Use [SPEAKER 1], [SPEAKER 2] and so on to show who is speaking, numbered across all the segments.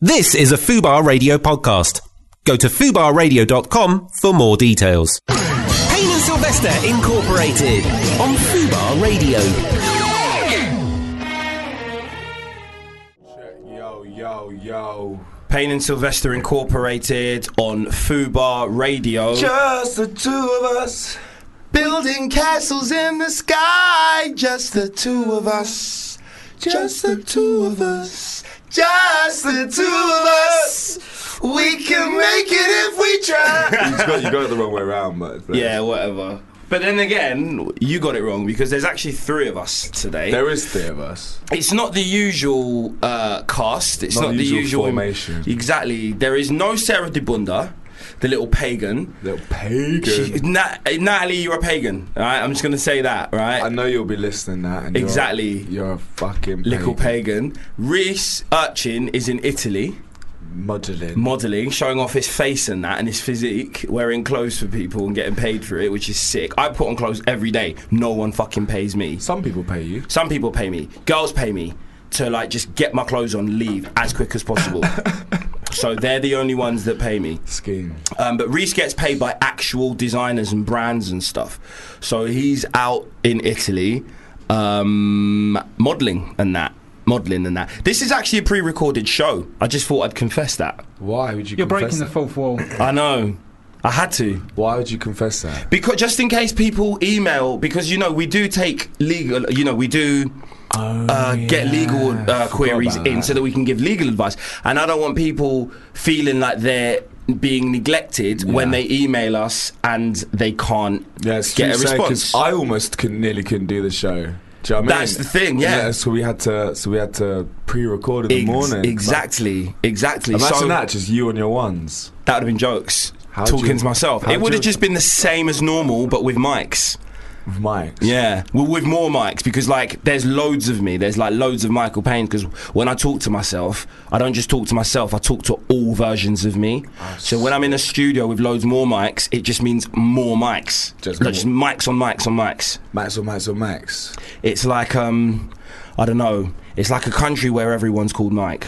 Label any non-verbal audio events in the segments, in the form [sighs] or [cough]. [SPEAKER 1] This is a Fubar Radio podcast. Go to fubarradio.com for more details. Payne and Sylvester Incorporated on Fubar Radio.
[SPEAKER 2] Yo, yo, yo.
[SPEAKER 3] Payne and Sylvester Incorporated on Fubar Radio.
[SPEAKER 2] Just the two of us building castles in the sky. Just the two of us. Just the two of us. Just the two of us. We can make it if we try. you,
[SPEAKER 3] [laughs]
[SPEAKER 2] got, you got it the wrong way around, but
[SPEAKER 3] Yeah, whatever. But then again, you got it wrong because there's actually three of us today.
[SPEAKER 2] There is three of us.
[SPEAKER 3] it's not the usual uh, cast. It's
[SPEAKER 2] Not
[SPEAKER 3] not,
[SPEAKER 2] the
[SPEAKER 3] the
[SPEAKER 2] usual
[SPEAKER 3] usual,
[SPEAKER 2] formation.
[SPEAKER 3] Exactly. There is no Sarah DeBunda, the little pagan.
[SPEAKER 2] Little
[SPEAKER 3] She,
[SPEAKER 2] pagan.
[SPEAKER 3] Nat- Natalie, you're a pagan. All right, I'm just gonna say that. Right.
[SPEAKER 2] I know you'll be listening now. And
[SPEAKER 3] Exactly.
[SPEAKER 2] You're, you're a fucking
[SPEAKER 3] Little
[SPEAKER 2] pagan.
[SPEAKER 3] pagan. Reese Urchin is in Italy.
[SPEAKER 2] Modeling.
[SPEAKER 3] modelling, showing off his face and that and his physique, wearing clothes for people and getting paid for it, which is sick. I put on clothes every day. No one fucking pays me.
[SPEAKER 2] Some people pay you.
[SPEAKER 3] Some people pay me. Girls pay me to like just get my clothes on, leave as quick as possible. so they're the only ones that pay me.
[SPEAKER 2] Scheme.
[SPEAKER 3] Um, but Reese gets paid by actual designers and brands and stuff. So he's out in Italy um, modeling and that. Modeling and that. This is actually a pre recorded show. I just thought I'd confess that.
[SPEAKER 2] Why would you
[SPEAKER 4] You're
[SPEAKER 2] confess
[SPEAKER 4] breaking the
[SPEAKER 2] that?
[SPEAKER 4] fourth wall.
[SPEAKER 3] I know. I had to.
[SPEAKER 2] Why would you confess that?
[SPEAKER 3] Because just in case people email, because you know we do take legal, you know we do uh, get legal uh, queries
[SPEAKER 2] Oh, about
[SPEAKER 3] in
[SPEAKER 2] that.
[SPEAKER 3] so that we can give legal advice, and I don't want people feeling like they're being neglected when they email us and they can't
[SPEAKER 2] Yeah, it's
[SPEAKER 3] get a
[SPEAKER 2] true saying, 'cause
[SPEAKER 3] response.
[SPEAKER 2] I almost could, nearly couldn't do the show. Do you know what I mean?
[SPEAKER 3] That's the thing, yeah.
[SPEAKER 2] So we had to, so we had to pre-record in the
[SPEAKER 3] Ex-
[SPEAKER 2] morning.
[SPEAKER 3] exactly, exactly.
[SPEAKER 2] Like, imagine
[SPEAKER 3] so
[SPEAKER 2] that, just you and your ones.
[SPEAKER 3] that would have been jokes.
[SPEAKER 2] How'd
[SPEAKER 3] talking
[SPEAKER 2] you-
[SPEAKER 3] to myself,
[SPEAKER 2] how'd
[SPEAKER 3] it would
[SPEAKER 2] you-
[SPEAKER 3] have just been the same as normal, but with mics.
[SPEAKER 2] with Mics.
[SPEAKER 3] Yeah, well, with more mics because like there's loads of me. There's like loads of Michael Payne because when I talk to myself, I don't just talk to myself. I talk to all versions of me. so when I'm in a studio with loads more mics, it just means more mics.
[SPEAKER 2] Just
[SPEAKER 3] Just, like,
[SPEAKER 2] more.
[SPEAKER 3] just mics on mics on mics.
[SPEAKER 2] Max or Max or Max.
[SPEAKER 3] It's like um, I don't know. It's like a country where everyone's called Mike.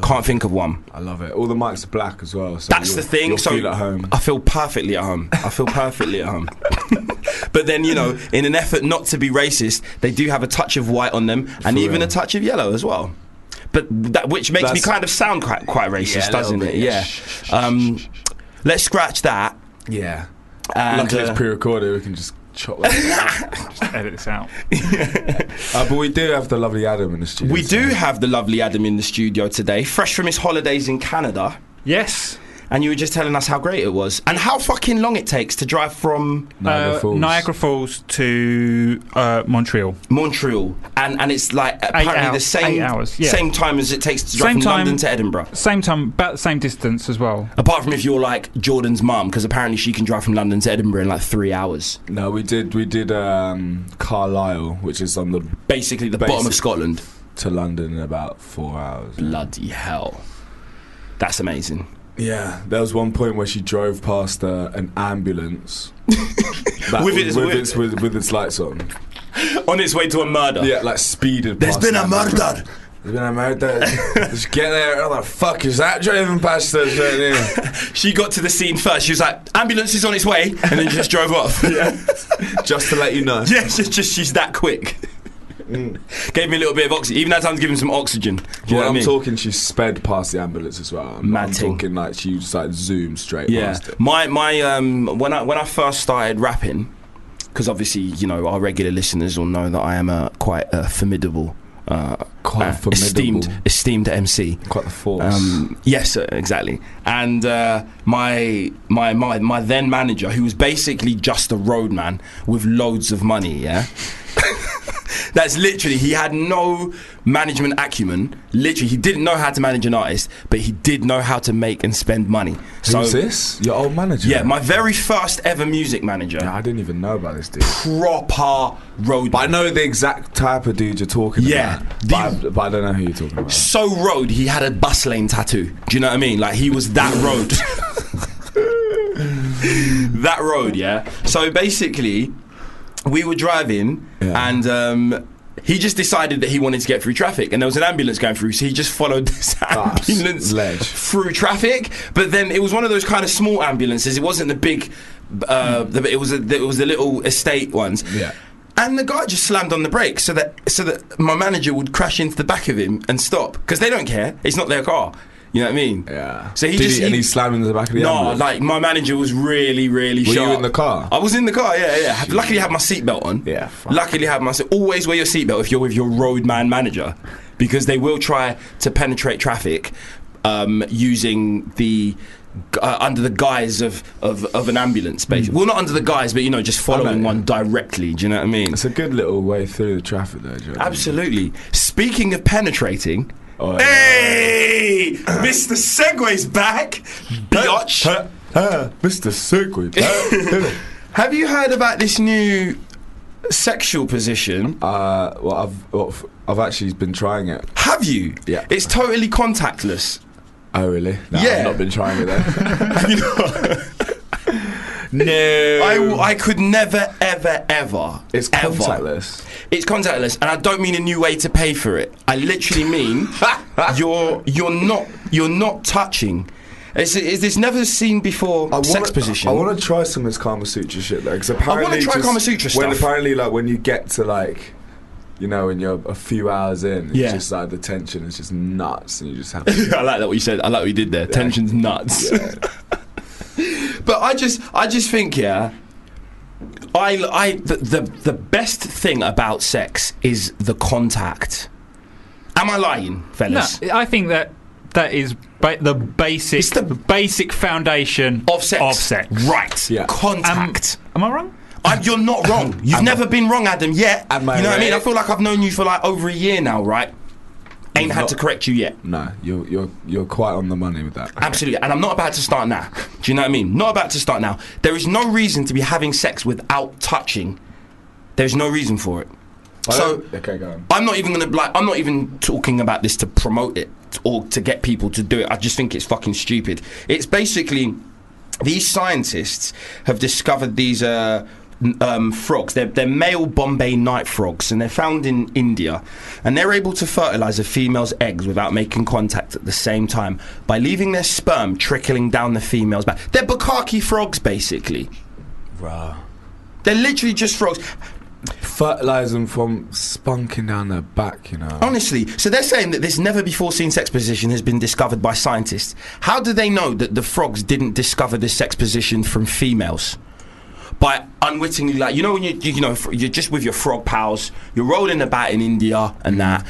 [SPEAKER 3] Can't think of one.
[SPEAKER 2] I love it. All the mics are black as well. So
[SPEAKER 3] That's
[SPEAKER 2] you'll-
[SPEAKER 3] the thing.
[SPEAKER 2] You'll
[SPEAKER 3] so Oh,
[SPEAKER 2] feel at home.
[SPEAKER 3] I feel perfectly at home. I feel perfectly at home. [laughs] but then you know, in an effort not to be racist, they do have a touch of white on them, and
[SPEAKER 2] For
[SPEAKER 3] even
[SPEAKER 2] real.
[SPEAKER 3] a touch of yellow as well. But that which makes me
[SPEAKER 2] That's-
[SPEAKER 3] kind of sound quite quite racist,
[SPEAKER 2] Yeah, a
[SPEAKER 3] doesn't
[SPEAKER 2] little
[SPEAKER 3] it?
[SPEAKER 2] bit, yeah.
[SPEAKER 3] Yeah.
[SPEAKER 2] Shh, shh, shh,
[SPEAKER 3] Um, let's scratch that.
[SPEAKER 2] Yeah.
[SPEAKER 3] And,
[SPEAKER 2] Luckily,
[SPEAKER 3] uh,
[SPEAKER 2] it's pre-recorded. We can just chop
[SPEAKER 3] [laughs]
[SPEAKER 2] that.
[SPEAKER 4] Edit this out.
[SPEAKER 2] uh, but we do have the lovely Adam in the studio.
[SPEAKER 3] we do
[SPEAKER 2] today.
[SPEAKER 3] have the lovely Adam in the studio today, fresh from his holidays in Canada.
[SPEAKER 4] Yes.
[SPEAKER 3] And you were just telling us how great it was and how fucking long it takes to drive from
[SPEAKER 2] Niagara
[SPEAKER 4] Uh,
[SPEAKER 2] Falls.
[SPEAKER 4] Niagara Falls to uh, Montreal.
[SPEAKER 3] Montreal, and, and it's like apparently the
[SPEAKER 4] hours-
[SPEAKER 3] same
[SPEAKER 4] eight hours, yeah.
[SPEAKER 3] same time as it takes to drive
[SPEAKER 4] Same
[SPEAKER 3] from London
[SPEAKER 4] time.
[SPEAKER 3] to Edinburgh.
[SPEAKER 4] Same time, about the same distance as well.
[SPEAKER 3] Apart from if you're like Jordan's mum, because apparently she can drive from London to Edinburgh in like three hours,
[SPEAKER 2] No, we did. We did um, Carlisle, which is on the
[SPEAKER 3] basically the bottom
[SPEAKER 2] Basic.
[SPEAKER 3] of Scotland.
[SPEAKER 2] to London in about four hours.
[SPEAKER 3] Bloody hell, that's amazing.
[SPEAKER 2] Yeah, there was one point where she drove past uh, an
[SPEAKER 3] [laughs]
[SPEAKER 2] ambulance that-
[SPEAKER 3] With its-
[SPEAKER 2] with, its, with, with its lights on.
[SPEAKER 3] On its way to a murder.
[SPEAKER 2] Yeah, like speeded.
[SPEAKER 3] There's
[SPEAKER 2] past
[SPEAKER 3] been
[SPEAKER 2] the
[SPEAKER 3] a
[SPEAKER 2] ambulance.
[SPEAKER 3] murder.
[SPEAKER 2] There's been a murder. Just get there. How the fuck is that driving past us? Right there?
[SPEAKER 3] She got to the scene first. She was like, "Ambulance is on its way," and then just drove off. [laughs] Yeah,
[SPEAKER 2] Just to let you [laughs] know.
[SPEAKER 3] yeah. She's just she's that quick. Mm. Gave me a little bit of oxygen. Even that time's giving some oxygen. Do you know
[SPEAKER 2] When
[SPEAKER 3] what I
[SPEAKER 2] I'm
[SPEAKER 3] mean?
[SPEAKER 2] talking, she sped past the ambulance as well. I'm,
[SPEAKER 3] Mad
[SPEAKER 2] I'm
[SPEAKER 3] thing.
[SPEAKER 2] talking like she just like zoomed straight
[SPEAKER 3] Yeah,
[SPEAKER 2] past it.
[SPEAKER 3] my my um when I when I first started rapping, because obviously you know our regular listeners will know that I am a quite a formidable, uh,
[SPEAKER 2] Quite
[SPEAKER 3] uh,
[SPEAKER 2] formidable.
[SPEAKER 3] esteemed esteemed MC.
[SPEAKER 2] Quite the force.
[SPEAKER 3] Um, yes, uh, exactly. And uh, my, my my my then manager, who was basically just a roadman with loads of money, yeah. [laughs] That's literally he had no management acumen. Literally, he didn't know how to manage an artist, but he did know how to make and spend money.
[SPEAKER 2] Who's this? Your old manager?
[SPEAKER 3] Yeah, my very first ever music manager.
[SPEAKER 2] Nah, I didn't even know about this dude.
[SPEAKER 3] Proper road.
[SPEAKER 2] But I know the exact type of dude you're talking
[SPEAKER 3] Yeah,
[SPEAKER 2] about.
[SPEAKER 3] the-
[SPEAKER 2] But I, but I don't know who you're talking about.
[SPEAKER 3] so road, he had a bus lane tattoo. Do you know what I mean? Like he was that road. [laughs] that road, yeah. So basically, we were driving
[SPEAKER 2] Yeah.
[SPEAKER 3] and um He just decided that he wanted to get through traffic, and there was an ambulance going through, so he just followed this ambulance
[SPEAKER 5] ledge.
[SPEAKER 3] through traffic. But then it was one of those kind of small ambulances. It wasn't the big. Uh, the, it was a, the, it was the little estate ones.
[SPEAKER 5] Yeah.
[SPEAKER 3] And the guy just slammed on the brakes so that so that my manager would crash into the back of him and stop because they don't care. It's not their car. You know what I mean?
[SPEAKER 5] Yeah.
[SPEAKER 3] So he
[SPEAKER 5] Did
[SPEAKER 3] just
[SPEAKER 5] he, and he slammed into the back of the
[SPEAKER 3] no,
[SPEAKER 5] ambulance.
[SPEAKER 3] like my manager was really, really
[SPEAKER 5] Were you
[SPEAKER 3] sharp.
[SPEAKER 5] in the car?
[SPEAKER 3] I was in the car. Yeah, yeah. Luckily, I had my seatbelt on.
[SPEAKER 5] Yeah, fuck.
[SPEAKER 3] Luckily, I had my. se- Always wear your seatbelt if you're with your roadman manager, because they will try to penetrate traffic um, using the. Uh, under the guise of, of, of an ambulance, basically. Well, not under the guise, but you know, just following
[SPEAKER 5] Hmm. yeah.
[SPEAKER 3] one directly. Do you know what I mean?
[SPEAKER 5] it's a good little way through the traffic, though. do you know what I mean?
[SPEAKER 3] Absolutely. Speaking of penetrating,
[SPEAKER 5] Oh, yeah.
[SPEAKER 3] hey, Mr. Segway's back, biatch.
[SPEAKER 5] Huh? Ah, Mr.
[SPEAKER 2] [laughs]
[SPEAKER 5] Segway.
[SPEAKER 3] Have you heard about this new sexual position?
[SPEAKER 5] uh, well, I've well, f- I've actually been trying it.
[SPEAKER 3] Have you?
[SPEAKER 5] Yeah.
[SPEAKER 3] It's totally contactless.
[SPEAKER 5] Oh, really? No,
[SPEAKER 3] Yeah.
[SPEAKER 5] I've not been trying it then. [laughs]
[SPEAKER 3] You know,
[SPEAKER 5] no.
[SPEAKER 3] I, w- I could never, ever, ever.
[SPEAKER 5] it's
[SPEAKER 3] ever.
[SPEAKER 5] contactless.
[SPEAKER 3] It's contactless, and I don't mean a new way to pay for it. I
[SPEAKER 5] [laughs]
[SPEAKER 3] literally mean you're you're not you're not touching. It's, it's, it's never seen before
[SPEAKER 5] I wanna,
[SPEAKER 3] sex position.
[SPEAKER 5] I want to try some of this Kama Sutra shit though, because apparently
[SPEAKER 3] try
[SPEAKER 5] just-
[SPEAKER 3] Kama Sutra
[SPEAKER 5] When
[SPEAKER 3] stuff.
[SPEAKER 5] apparently, like, when you get to like, you know, when you're a few hours in, it's
[SPEAKER 3] Yeah.
[SPEAKER 5] just like the tension is just nuts, and you just [laughs] have. To,
[SPEAKER 3] [laughs] I like that what you said. I like what you did there. Tension's nuts.
[SPEAKER 5] yeah.
[SPEAKER 3] [laughs] But I just, I just think, yeah. I, I, the, the, the best thing about sex is the contact. Am I lying,
[SPEAKER 4] No,
[SPEAKER 3] fellas?
[SPEAKER 4] I think that that is ba- the basic,
[SPEAKER 3] It's the-
[SPEAKER 4] the basic foundation
[SPEAKER 3] Of sex.
[SPEAKER 4] Of sex. Um,
[SPEAKER 3] Right.
[SPEAKER 5] Yeah. Um,
[SPEAKER 3] Contact.
[SPEAKER 4] Am I wrong?
[SPEAKER 3] I, you're
[SPEAKER 5] [coughs]
[SPEAKER 3] not wrong. You've never been wrong, Adam, yet.
[SPEAKER 5] Am I
[SPEAKER 3] you know what I mean? I
[SPEAKER 5] right?
[SPEAKER 3] feel like I've known you for like over a year now, right? Ain't had
[SPEAKER 5] not-
[SPEAKER 3] to correct you yet.
[SPEAKER 5] no, you're you're you're quite on the money with that.
[SPEAKER 3] Absolutely. And I'm not about to start now. Do you know what I mean? Not about to start now. There is no reason to be having sex without touching. There's no reason for it.
[SPEAKER 5] I
[SPEAKER 3] so-
[SPEAKER 5] don't- okay, go on.
[SPEAKER 3] I'm not even gonna like. I'm not even talking about this to promote it or to get people to do it. I just think it's fucking stupid. It's basically these scientists have discovered these uh, n- um, frogs. They're, they're male Bombay night frogs, and they're found in India. And they're able to fertilize a female's eggs without making contact at the same time by leaving their sperm trickling down the female's back. They're bukkake frogs, basically.
[SPEAKER 5] Bruh.
[SPEAKER 3] They're literally just frogs.
[SPEAKER 5] Fertilize them from spunking down their back, you know.
[SPEAKER 3] Honestly, so they're saying that this never before seen sex position has been discovered by scientists. How do they know that the frogs didn't discover this sex position from females? By unwittingly, like you know, when you you, you know fr- you're just with your frog pals, you're rolling about in India and that.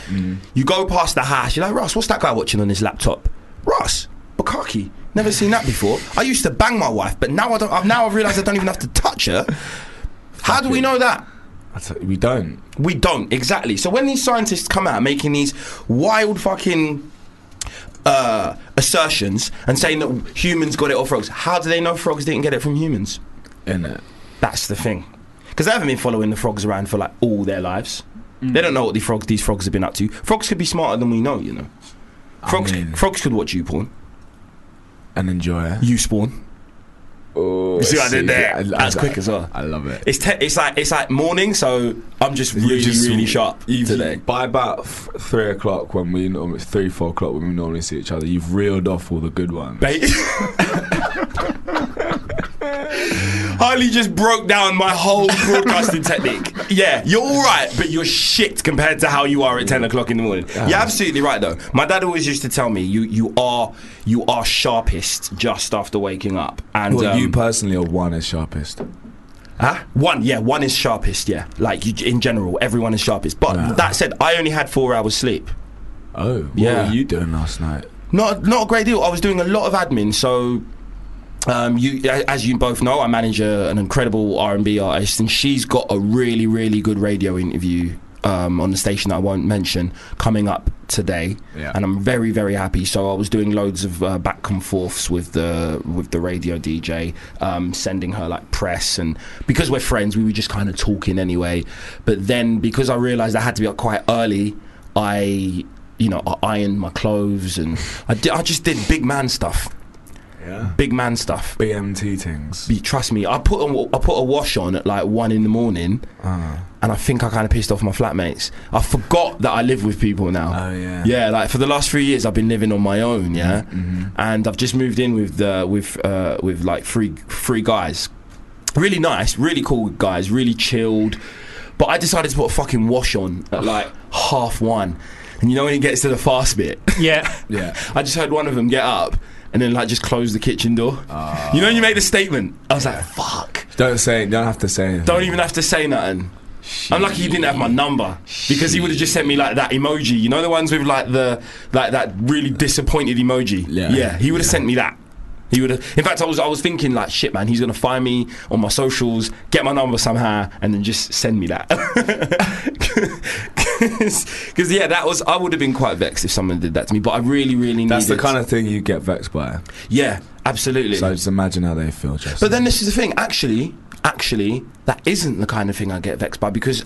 [SPEAKER 3] You go past the house, you're like, Ross, what's that guy watching on his laptop? Ross, Bukaki. Never seen that before. I used to bang my wife, but now I don't. I've now I've realised I don't even have to touch her. How do we know that?
[SPEAKER 5] I tell you, we don't.
[SPEAKER 3] We don't exactly. So when these scientists come out making these wild fucking uh, assertions and saying that humans got it off frogs, how do they know frogs didn't get it from humans?
[SPEAKER 5] In it.
[SPEAKER 3] That's the thing, because they haven't been following the frogs around for like all their lives.
[SPEAKER 5] Mm.
[SPEAKER 3] They don't know what the frogs these frogs have been up to. Frogs could be smarter than we know, you know. Frogs,
[SPEAKER 5] mean-
[SPEAKER 3] frogs could watch you porn,
[SPEAKER 5] And enjoy it.
[SPEAKER 3] you spawn.
[SPEAKER 5] Oh,
[SPEAKER 3] You see what I
[SPEAKER 5] see,
[SPEAKER 3] did there?
[SPEAKER 5] I- I-
[SPEAKER 3] That's quick as well.
[SPEAKER 5] I love it.
[SPEAKER 3] It's te- it's like it's like morning, so I'm just
[SPEAKER 5] You
[SPEAKER 3] really
[SPEAKER 5] just-
[SPEAKER 3] really sharp
[SPEAKER 5] You've-
[SPEAKER 3] today.
[SPEAKER 5] By about f- three o'clock, when we normally three four o'clock when we normally see each other, you've reeled off all the good ones.
[SPEAKER 3] Ba- [laughs] Harley just broke down my whole broadcasting technique. Yeah, you're all right, but you're shit compared to how you are at ten o'clock in the morning. You're absolutely right, though. My dad always used to tell me, "You, you are, you are sharpest just after waking up." And
[SPEAKER 5] well,
[SPEAKER 3] um,
[SPEAKER 5] you personally are one is sharpest.
[SPEAKER 3] Huh? One, yeah, one is sharpest. Yeah, like you, in general, everyone is sharpest. But that said, I only had four hours sleep.
[SPEAKER 5] Oh, what
[SPEAKER 3] Yeah.
[SPEAKER 5] were you doing last night?
[SPEAKER 3] Not not a great deal. I was doing a lot of admin, so um, you a- as you both know, I manage a, an incredible R and B artist, and she's got a really really good radio interview. Um, on the station that I won't mention coming up today,
[SPEAKER 5] Yeah.
[SPEAKER 3] and I'm very very happy. So I was doing loads of uh, back and forths with the with the radio DJ, um, sending her like press, and because we're friends, we were just kind of talking anyway. But then because I realised I had to be up quite early, I you know I ironed my clothes and I, did, I just did big man stuff.
[SPEAKER 2] Yeah.
[SPEAKER 3] Big man stuff.
[SPEAKER 2] BMT things.
[SPEAKER 3] Be- Trust me, I put a, wa- I put a wash on at like one in the morning,
[SPEAKER 5] Uh-huh.
[SPEAKER 3] and I think I kind of pissed off my flatmates. I forgot that I live with people now.
[SPEAKER 2] Oh, yeah. Mm-hmm,
[SPEAKER 3] Yeah, like for the last three years, I've been living on my own. Yeah, and I've just moved in with the with uh, with like three three guys, really nice, really cool guys, really chilled. But I decided to put a fucking wash on at like half one, and you know when it gets to the fast bit. [laughs]
[SPEAKER 4] Yeah.
[SPEAKER 2] Yeah.
[SPEAKER 3] I just heard one of them get up and then like just close the kitchen door.
[SPEAKER 2] Ah.
[SPEAKER 3] you know, when you make the statement. I was like, fuck.
[SPEAKER 2] Don't say. Don't have to say anything.
[SPEAKER 3] Don't even have to say nothing. I'm lucky he didn't have my number because he would have just sent me like that emoji. You know the ones with like the like that really disappointed emoji.
[SPEAKER 2] Yeah.
[SPEAKER 3] he would have sent me that. He would have. In fact, I was I was thinking like shit, man. He's gonna find me on my socials, get my number somehow, and then just send me that. [laughs] Because yeah, that was I would have been quite vexed if someone did that to me. But I really, really
[SPEAKER 2] That's the
[SPEAKER 3] needed-
[SPEAKER 2] kind of thing you get vexed by.
[SPEAKER 3] yeah, absolutely.
[SPEAKER 2] So just imagine how they feel, just.
[SPEAKER 3] But then this is the thing. Actually, actually, that isn't the kind of thing I get vexed by because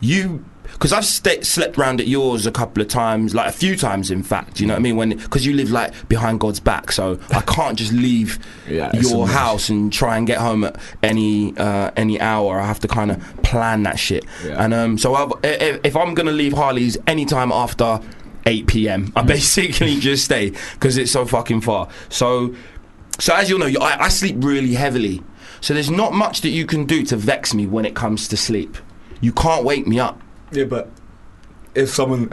[SPEAKER 3] you. Because I've sta slept round at yours a couple of times, like a few times, in fact. You know what I mean? When because you live like behind God's back, so I can't just leave
[SPEAKER 2] Yeah, it's
[SPEAKER 3] your
[SPEAKER 2] a-
[SPEAKER 3] house and try and get home at any uh, any hour. I have to kind of plan that shit.
[SPEAKER 2] Yeah.
[SPEAKER 3] And um, so I've, if, if I'm gonna leave Harley's anytime after 8 p.m.,
[SPEAKER 2] Mm.
[SPEAKER 3] I basically [laughs] just stay because it's so fucking far. So so as you'll know, I, I sleep really heavily. So there's not much that you can do to vex me when it comes to sleep. You can't wake me up.
[SPEAKER 2] yeah, but if someone.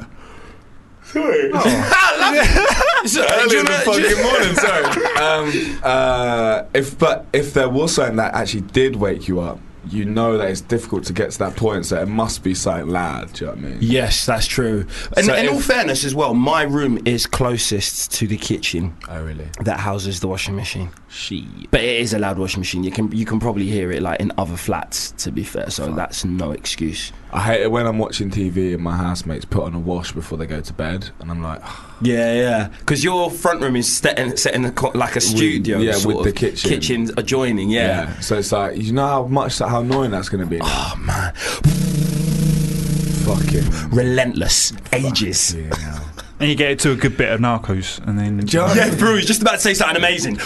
[SPEAKER 2] Sorry.
[SPEAKER 3] So, do
[SPEAKER 2] Early
[SPEAKER 3] you
[SPEAKER 2] in the
[SPEAKER 3] know- do
[SPEAKER 2] [laughs]
[SPEAKER 3] you-
[SPEAKER 2] fucking morning, sorry. Um, uh, if but if there was something that actually did wake you up, you know that it's difficult to get to that point, so it must be something loud. Do you know what I mean?
[SPEAKER 3] Yes, that's true. And
[SPEAKER 2] So
[SPEAKER 3] in
[SPEAKER 2] if-
[SPEAKER 3] all fairness, as well, my room is closest to the kitchen
[SPEAKER 2] Oh really?
[SPEAKER 3] that houses the washing machine.
[SPEAKER 2] She.
[SPEAKER 3] But it is a loud washing machine. You can you can probably hear it like in other flats. To be fair, so that's no excuse.
[SPEAKER 2] I hate it when I'm watching TV and my housemates put on a wash before they go to bed, and I'm like,
[SPEAKER 3] Yeah, yeah. Because your front room is set in, set in a co- like a studio.
[SPEAKER 2] yeah,
[SPEAKER 3] sort
[SPEAKER 2] with the
[SPEAKER 3] of
[SPEAKER 2] kitchen.
[SPEAKER 3] Kitchens adjoining. yeah.
[SPEAKER 2] So it's like, you know how much that, how annoying that's going to be. now?
[SPEAKER 3] Oh man,
[SPEAKER 2] Fucking. [laughs]
[SPEAKER 3] relentless, ages.
[SPEAKER 2] Yeah.
[SPEAKER 4] [laughs] And you get it to a good bit of narcos and then
[SPEAKER 2] Do you
[SPEAKER 4] [laughs]
[SPEAKER 2] know what I
[SPEAKER 3] Yeah,
[SPEAKER 2] mean?
[SPEAKER 3] bro, he's just about to say something amazing.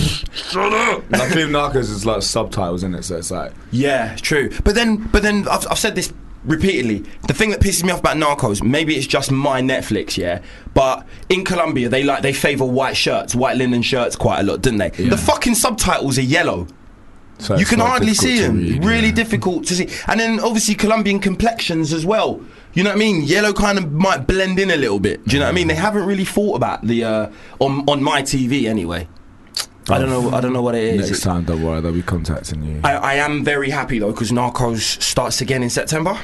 [SPEAKER 2] Like, Film Narcos is like subtitles in it, so it's like,
[SPEAKER 3] yeah, true. But then, but then I've, I've said this repeatedly. The thing that pisses me off about Narcos, maybe it's just my Netflix, yeah. But in Colombia, they like they favour white shirts, white linen shirts quite a lot, didn't they? The fucking subtitles are yellow.
[SPEAKER 2] so
[SPEAKER 3] you
[SPEAKER 2] it's
[SPEAKER 3] can
[SPEAKER 2] like
[SPEAKER 3] hardly
[SPEAKER 2] difficult
[SPEAKER 3] see
[SPEAKER 2] to
[SPEAKER 3] them.
[SPEAKER 2] read,
[SPEAKER 3] really
[SPEAKER 2] yeah.
[SPEAKER 3] difficult to see. And then obviously Colombian complexions as well. You know what I mean? Yellow kind of might blend in a little bit. Do you know what I mean? They haven't really thought about the uh, on on my TV anyway. I don't know. I don't know what it is.
[SPEAKER 2] Next
[SPEAKER 3] It's-
[SPEAKER 2] time, don't worry, they'll be contacting you.
[SPEAKER 3] I, I am very happy though because Narcos starts again in September.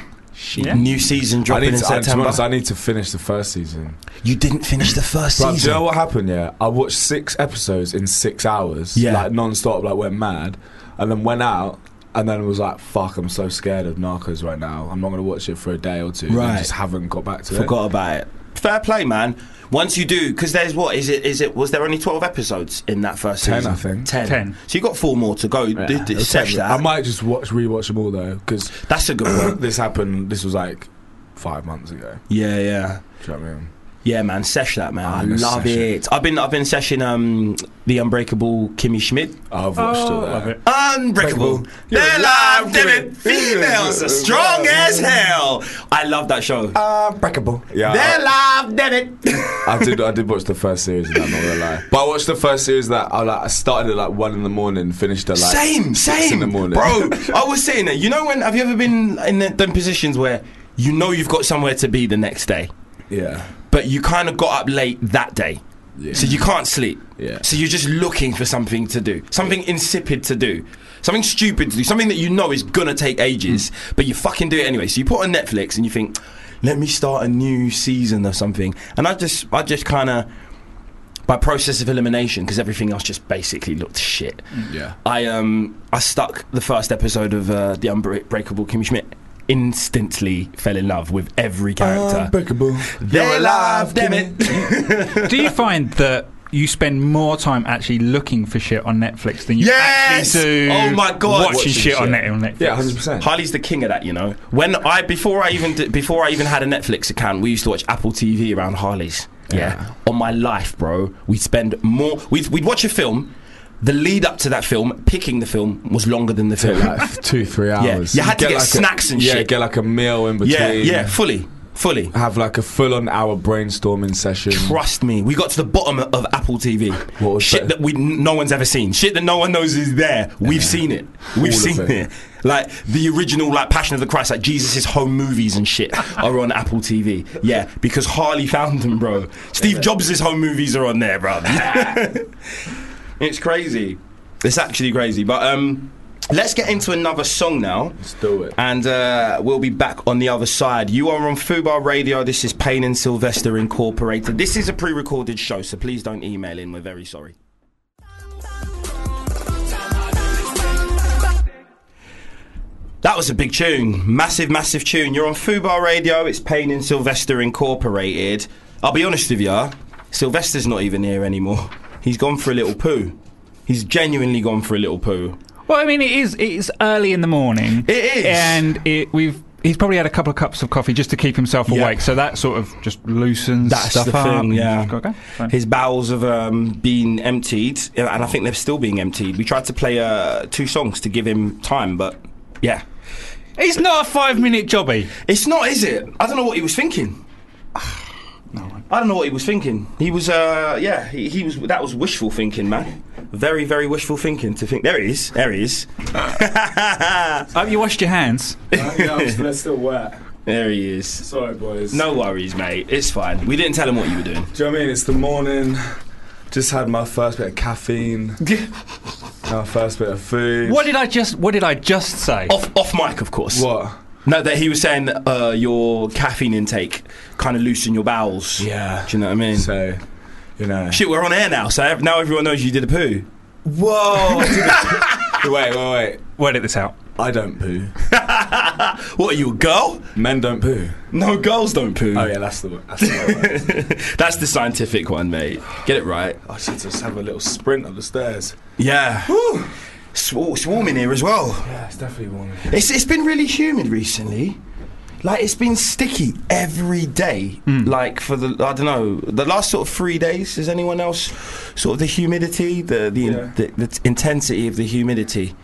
[SPEAKER 3] New season
[SPEAKER 2] I
[SPEAKER 3] dropping
[SPEAKER 2] need
[SPEAKER 3] in
[SPEAKER 2] to, I, to be
[SPEAKER 3] September.
[SPEAKER 2] honest, I need to finish the first season.
[SPEAKER 3] you didn't finish the first
[SPEAKER 2] But do you
[SPEAKER 3] season.
[SPEAKER 2] know what happened? Yeah, I watched six episodes in six hours,
[SPEAKER 3] Yeah.
[SPEAKER 2] like non-stop, like went mad, and then went out, and then was like, "Fuck, I'm so scared of Narcos right now. I'm not gonna watch it for a day or two. and
[SPEAKER 3] Right.
[SPEAKER 2] just haven't got back to it.
[SPEAKER 3] Forgot about it. Fair play, man. Once you do, because there's what is it? Is it was there only twelve episodes in that first
[SPEAKER 2] Ten,
[SPEAKER 3] season?
[SPEAKER 2] I think.
[SPEAKER 3] Ten.
[SPEAKER 4] Ten.
[SPEAKER 3] So you got four more to go.
[SPEAKER 2] Yeah.
[SPEAKER 3] Did this, sesh that.
[SPEAKER 2] I might just watch rewatch them all though, because
[SPEAKER 3] That's a good
[SPEAKER 2] [coughs]
[SPEAKER 3] one. [clears throat]
[SPEAKER 2] this happened. This was like five months ago.
[SPEAKER 3] Yeah, yeah,
[SPEAKER 2] Do you know what I mean?
[SPEAKER 3] yeah, man. Sesh that, man.
[SPEAKER 2] I'm
[SPEAKER 3] I
[SPEAKER 2] gonna
[SPEAKER 3] love
[SPEAKER 2] sesh it.
[SPEAKER 3] it. I've been I've been seshing um the Unbreakable Kimmy Schmidt.
[SPEAKER 2] I've watched
[SPEAKER 3] Oh,
[SPEAKER 2] all that.
[SPEAKER 4] Oh, love it.
[SPEAKER 3] Unbreakable.
[SPEAKER 2] Unbreakable.
[SPEAKER 3] They're
[SPEAKER 2] You're
[SPEAKER 3] live,
[SPEAKER 2] alive,
[SPEAKER 3] damn
[SPEAKER 2] damn
[SPEAKER 3] it.
[SPEAKER 2] it.
[SPEAKER 3] Females are strong as hell. I love that show.
[SPEAKER 2] Uh, Unbreakable. Yeah.
[SPEAKER 3] They're
[SPEAKER 2] I,
[SPEAKER 3] live, damn it.
[SPEAKER 2] I did. I did watch the first series. Of that, I'm not gonna lie. But I watched the first series of that I like. I started at like one in the morning, finished at like
[SPEAKER 3] same,
[SPEAKER 2] six
[SPEAKER 3] same.
[SPEAKER 2] in the morning, [laughs]
[SPEAKER 3] Bro, I was sitting there. You know when, have you ever been in the, them positions where you know you've got somewhere to be the next day,
[SPEAKER 2] yeah.
[SPEAKER 3] but you kind of got up late that day?
[SPEAKER 2] Yeah.
[SPEAKER 3] So you can't sleep.
[SPEAKER 2] Yeah.
[SPEAKER 3] So you're just looking for something to do, something insipid to do, something stupid to do, something that you know is gonna take ages, but you fucking do it anyway. So you put on Netflix and you think, let me start a new season of something, and I just, I just kind of, by process of elimination, because everything else just basically looked shit.
[SPEAKER 2] Yeah.
[SPEAKER 3] I um, I stuck the first episode of uh, the Unbreakable Kimmy Schmidt. Instantly fell in love with every character.
[SPEAKER 2] Unbreakable.
[SPEAKER 3] Ah, They're alive, damn it!
[SPEAKER 4] Do you find that you spend more time actually looking for shit on Netflix than you
[SPEAKER 3] Yes!
[SPEAKER 4] actually do
[SPEAKER 3] Oh my God.
[SPEAKER 4] watching,
[SPEAKER 3] Watching
[SPEAKER 4] shit, on net on Netflix?
[SPEAKER 2] Yeah, hundred percent.
[SPEAKER 3] [laughs] Harley's the king of that, you know. When I before I even did, before I even had a Netflix account, we used to watch Apple TV around Harley's. yeah, on my life, bro. We'd spend more. We'd, we'd watch a film. The lead up to that film, picking the film, was longer than the film.
[SPEAKER 2] like two, three hours.
[SPEAKER 3] you had to get snacks
[SPEAKER 2] a,
[SPEAKER 3] and
[SPEAKER 2] yeah,
[SPEAKER 3] shit.
[SPEAKER 2] get like a meal in [laughs] between.
[SPEAKER 3] yeah, yeah, fully, fully.
[SPEAKER 2] Have like a full-on hour brainstorming session.
[SPEAKER 3] Trust me, we got to the bottom of Apple TV.
[SPEAKER 2] What was
[SPEAKER 3] Shit
[SPEAKER 2] that?
[SPEAKER 3] that we no one's ever seen. Shit that no one knows is there. We've seen it. We've
[SPEAKER 2] All of
[SPEAKER 3] seen
[SPEAKER 2] it.
[SPEAKER 3] it. Like the original, like Passion of the Christ, like Jesus' home movies
[SPEAKER 2] [laughs]
[SPEAKER 3] and shit are on Apple TV. Yeah, because Harley found them, bro. Steve Jobs' home movies are on
[SPEAKER 2] [laughs]
[SPEAKER 3] there, bro. it's crazy. It's actually crazy. But um, let's get into another song now.
[SPEAKER 2] Let's do it.
[SPEAKER 3] And uh, we'll be back on the other side. You are on Fubar Radio. This is Payne and Sylvester Incorporated. This is a pre recorded show, so please don't email in. We're very sorry. That was a big tune. Massive, massive tune. You're on Fubar Radio. It's Payne and Sylvester Incorporated. I'll be honest with you, Sylvester's not even here anymore. He's gone for a little poo. He's genuinely gone for a little poo.
[SPEAKER 4] Well, I mean, it is. It's early in the morning.
[SPEAKER 3] It is.
[SPEAKER 4] and it, we've. He's probably had a couple of cups of coffee just to keep himself
[SPEAKER 3] Yeah.
[SPEAKER 4] awake. So that sort of just loosens
[SPEAKER 3] That's
[SPEAKER 4] stuff
[SPEAKER 3] the
[SPEAKER 4] up.
[SPEAKER 3] thing,
[SPEAKER 4] and
[SPEAKER 3] yeah.
[SPEAKER 4] just go, okay, fine.
[SPEAKER 3] His bowels have um, been emptied, yeah, and I think they're still being emptied. We tried to play uh, two songs to give him time, but yeah,
[SPEAKER 4] it's not a five-minute jobby.
[SPEAKER 3] it's not, is it? I don't know what he was [sighs] thinking. I don't know what he was thinking. He was, uh, yeah, he, he was. That was wishful thinking, man. Very, very wishful thinking to think. There he is. There he is.
[SPEAKER 4] Have you washed your hands?
[SPEAKER 2] yeah, I'm still, still wet.
[SPEAKER 3] There he is.
[SPEAKER 2] Sorry, boys.
[SPEAKER 3] No worries, mate. It's fine. We didn't tell him what you were doing.
[SPEAKER 2] Do you know what I mean? It's the morning. Just had my first bit of
[SPEAKER 3] [laughs]
[SPEAKER 2] caffeine. my first bit of food.
[SPEAKER 4] What did I just? What did I just say?
[SPEAKER 3] Off, off mic, of course.
[SPEAKER 2] What?
[SPEAKER 3] No, that he was saying uh, your caffeine intake kind of loosen your bowels.
[SPEAKER 2] Yeah.
[SPEAKER 3] Do you know what I mean?
[SPEAKER 2] So, you know.
[SPEAKER 3] Shit, we're on air now, so ev- now everyone knows you did a poo.
[SPEAKER 2] Whoa! wait, wait, wait.
[SPEAKER 4] Word it this out.
[SPEAKER 2] I don't poo.
[SPEAKER 3] [laughs] What are you, a girl?
[SPEAKER 2] Men don't poo.
[SPEAKER 3] No, girls don't poo.
[SPEAKER 2] Oh yeah, that's the that's the [laughs] word.
[SPEAKER 3] [laughs] That's the scientific one, mate. Get it right.
[SPEAKER 2] I should just have a little sprint up the stairs.
[SPEAKER 3] Yeah. Woo. It's wa- it's warm in here as well.
[SPEAKER 2] Yeah, it's definitely warm.
[SPEAKER 3] It's, it's been really humid recently. Like, it's been sticky every day. Like, for the, I don't know, the last sort of three days. Is anyone else, sort of the humidity, the the,
[SPEAKER 2] Yeah.
[SPEAKER 3] the, the t- intensity of the humidity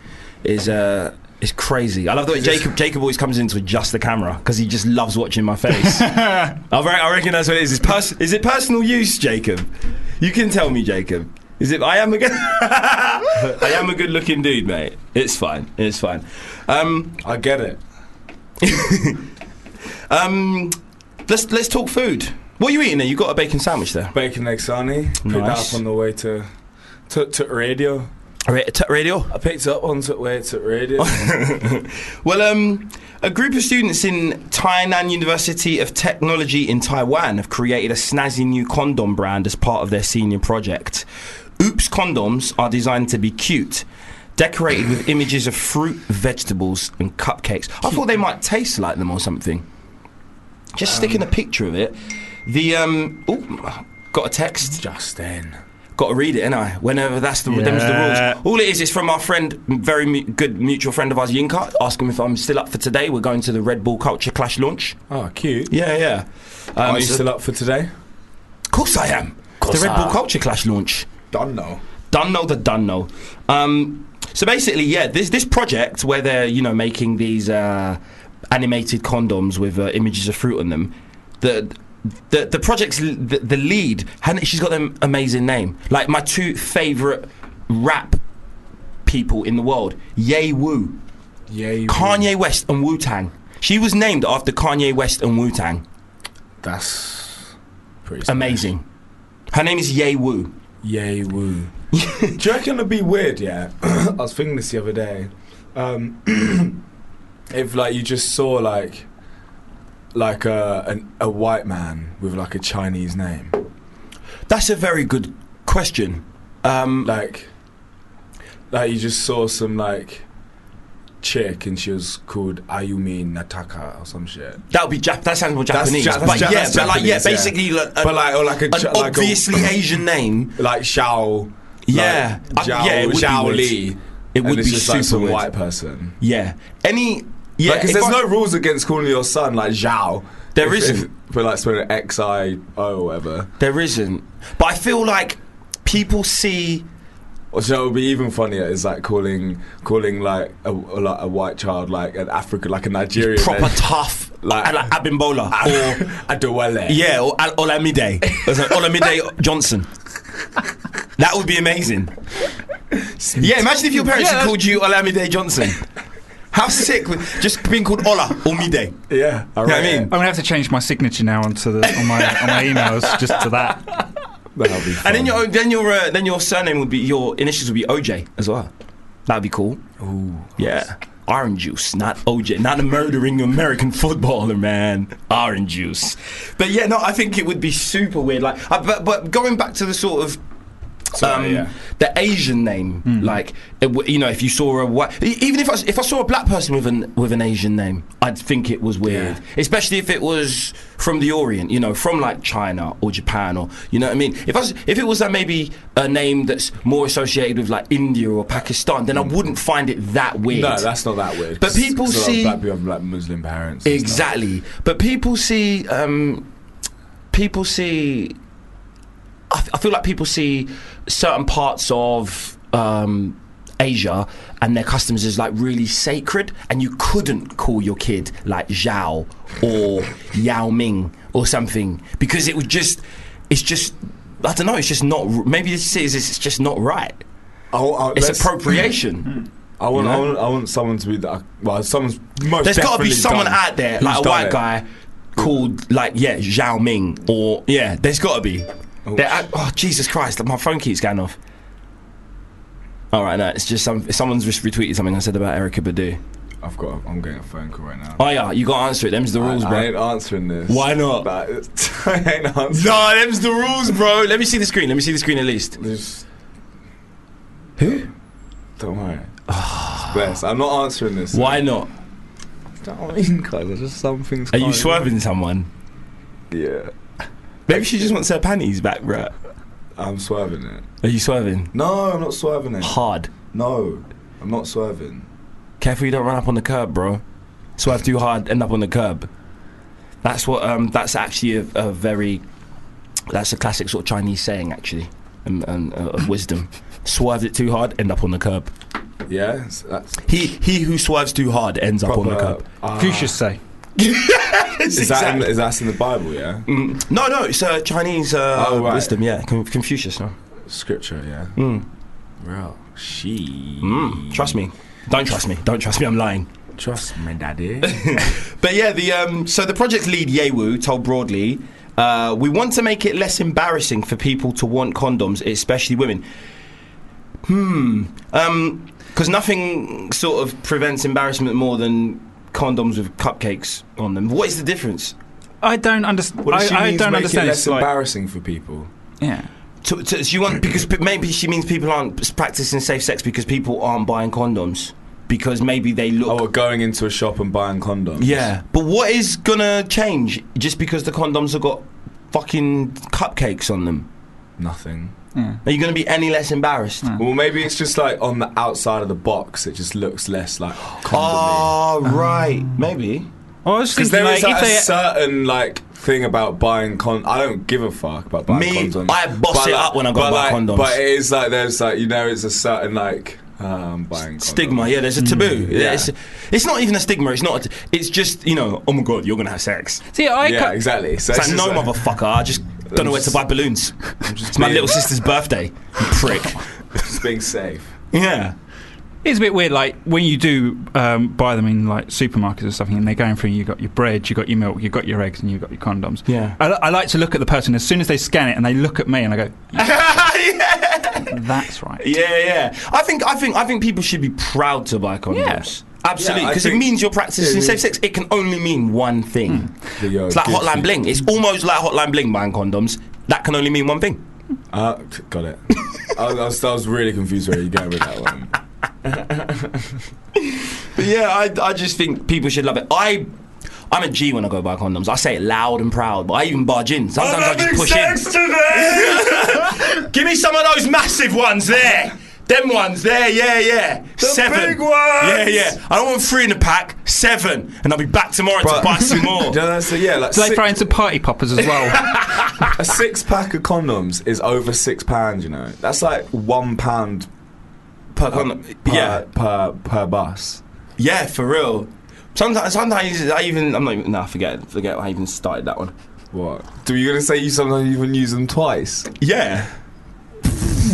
[SPEAKER 3] is, uh, is crazy. I love the way Jacob, Jacob always comes in to adjust the camera because he just loves watching my face. I, re- I reckon that's what it is. It's pers- is it personal use, Jacob? You can tell me, Jacob. Is it? I am a good. [laughs] I am a good-looking dude, mate. It's fine. It's fine. Um,
[SPEAKER 2] I get it.
[SPEAKER 3] um, let's let's talk food. What are you eating there? You got a bacon sandwich there.
[SPEAKER 2] Bacon egg sarnie. Picked that
[SPEAKER 3] Nice.
[SPEAKER 2] up on the way to to, to radio.
[SPEAKER 3] Ra- t- Radio.
[SPEAKER 2] I picked it up on the way to [laughs] radio.
[SPEAKER 3] Well, um, a group of students in Tainan University of Technology in Taiwan have created a snazzy new condom brand as part of their senior project. Oops condoms are designed to be cute, decorated with images of fruit, vegetables, and cupcakes. I thought they might taste like them or something. Just sticking a picture of it. The um, oh, got a text.
[SPEAKER 2] Justin.
[SPEAKER 3] Got to read it, ain't I? Whenever that's the, them's the
[SPEAKER 4] Yeah.
[SPEAKER 3] rules. All it is is from our friend, very mu- good mutual friend of ours, Yinka. Ask him if I'm still up for today. We're going to the Red Bull Culture Clash launch.
[SPEAKER 2] Oh, cute.
[SPEAKER 3] Yeah, yeah. Um,
[SPEAKER 2] Are you
[SPEAKER 3] so-
[SPEAKER 2] still up for today?
[SPEAKER 3] Of course I am. The Red Bull Culture Clash launch.
[SPEAKER 2] Don't know.
[SPEAKER 3] Dunno the Dunno. Um, so basically, yeah, this this project where they're you know making these uh, animated condoms with uh, images of fruit on them, the. The, the project's l- the, the lead Han- she's got an amazing name like my two favorite rap people in the world Ye Wu
[SPEAKER 2] Yeah, you
[SPEAKER 3] Kanye West and Wu Tang she was named after Kanye West and Wu Tang
[SPEAKER 2] That's pretty
[SPEAKER 3] amazing her name is Ye Wu
[SPEAKER 2] Yay woo. [laughs] Do you reckon it'd be weird, yeah? [clears throat] I was thinking this the other day. Um, [clears throat] if like you just saw like like a an, a white man with like a Chinese name.
[SPEAKER 3] that's a very good question um,
[SPEAKER 2] Like like you just saw some like chick and she was called Ayumi Nataka or some shit.
[SPEAKER 3] That would be Jap- that sounds more
[SPEAKER 2] That's
[SPEAKER 3] Japanese.
[SPEAKER 2] Ja- that's
[SPEAKER 3] but
[SPEAKER 2] Ja-
[SPEAKER 3] yeah,
[SPEAKER 2] that's
[SPEAKER 3] but like yeah,
[SPEAKER 2] Japanese, yeah.
[SPEAKER 3] basically like, oh, a-
[SPEAKER 2] but like or like a
[SPEAKER 3] an
[SPEAKER 2] chi- like
[SPEAKER 3] obviously Asian name.
[SPEAKER 2] a, [clears throat] like Xiao
[SPEAKER 3] Yeah.
[SPEAKER 2] like,
[SPEAKER 3] Uh,
[SPEAKER 2] Zhao,
[SPEAKER 3] yeah, it would be
[SPEAKER 2] Zhao
[SPEAKER 3] weird.
[SPEAKER 2] Li.
[SPEAKER 3] It
[SPEAKER 2] and
[SPEAKER 3] would
[SPEAKER 2] it's
[SPEAKER 3] be
[SPEAKER 2] just,
[SPEAKER 3] super
[SPEAKER 2] like some
[SPEAKER 3] weird.
[SPEAKER 2] white person.
[SPEAKER 3] Yeah. Any yeah,
[SPEAKER 2] because
[SPEAKER 3] if
[SPEAKER 2] there's
[SPEAKER 3] I-
[SPEAKER 2] no rules against calling your son like Zhao.
[SPEAKER 3] There
[SPEAKER 2] If- if-
[SPEAKER 3] isn't.
[SPEAKER 2] But like spelling it X I O or whatever.
[SPEAKER 3] There isn't. But I feel like people see.
[SPEAKER 2] Or so it would be even funnier is like calling calling like a, like a white child like an African like a Nigerian
[SPEAKER 3] proper tough,
[SPEAKER 2] Like-
[SPEAKER 3] like, Ah. like Abimbola [laughs]
[SPEAKER 2] [laughs]
[SPEAKER 3] or
[SPEAKER 2] a Dwele.
[SPEAKER 3] yeah, or Al- [laughs] Olamide, Or something, Olamide Johnson. That would be amazing. Yeah, imagine if your parents had called you Olamide Johnson. [laughs] How sick would just being called Ola or Mide?
[SPEAKER 2] Yeah. I
[SPEAKER 3] You know what I mean?
[SPEAKER 4] I'm gonna have to change my signature now onto the on my on my emails just to that.
[SPEAKER 2] That'll be fun.
[SPEAKER 3] And then your then your uh, then your surname would be your initials would be OJ as well. That'd be cool. Ooh, yeah. Orange juice, not OJ, not a murdering American [laughs] footballer, man. Orange juice. But yeah, no, I think it would be super weird. Like, I, but but going back to the sort of.
[SPEAKER 2] Sorry,
[SPEAKER 3] um,
[SPEAKER 2] yeah.
[SPEAKER 3] The Asian name,
[SPEAKER 2] Hmm.
[SPEAKER 3] like it w- you know, if you saw a white, e- even if I, s- if I saw a black person with an with an Asian name, I'd think it was weird, especially if it was from the Orient, you know, from like China or Japan or you know what I mean. If I s- if it was like maybe a name that's more associated with like India or Pakistan, then I wouldn't find it that weird.
[SPEAKER 2] Hmm. No, that's not that weird.
[SPEAKER 3] But
[SPEAKER 2] 'cause-
[SPEAKER 3] people
[SPEAKER 2] 'cause a lot of
[SPEAKER 3] see-
[SPEAKER 2] black people have like Muslim parents. and stuff.
[SPEAKER 3] Exactly. But people see, um, people see. I, f- I feel like people see certain parts of um, Asia and their customs as like really sacred, and you couldn't call your kid like Zhao or Yao Ming or something because it would just, it's just. I don't know. It's just not. r- Maybe this is. It's just not right.
[SPEAKER 2] I, I,
[SPEAKER 3] It's
[SPEAKER 2] let's-
[SPEAKER 3] appropriation.
[SPEAKER 2] I want,
[SPEAKER 3] you know?
[SPEAKER 2] I want I want someone to be that. Well, someone's most.
[SPEAKER 3] There's got to
[SPEAKER 2] definitely
[SPEAKER 3] be someone
[SPEAKER 2] done-
[SPEAKER 3] out there,
[SPEAKER 2] who's
[SPEAKER 3] like a
[SPEAKER 2] done
[SPEAKER 3] white
[SPEAKER 2] it.
[SPEAKER 3] guy called, like, yeah, Zhao Ming, or, yeah, there's got to be.
[SPEAKER 2] Oh,
[SPEAKER 3] There- I- oh, Jesus Christ, my phone keeps going off. All right, no, it's just some, someone's just retweeted something I said about Erica Badu.
[SPEAKER 2] I've got. I'm getting a phone call right now.
[SPEAKER 3] Oh, yeah, you got to answer it. Them's the rules,
[SPEAKER 2] I,
[SPEAKER 3] bro.
[SPEAKER 2] I ain't answering this.
[SPEAKER 3] Why not?
[SPEAKER 2] But [laughs] it's- I ain't answering.
[SPEAKER 3] no, them's the rules, bro. Let me see the screen. Let me see the screen at least.
[SPEAKER 2] This-
[SPEAKER 3] Who? Ah.
[SPEAKER 2] Don't worry. It's blessed. I'm not answering this.
[SPEAKER 3] Why not?
[SPEAKER 2] Don't mean, guys. There's just some things.
[SPEAKER 3] Are you
[SPEAKER 2] can't-
[SPEAKER 3] swerving someone?
[SPEAKER 2] Yeah.
[SPEAKER 3] Maybe she just wants her panties back, bro.
[SPEAKER 2] I'm swerving it.
[SPEAKER 3] Are you swerving?
[SPEAKER 2] No, I'm not swerving it.
[SPEAKER 3] Hard.
[SPEAKER 2] No, I'm not swerving.
[SPEAKER 3] Careful you don't run up on the curb, bro. Swerve too hard, end up on the curb. That's what. Um, that's actually a, a very. That's a classic sort of Chinese saying, actually, and, and uh, of [laughs] wisdom. Swerve it too hard, end up on the curb.
[SPEAKER 2] Yeah, so that's
[SPEAKER 3] He he who swerves too hard ends up on the [laughs] curb.
[SPEAKER 2] [laughs] ah.
[SPEAKER 4] Fuchsia's say.
[SPEAKER 2] Is that in, the- is that in the Bible? Yeah,
[SPEAKER 3] Mm, no, no, it's uh, Chinese uh,
[SPEAKER 2] Oh, right.
[SPEAKER 3] wisdom. Yeah, Con- Confucius. No,
[SPEAKER 2] scripture. Yeah.
[SPEAKER 3] mm.
[SPEAKER 2] Well, she.
[SPEAKER 3] Mm. trust me. Don't trust me. Don't trust me. I'm lying.
[SPEAKER 2] Trust me,
[SPEAKER 3] [laughs]
[SPEAKER 2] daddy.
[SPEAKER 3] But yeah, the um, so the project lead Yewu told Broadly, uh, we want to make it less embarrassing for people to want condoms, especially women. Hmm. Um 'cause because nothing sort of prevents embarrassment more than condoms with cupcakes on them. What is the difference?
[SPEAKER 4] I don't understand.
[SPEAKER 2] what does she
[SPEAKER 4] I, I
[SPEAKER 2] mean to
[SPEAKER 4] don't
[SPEAKER 2] make
[SPEAKER 4] understand.
[SPEAKER 2] It
[SPEAKER 4] It's
[SPEAKER 2] less
[SPEAKER 4] like,
[SPEAKER 2] embarrassing for people.
[SPEAKER 4] yeah.
[SPEAKER 3] To, to, she want because p- maybe she means people aren't practicing safe sex because people aren't buying condoms because maybe they look.
[SPEAKER 2] Oh, we're going into a shop and buying condoms.
[SPEAKER 3] Yeah, but what is gonna change just because the condoms have got fucking cupcakes on them?
[SPEAKER 2] Nothing.
[SPEAKER 4] yeah.
[SPEAKER 3] Are you going to be any less embarrassed?
[SPEAKER 2] Well, maybe it's just like on the outside of the box. It just looks less like condom.
[SPEAKER 3] Ah, right. Maybe.
[SPEAKER 4] Well, I was
[SPEAKER 2] Because
[SPEAKER 4] thinking
[SPEAKER 2] there
[SPEAKER 4] like
[SPEAKER 2] is
[SPEAKER 4] if
[SPEAKER 2] like, a
[SPEAKER 4] they
[SPEAKER 2] certain like thing about buying con. I don't give a fuck about buying
[SPEAKER 3] Me,
[SPEAKER 2] condoms.
[SPEAKER 3] I boss it up when I go
[SPEAKER 2] but
[SPEAKER 3] buy
[SPEAKER 2] like,
[SPEAKER 3] condoms.
[SPEAKER 2] But it is like there's like you know it's a certain like um, buying condoms.
[SPEAKER 3] Stigma, yeah, there's a taboo.
[SPEAKER 2] yeah.
[SPEAKER 3] It's, it's not even a stigma, it's not, a t- it's just, you know, oh my god, you're gonna have sex.
[SPEAKER 4] see, I
[SPEAKER 2] Yeah,
[SPEAKER 4] ca-
[SPEAKER 2] exactly. So
[SPEAKER 3] It's
[SPEAKER 2] it's
[SPEAKER 3] like, no,
[SPEAKER 2] just like-
[SPEAKER 3] motherfucker, I just don't know where to
[SPEAKER 2] just-
[SPEAKER 3] buy balloons. It's my
[SPEAKER 2] being- [laughs]
[SPEAKER 3] little sister's birthday, you prick.
[SPEAKER 2] just being
[SPEAKER 3] [laughs]
[SPEAKER 2] safe. [laughs]
[SPEAKER 3] Yeah.
[SPEAKER 4] It's a bit weird, like when you do um, buy them in like supermarkets or something, and they're going through. You got your bread, you got your milk, you got your eggs, and you got your condoms.
[SPEAKER 3] Yeah.
[SPEAKER 4] I, li- I like to look at the person as soon as they scan it, and they look at me, and I go, [laughs]
[SPEAKER 3] yeah.
[SPEAKER 4] "That's right."
[SPEAKER 3] Yeah, yeah. I think, I think, I think people should be proud to buy condoms. Absolutely,
[SPEAKER 2] Yeah, I
[SPEAKER 3] because it
[SPEAKER 2] think-
[SPEAKER 3] means you're practicing
[SPEAKER 2] Yeah, yeah.
[SPEAKER 3] safe sex. It can only mean one thing.
[SPEAKER 2] But you're
[SPEAKER 3] It's like
[SPEAKER 2] good
[SPEAKER 3] Hotline
[SPEAKER 2] for-
[SPEAKER 3] Bling. It's almost like Hotline Bling buying condoms. That can only mean one thing.
[SPEAKER 2] Uh, c- got it. I, was- I, was, I was really confused where you going with that one.
[SPEAKER 3] But yeah, I, I just think people should love it. I I'm a G when I go buy condoms. I say it loud and proud, but I even barge in. [laughs] Sometimes I just push in. Give me some of those massive ones there. Them ones there, yeah, yeah. seven.
[SPEAKER 2] big ones!
[SPEAKER 3] Yeah, yeah. I don't want three in a pack, seven. And I'll be back tomorrow [laughs] to
[SPEAKER 2] But- [laughs]
[SPEAKER 3] buy some more.
[SPEAKER 2] No, no, so yeah, like
[SPEAKER 4] Do they
[SPEAKER 2] six,
[SPEAKER 4] throw in some party poppers
[SPEAKER 3] [laughs]
[SPEAKER 4] as well?
[SPEAKER 2] a six pack of condoms is over six pounds. You know, that's like one pound
[SPEAKER 3] Per-
[SPEAKER 2] per,
[SPEAKER 3] yeah,
[SPEAKER 2] per per bus.
[SPEAKER 3] yeah, for real. Sometimes, sometimes I even, I'm not even, nah, forget, forget I even started that one.
[SPEAKER 2] What? Do you gonna say you sometimes even use them twice?
[SPEAKER 3] Yeah.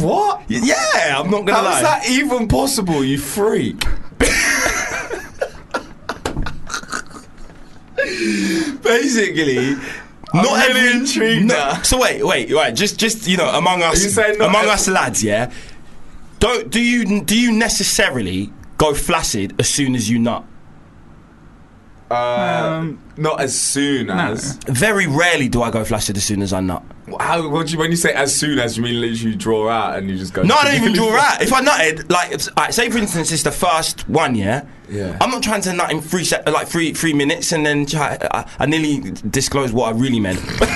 [SPEAKER 2] What?
[SPEAKER 3] Y- Yeah, I'm not gonna
[SPEAKER 2] How
[SPEAKER 3] lie.
[SPEAKER 2] is
[SPEAKER 3] Um,
[SPEAKER 2] that even possible? You freak. [laughs]
[SPEAKER 3] Basically, not
[SPEAKER 2] really
[SPEAKER 3] every
[SPEAKER 2] intrigued
[SPEAKER 3] no-
[SPEAKER 2] now.
[SPEAKER 3] So wait, wait, right. Just, just you know, among us,
[SPEAKER 2] you saying not
[SPEAKER 3] among
[SPEAKER 2] every-
[SPEAKER 3] us lads, yeah. Don't do you do you necessarily go flaccid as soon as you nut?
[SPEAKER 2] Uh,
[SPEAKER 4] Um,
[SPEAKER 2] not as soon as.
[SPEAKER 3] Very rarely do I go flaccid as soon as I nut.
[SPEAKER 2] How? What do you, when you say as soon as you mean literally you draw out and you just go?
[SPEAKER 3] No, I don't
[SPEAKER 2] [laughs]
[SPEAKER 3] even draw out. If I nutted, like, it's- alright, say for instance, it's the first one, yeah.
[SPEAKER 2] Yeah.
[SPEAKER 3] I'm not trying to nut in three sec- like three three minutes, and then try, I, I nearly disclosed what I really meant. [laughs]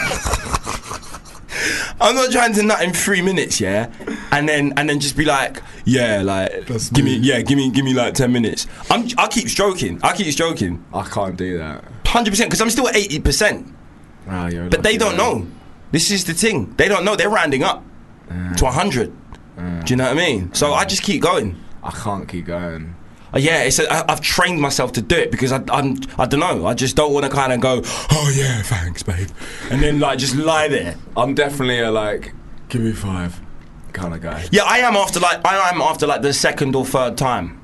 [SPEAKER 3] I'm not trying to nut in three minutes, yeah, and then and then just be like, yeah, like,
[SPEAKER 2] That's
[SPEAKER 3] give me,
[SPEAKER 2] me.
[SPEAKER 3] yeah, give me, give me like ten minutes. I'm, I keep stroking, I keep stroking,
[SPEAKER 2] I can't do that.
[SPEAKER 3] hundred percent, because I'm still at eighty percent.
[SPEAKER 2] Ah, you're
[SPEAKER 3] But they
[SPEAKER 2] lucky
[SPEAKER 3] don't
[SPEAKER 2] then.
[SPEAKER 3] know. This is the thing. They don't know. They're rounding up to 100. Do you know what I mean? So I just keep going.
[SPEAKER 2] I can't keep going.
[SPEAKER 3] Uh, yeah, it's a, I, I've trained myself to do it because I, I'm, I don't know. I just don't want to kind of go, oh yeah, thanks, babe. And then like just lie there.
[SPEAKER 2] I'm definitely a like, give me five kind of guy.
[SPEAKER 3] Yeah, I am after like, I am after like the second or third time.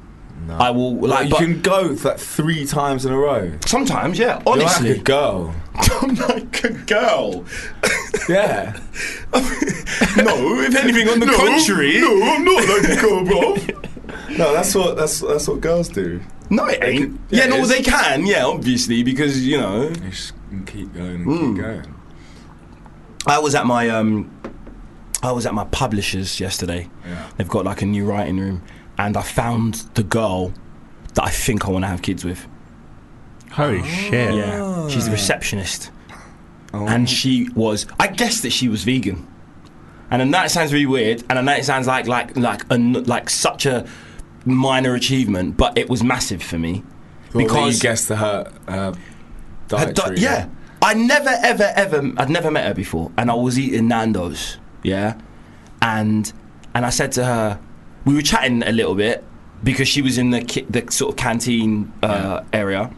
[SPEAKER 3] I will
[SPEAKER 2] Like,
[SPEAKER 3] like,
[SPEAKER 2] you
[SPEAKER 3] but
[SPEAKER 2] can go that three times in a row.
[SPEAKER 3] sometimes, yeah,
[SPEAKER 2] You're like
[SPEAKER 3] honestly.
[SPEAKER 2] a girl.
[SPEAKER 3] I'm like a [laughs] girl.
[SPEAKER 2] Yeah.
[SPEAKER 3] no, if anything, on the contrary.
[SPEAKER 2] No, I'm not like a girl,
[SPEAKER 3] [laughs]
[SPEAKER 2] bro. [laughs] no, that's what that's that's what girls do.
[SPEAKER 3] No, it ain't.
[SPEAKER 2] Yeah,
[SPEAKER 3] Yeah,
[SPEAKER 2] it
[SPEAKER 3] no,
[SPEAKER 2] is.
[SPEAKER 3] they can, yeah, obviously, because, you know.
[SPEAKER 2] You just can keep going and keep going.
[SPEAKER 3] I was at my um, I was at my publishers yesterday.
[SPEAKER 2] Yeah.
[SPEAKER 3] They've got like a new writing room, and I found the girl that I think I want to have kids with.
[SPEAKER 4] Holy shit.
[SPEAKER 3] Yeah, she's a receptionist, and she was. I guess that she was vegan, and I know it sounds really weird, and I know it sounds like like like a n like such a minor achievement, but it was massive for me
[SPEAKER 2] because you guess the her uh,
[SPEAKER 3] Had di-
[SPEAKER 2] dietary.
[SPEAKER 3] yeah. I never, ever, ever, I'd never met her before, and I was eating Nando's, yeah, and and I said to her, we were chatting a little bit because she was in the ki- the sort of canteen uh, area,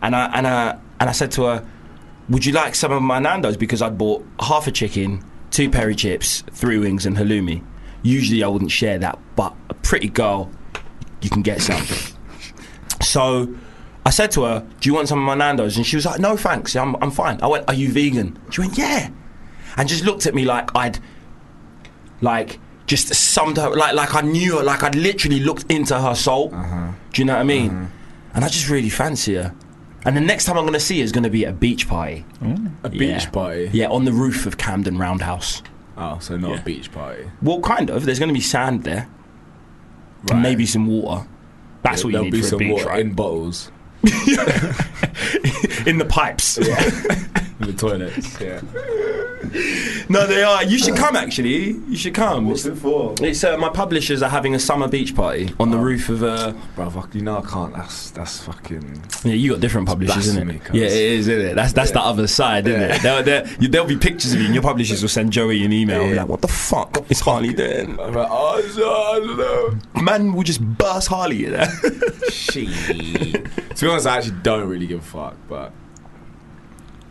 [SPEAKER 3] and I and I and I said to her, would you like some of my Nando's because I bought half a chicken, two peri chips, three wings, and halloumi. Usually I wouldn't share that, but a pretty girl, you can get some. So I said to her, Do you want some of my Nando's? And she was like, No, thanks. I'm, I'm fine. I went, Are you vegan? She went, Yeah. And just looked at me like I'd, like, just summed her, like, like I knew her, like I'd literally looked into her soul.
[SPEAKER 2] Uh-huh.
[SPEAKER 3] Do you know what I mean? And I just really fancy her. And the next time I'm going to see her is going to be at a beach party.
[SPEAKER 2] a beach
[SPEAKER 3] Yeah.
[SPEAKER 2] party.
[SPEAKER 3] Yeah, on the roof of Camden Roundhouse.
[SPEAKER 2] Oh, so not a beach party.
[SPEAKER 3] Well, kind of. There's going to be sand there,
[SPEAKER 2] Right.
[SPEAKER 3] and maybe some water. That's what you
[SPEAKER 2] There'll
[SPEAKER 3] need
[SPEAKER 2] be
[SPEAKER 3] for
[SPEAKER 2] some
[SPEAKER 3] a beach,
[SPEAKER 2] water
[SPEAKER 3] right? [laughs]
[SPEAKER 2] in bottles
[SPEAKER 3] In the pipes.
[SPEAKER 2] in the
[SPEAKER 3] [laughs]
[SPEAKER 2] toilets. yeah.
[SPEAKER 3] no, they are. You
[SPEAKER 2] Uh-huh.
[SPEAKER 3] should come. Actually, you should come. It's,
[SPEAKER 2] it for?
[SPEAKER 3] it's uh, my publishers are having a summer beach party on the roof of. Uh,
[SPEAKER 2] Bro, fuck, you know I can't. That's that's fucking.
[SPEAKER 3] yeah, you got different publishers, isn't
[SPEAKER 2] blasphemy,
[SPEAKER 3] it?
[SPEAKER 2] cuz.
[SPEAKER 3] Yeah, it is, isn't it? That's that's the other side, isn't it? There, there, you, there'll be pictures of you, and your publishers will send Joey an email
[SPEAKER 2] Yeah.
[SPEAKER 3] like, "What the fuck is Harley doing?"
[SPEAKER 2] I'm like, oh, I don't know.
[SPEAKER 3] Man will just burst Harley in there.
[SPEAKER 2] to be honest, I actually don't really give a fuck, but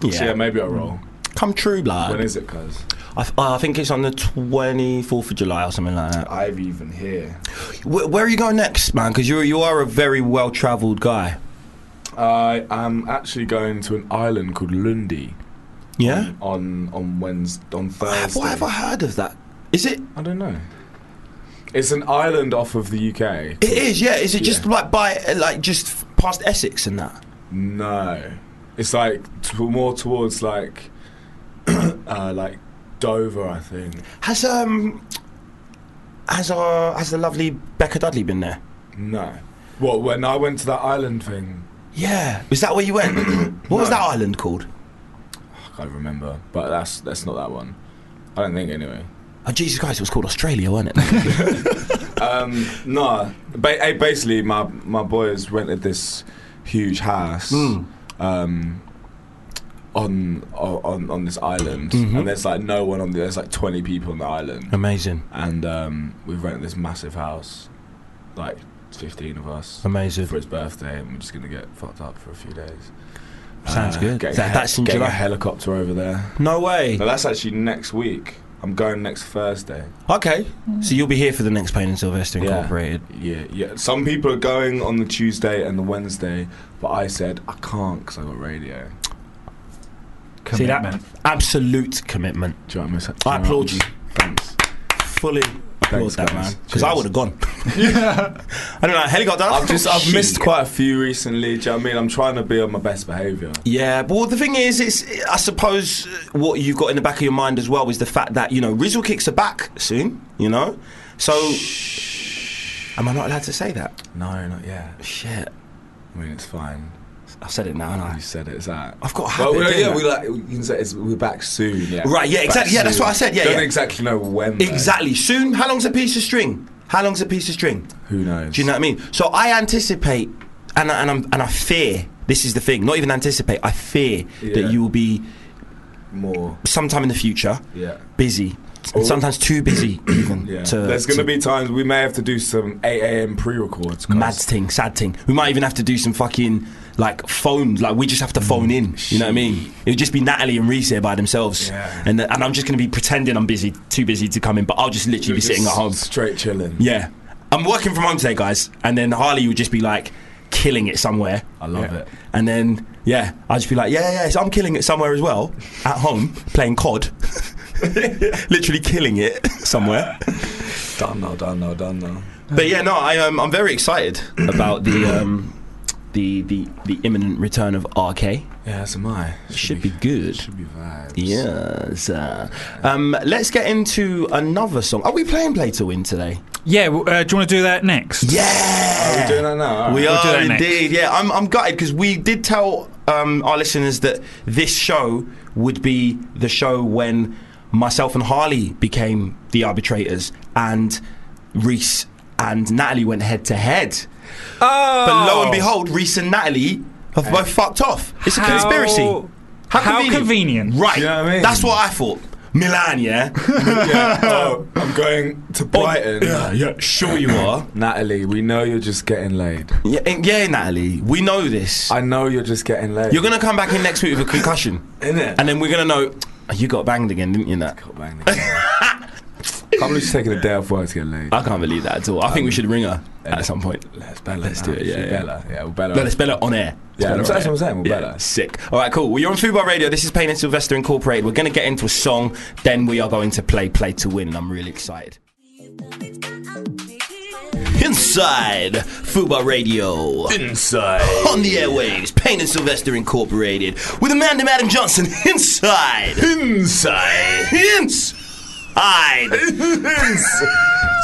[SPEAKER 2] yeah, maybe I'll roll.
[SPEAKER 3] come true, blood.
[SPEAKER 2] When is it, cuz?
[SPEAKER 3] I, th- uh, I think it's on the 24th of July or something like that.
[SPEAKER 2] I've even here.
[SPEAKER 3] Where, where are you going next, man? Because you you are a very well travelled guy.
[SPEAKER 2] I am actually going to an island called Lundi
[SPEAKER 3] Yeah.
[SPEAKER 2] on on Wednesday, on Thursday.
[SPEAKER 3] Why have I heard of that? Is it?
[SPEAKER 2] I don't know. It's an island off of the UK.
[SPEAKER 3] It is. Yeah. Is it just
[SPEAKER 2] Yeah.
[SPEAKER 3] like by uh, like just f- past Essex and that?
[SPEAKER 2] No, it's like t- more towards like [clears throat] uh, like Dover, I think.
[SPEAKER 3] Has um has our has the lovely Becca Dudley been there?
[SPEAKER 2] No, well, when I went to that island thing,
[SPEAKER 3] Yeah. Is that where
[SPEAKER 2] [clears throat]
[SPEAKER 3] you went? what was
[SPEAKER 2] No.
[SPEAKER 3] that island called?
[SPEAKER 2] I can't remember. But that's that's not that one. I don't think anyway. [laughs]
[SPEAKER 3] Oh Jesus Christ! It was called Australia, wasn't it?
[SPEAKER 2] um, no, ba- eh, basically, my my boys rented this huge house
[SPEAKER 3] Hmm.
[SPEAKER 2] um, on o- on on this island,
[SPEAKER 3] Mm-hmm.
[SPEAKER 2] and there's like no one on the. There's like twenty people on the island,
[SPEAKER 3] Amazing.
[SPEAKER 2] and um, we rented this massive house, like fifteen of us,
[SPEAKER 3] Amazing.
[SPEAKER 2] for his birthday, and we're just gonna get fucked up for a few days. Uh,
[SPEAKER 3] Sounds good.
[SPEAKER 2] getting
[SPEAKER 3] That-
[SPEAKER 2] a
[SPEAKER 3] that's in
[SPEAKER 2] getting a
[SPEAKER 3] July.
[SPEAKER 2] helicopter over there.
[SPEAKER 3] No way.
[SPEAKER 2] No, that's actually next week. I'm going next Thursday.
[SPEAKER 3] Okay. So you'll be here for the next Payne and Sylvester
[SPEAKER 2] Yeah.
[SPEAKER 3] Incorporated.
[SPEAKER 2] Yeah, yeah. Some people are going on the Tuesday and the Wednesday, but I said I can't because I got radio.
[SPEAKER 3] See that?
[SPEAKER 4] Commitment.
[SPEAKER 3] Absolute commitment.
[SPEAKER 2] Do you know what I'm saying?
[SPEAKER 3] I applaud you.
[SPEAKER 2] Thanks.
[SPEAKER 3] Fully applaud
[SPEAKER 2] Thanks,
[SPEAKER 3] that, man.
[SPEAKER 2] guys.
[SPEAKER 3] Because I
[SPEAKER 2] Cheers.
[SPEAKER 3] would
[SPEAKER 2] [laughs]
[SPEAKER 3] have gone. [laughs] I don't know. Helicopter.
[SPEAKER 2] I've just I've missed
[SPEAKER 3] Shit.
[SPEAKER 2] quite a few recently. Do you know what I mean? I'm trying to be on my best behaviour.
[SPEAKER 3] Yeah, but well, the thing is, it's I suppose uh, what you've got in the back of your mind as well is the fact that you know Rizzle kicks are back soon. You know, so am I not allowed to say that?
[SPEAKER 2] No, not yet.
[SPEAKER 3] Shit,
[SPEAKER 2] I mean, it's fine.
[SPEAKER 3] I said it now, and I.
[SPEAKER 2] You said it. It's that.
[SPEAKER 3] I've got a habit.
[SPEAKER 2] Well, we're,
[SPEAKER 3] doing
[SPEAKER 2] yeah,
[SPEAKER 3] that.
[SPEAKER 2] we like we can say it's, we're back soon. Yeah.
[SPEAKER 3] Right, yeah,
[SPEAKER 2] Back
[SPEAKER 3] exactly, yeah, that's what I said, yeah,
[SPEAKER 2] Don't
[SPEAKER 3] yeah.
[SPEAKER 2] exactly know when. though.
[SPEAKER 3] exactly. Soon. How long's a piece of string? How long's a piece of string?
[SPEAKER 2] Who knows?
[SPEAKER 3] Do you know what I mean? So I anticipate, and I- and I'm, and I fear. This is the thing. Not even anticipate. I fear
[SPEAKER 2] Yeah.
[SPEAKER 3] that you will be
[SPEAKER 2] more?
[SPEAKER 3] sometime in the future
[SPEAKER 2] Yeah.
[SPEAKER 3] busy,
[SPEAKER 2] Oh.
[SPEAKER 3] sometimes too busy even.
[SPEAKER 2] Yeah.
[SPEAKER 3] To,
[SPEAKER 2] There's gonna
[SPEAKER 3] to-
[SPEAKER 2] be times we may have to do some 8 a.m. pre-records. 'cause-
[SPEAKER 3] mad thing, sad thing. We might even have to do some fucking like phones. Like we just have to phone in. You know what I mean? It would just be Natalie and Reese here by themselves,
[SPEAKER 2] Yeah.
[SPEAKER 3] and and I'm just gonna be pretending I'm busy, too busy to come in, but I'll just literally
[SPEAKER 2] You're
[SPEAKER 3] be sitting at
[SPEAKER 2] just
[SPEAKER 3] home.
[SPEAKER 2] straight chilling.
[SPEAKER 3] Yeah, I'm working from home today, guys, and then Harley would just be like killing it somewhere.
[SPEAKER 2] I love it.
[SPEAKER 3] And then yeah, I'd just be like, yeah, yeah, yeah, so I'm killing it somewhere as well at home playing COD. [laughs] Literally killing it somewhere.
[SPEAKER 2] Done now, done now, done now.
[SPEAKER 3] But yeah, no, I, um, I'm very excited about the um, the the the imminent return of RK.
[SPEAKER 2] Yeah, so my
[SPEAKER 3] Should be good.
[SPEAKER 2] Should be vibes.
[SPEAKER 3] Yes. uh, Um, let's get into another song. Are we playing Play to Win today?
[SPEAKER 4] Yeah, well, uh, do you want to do that next?
[SPEAKER 3] Yeah.
[SPEAKER 2] Are we doing that now? Alright.
[SPEAKER 3] We
[SPEAKER 4] We'll do
[SPEAKER 3] are
[SPEAKER 4] that next.
[SPEAKER 3] indeed. Yeah, I'm, I'm gutted because we did tell um, our listeners that this show would be the show when myself and Harley became the arbitrators and Reese and Natalie went head to head.
[SPEAKER 4] Oh.
[SPEAKER 3] But lo and behold, Reese and Natalie have both fucked off. It's a
[SPEAKER 4] How-
[SPEAKER 3] conspiracy. How,
[SPEAKER 4] how convenient.
[SPEAKER 3] Right.
[SPEAKER 2] Do you know what I mean?
[SPEAKER 3] That's what I thought. Milan,
[SPEAKER 4] [laughs]
[SPEAKER 3] yeah?
[SPEAKER 2] Yeah. Oh, I'm going to Brighton.
[SPEAKER 3] yeah, yeah, sure you
[SPEAKER 4] [coughs]
[SPEAKER 3] are.
[SPEAKER 2] Natalie, we know you're just getting laid.
[SPEAKER 3] Yeah, and- yeah, Natalie, we know this.
[SPEAKER 2] I know you're just getting laid.
[SPEAKER 3] You're going to come back in next week with a concussion.
[SPEAKER 2] Innit?
[SPEAKER 3] And then we're going to know, "Oh, you got banged again, didn't you, Nat?
[SPEAKER 2] God,
[SPEAKER 3] [laughs]
[SPEAKER 2] man, I can't believe she's taking a day off work to get laid.
[SPEAKER 3] I can't believe that at all. I think we should ring her
[SPEAKER 2] yeah.
[SPEAKER 3] at some point.
[SPEAKER 2] Let's Bella.
[SPEAKER 3] Let's do
[SPEAKER 2] now.
[SPEAKER 3] it, yeah,
[SPEAKER 2] She's
[SPEAKER 3] yeah.
[SPEAKER 2] Bella. Yeah, we'll Bella.
[SPEAKER 3] No, let's bell it on air. Let's
[SPEAKER 2] Yeah,
[SPEAKER 3] bell it
[SPEAKER 2] that's
[SPEAKER 3] on
[SPEAKER 2] what
[SPEAKER 3] air.
[SPEAKER 2] I'm saying, we'll
[SPEAKER 3] Yeah,
[SPEAKER 2] bell it.
[SPEAKER 3] Sick. All right, cool. Well, you're on Fubar Radio. This is Payne and Sylvester Incorporated. We're going to get into a song. Then we are going to play Play to Win. and I'm really excited. Inside Fubar Radio.
[SPEAKER 2] Inside.
[SPEAKER 3] On the airwaves, Payne and Sylvester Incorporated. With Amanda Madam Johnson. [laughs] Inside. Inside. Inside.
[SPEAKER 2] [laughs] It's [laughs]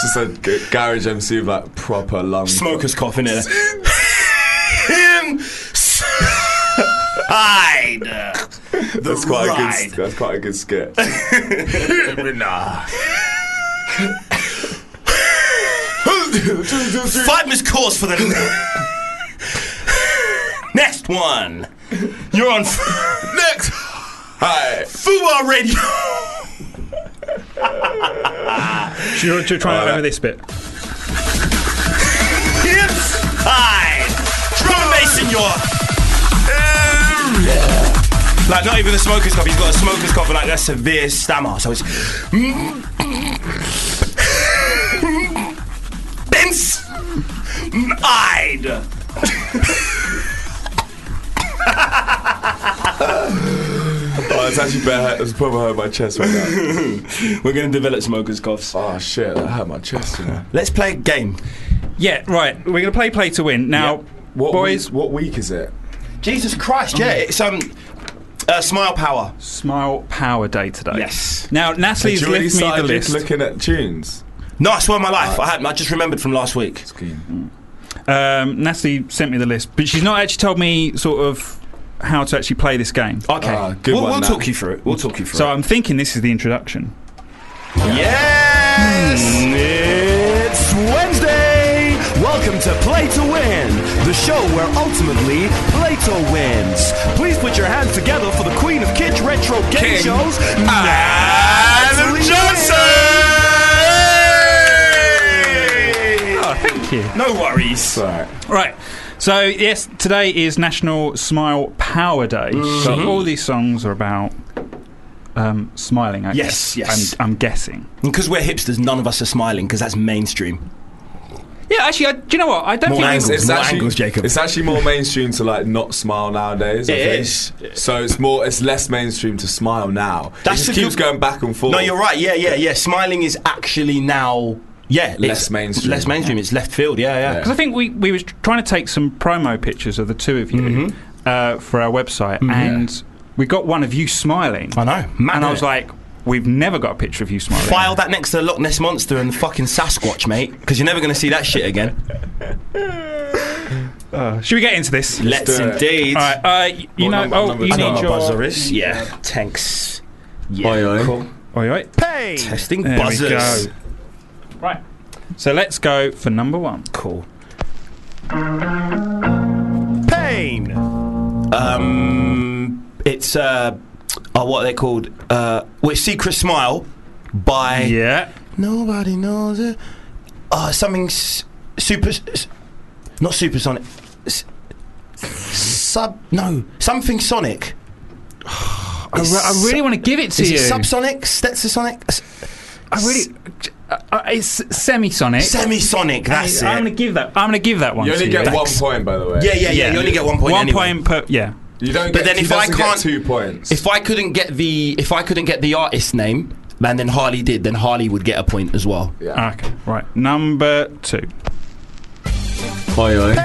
[SPEAKER 2] just a g- garage MC with like proper lung.
[SPEAKER 3] Smoker's coughing [laughs] in Inside.
[SPEAKER 2] That's quite a
[SPEAKER 3] ride.
[SPEAKER 2] good. That's quite a good skit.
[SPEAKER 3] Five missed calls for the next one. You're on next
[SPEAKER 2] Hi.
[SPEAKER 3] Fubar Radio.
[SPEAKER 4] Do you, do you try and remember this bit?
[SPEAKER 3] Hi, drum and bass in your. Like not even the smoker's cough. He's got a smoker's cough and like a severe stammer. So it's. Benz. I'd.
[SPEAKER 2] Oh, it's actually better. It's probably hurt my chest right now.
[SPEAKER 6] [laughs]
[SPEAKER 3] We're gonna develop smoker's coughs.
[SPEAKER 2] [laughs] Oh shit, that hurt my chest. You know.
[SPEAKER 3] Let's play a game.
[SPEAKER 4] Yeah, right. We're going to play Play to Win. Now,
[SPEAKER 2] What
[SPEAKER 4] boys.
[SPEAKER 2] Week, what week is it?
[SPEAKER 3] Jesus Christ, yeah, it's um, uh, smile power.
[SPEAKER 4] Smile Power Day today.
[SPEAKER 3] Yes.
[SPEAKER 4] Now, Natalie's
[SPEAKER 2] Did you already
[SPEAKER 4] left me the
[SPEAKER 2] start
[SPEAKER 4] list.
[SPEAKER 2] just looking at tunes?
[SPEAKER 3] No, I swear on my life, I had. I just remembered from last week.
[SPEAKER 4] Um, Natalie sent me the list, but she's not actually told me sort of how to actually play this game.
[SPEAKER 3] Okay,
[SPEAKER 2] Ah, good
[SPEAKER 3] we'll,
[SPEAKER 2] one,
[SPEAKER 3] we'll
[SPEAKER 2] Nat.
[SPEAKER 3] talk you through it. We'll talk you through
[SPEAKER 4] So
[SPEAKER 3] it.
[SPEAKER 4] I'm thinking this is the introduction.
[SPEAKER 3] Yes, it's when
[SPEAKER 6] the show where ultimately Plato wins. Please put your hands together for the Queen of Kids Retro Game
[SPEAKER 3] King
[SPEAKER 6] Shows,
[SPEAKER 3] Adam
[SPEAKER 6] Natalie
[SPEAKER 3] Johnson!
[SPEAKER 4] Oh, thank you.
[SPEAKER 3] No worries.
[SPEAKER 2] Right.
[SPEAKER 4] Right. So yes, today is National Smile Power Day. So all these songs are about um, smiling. I
[SPEAKER 3] Yes,
[SPEAKER 4] guess.
[SPEAKER 3] yes.
[SPEAKER 4] I'm, I'm guessing.
[SPEAKER 3] Because we're hipsters, none of us are smiling because that's mainstream.
[SPEAKER 4] Yeah, actually, I, do you know what? I don't
[SPEAKER 3] More
[SPEAKER 4] think
[SPEAKER 3] angles,
[SPEAKER 2] it's
[SPEAKER 3] more
[SPEAKER 2] actually,
[SPEAKER 3] angles, Jacob.
[SPEAKER 2] It's actually more mainstream to like not smile nowadays. I
[SPEAKER 3] It
[SPEAKER 2] think.
[SPEAKER 3] is.
[SPEAKER 2] So it's more, it's less mainstream to smile now.
[SPEAKER 3] That's
[SPEAKER 2] it just
[SPEAKER 3] the
[SPEAKER 2] keeps
[SPEAKER 3] good-
[SPEAKER 2] going back and forth.
[SPEAKER 3] No, you're right. Yeah, yeah, yeah. Smiling is actually now. Yeah,
[SPEAKER 2] Less
[SPEAKER 3] it's
[SPEAKER 2] mainstream.
[SPEAKER 3] Less mainstream. It's left field. Yeah, yeah.
[SPEAKER 4] Because I think we, we was trying to take some promo pictures of the two of you
[SPEAKER 3] Mm-hmm.
[SPEAKER 4] uh, for our website, and we got one of you smiling,
[SPEAKER 3] I know. Man,
[SPEAKER 4] and I was like, "We've never got a picture of you smiling."
[SPEAKER 3] file that next to the Loch Ness monster and the fucking Sasquatch, mate. Because you're never going to see that shit again.
[SPEAKER 4] Should we get into this?
[SPEAKER 3] Let's
[SPEAKER 2] do it.
[SPEAKER 3] indeed.
[SPEAKER 4] All right. Uh, y- you
[SPEAKER 2] What
[SPEAKER 4] know,
[SPEAKER 2] number-
[SPEAKER 4] oh,
[SPEAKER 2] number
[SPEAKER 4] you
[SPEAKER 2] two?
[SPEAKER 4] need
[SPEAKER 2] Number
[SPEAKER 4] your
[SPEAKER 3] buzzer is. Yeah. Tanks. Yeah.
[SPEAKER 2] Cool.
[SPEAKER 4] Oi, oi.
[SPEAKER 6] Payne.
[SPEAKER 3] Testing
[SPEAKER 4] There we
[SPEAKER 3] buzzers.
[SPEAKER 4] go. Right. So let's go for number one.
[SPEAKER 3] Cool.
[SPEAKER 6] Payne.
[SPEAKER 3] Um, it's uh, oh, what are they called? Uh, well, it's Secret Smile by
[SPEAKER 4] Yeah.
[SPEAKER 3] Nobody knows it. Uh, something s- super, s- not supersonic. S- sub no something sonic.
[SPEAKER 4] I, re- I really want to give it to
[SPEAKER 3] Is
[SPEAKER 4] you.
[SPEAKER 3] it subsonic? Stetsasonic? S-
[SPEAKER 4] I really. Uh, uh, it's semisonic.
[SPEAKER 3] Semisonic. That's
[SPEAKER 4] I'm
[SPEAKER 3] it.
[SPEAKER 4] gonna give that. I'm gonna give that one.
[SPEAKER 2] You only
[SPEAKER 4] to
[SPEAKER 2] get
[SPEAKER 4] you.
[SPEAKER 2] one point, by the way.
[SPEAKER 3] Yeah, yeah, yeah, You only get one point.
[SPEAKER 4] One
[SPEAKER 3] anyway.
[SPEAKER 4] point per. Yeah.
[SPEAKER 2] You don't.
[SPEAKER 3] But
[SPEAKER 2] get,
[SPEAKER 3] then
[SPEAKER 2] he
[SPEAKER 3] if I
[SPEAKER 2] doesn't get
[SPEAKER 3] can't-
[SPEAKER 2] two points.
[SPEAKER 3] If I couldn't get the if I couldn't get the artist name, and then Harley did, then Harley would get a point as well.
[SPEAKER 2] yeah.
[SPEAKER 4] Ah, Okay. Right. Number two. Harley.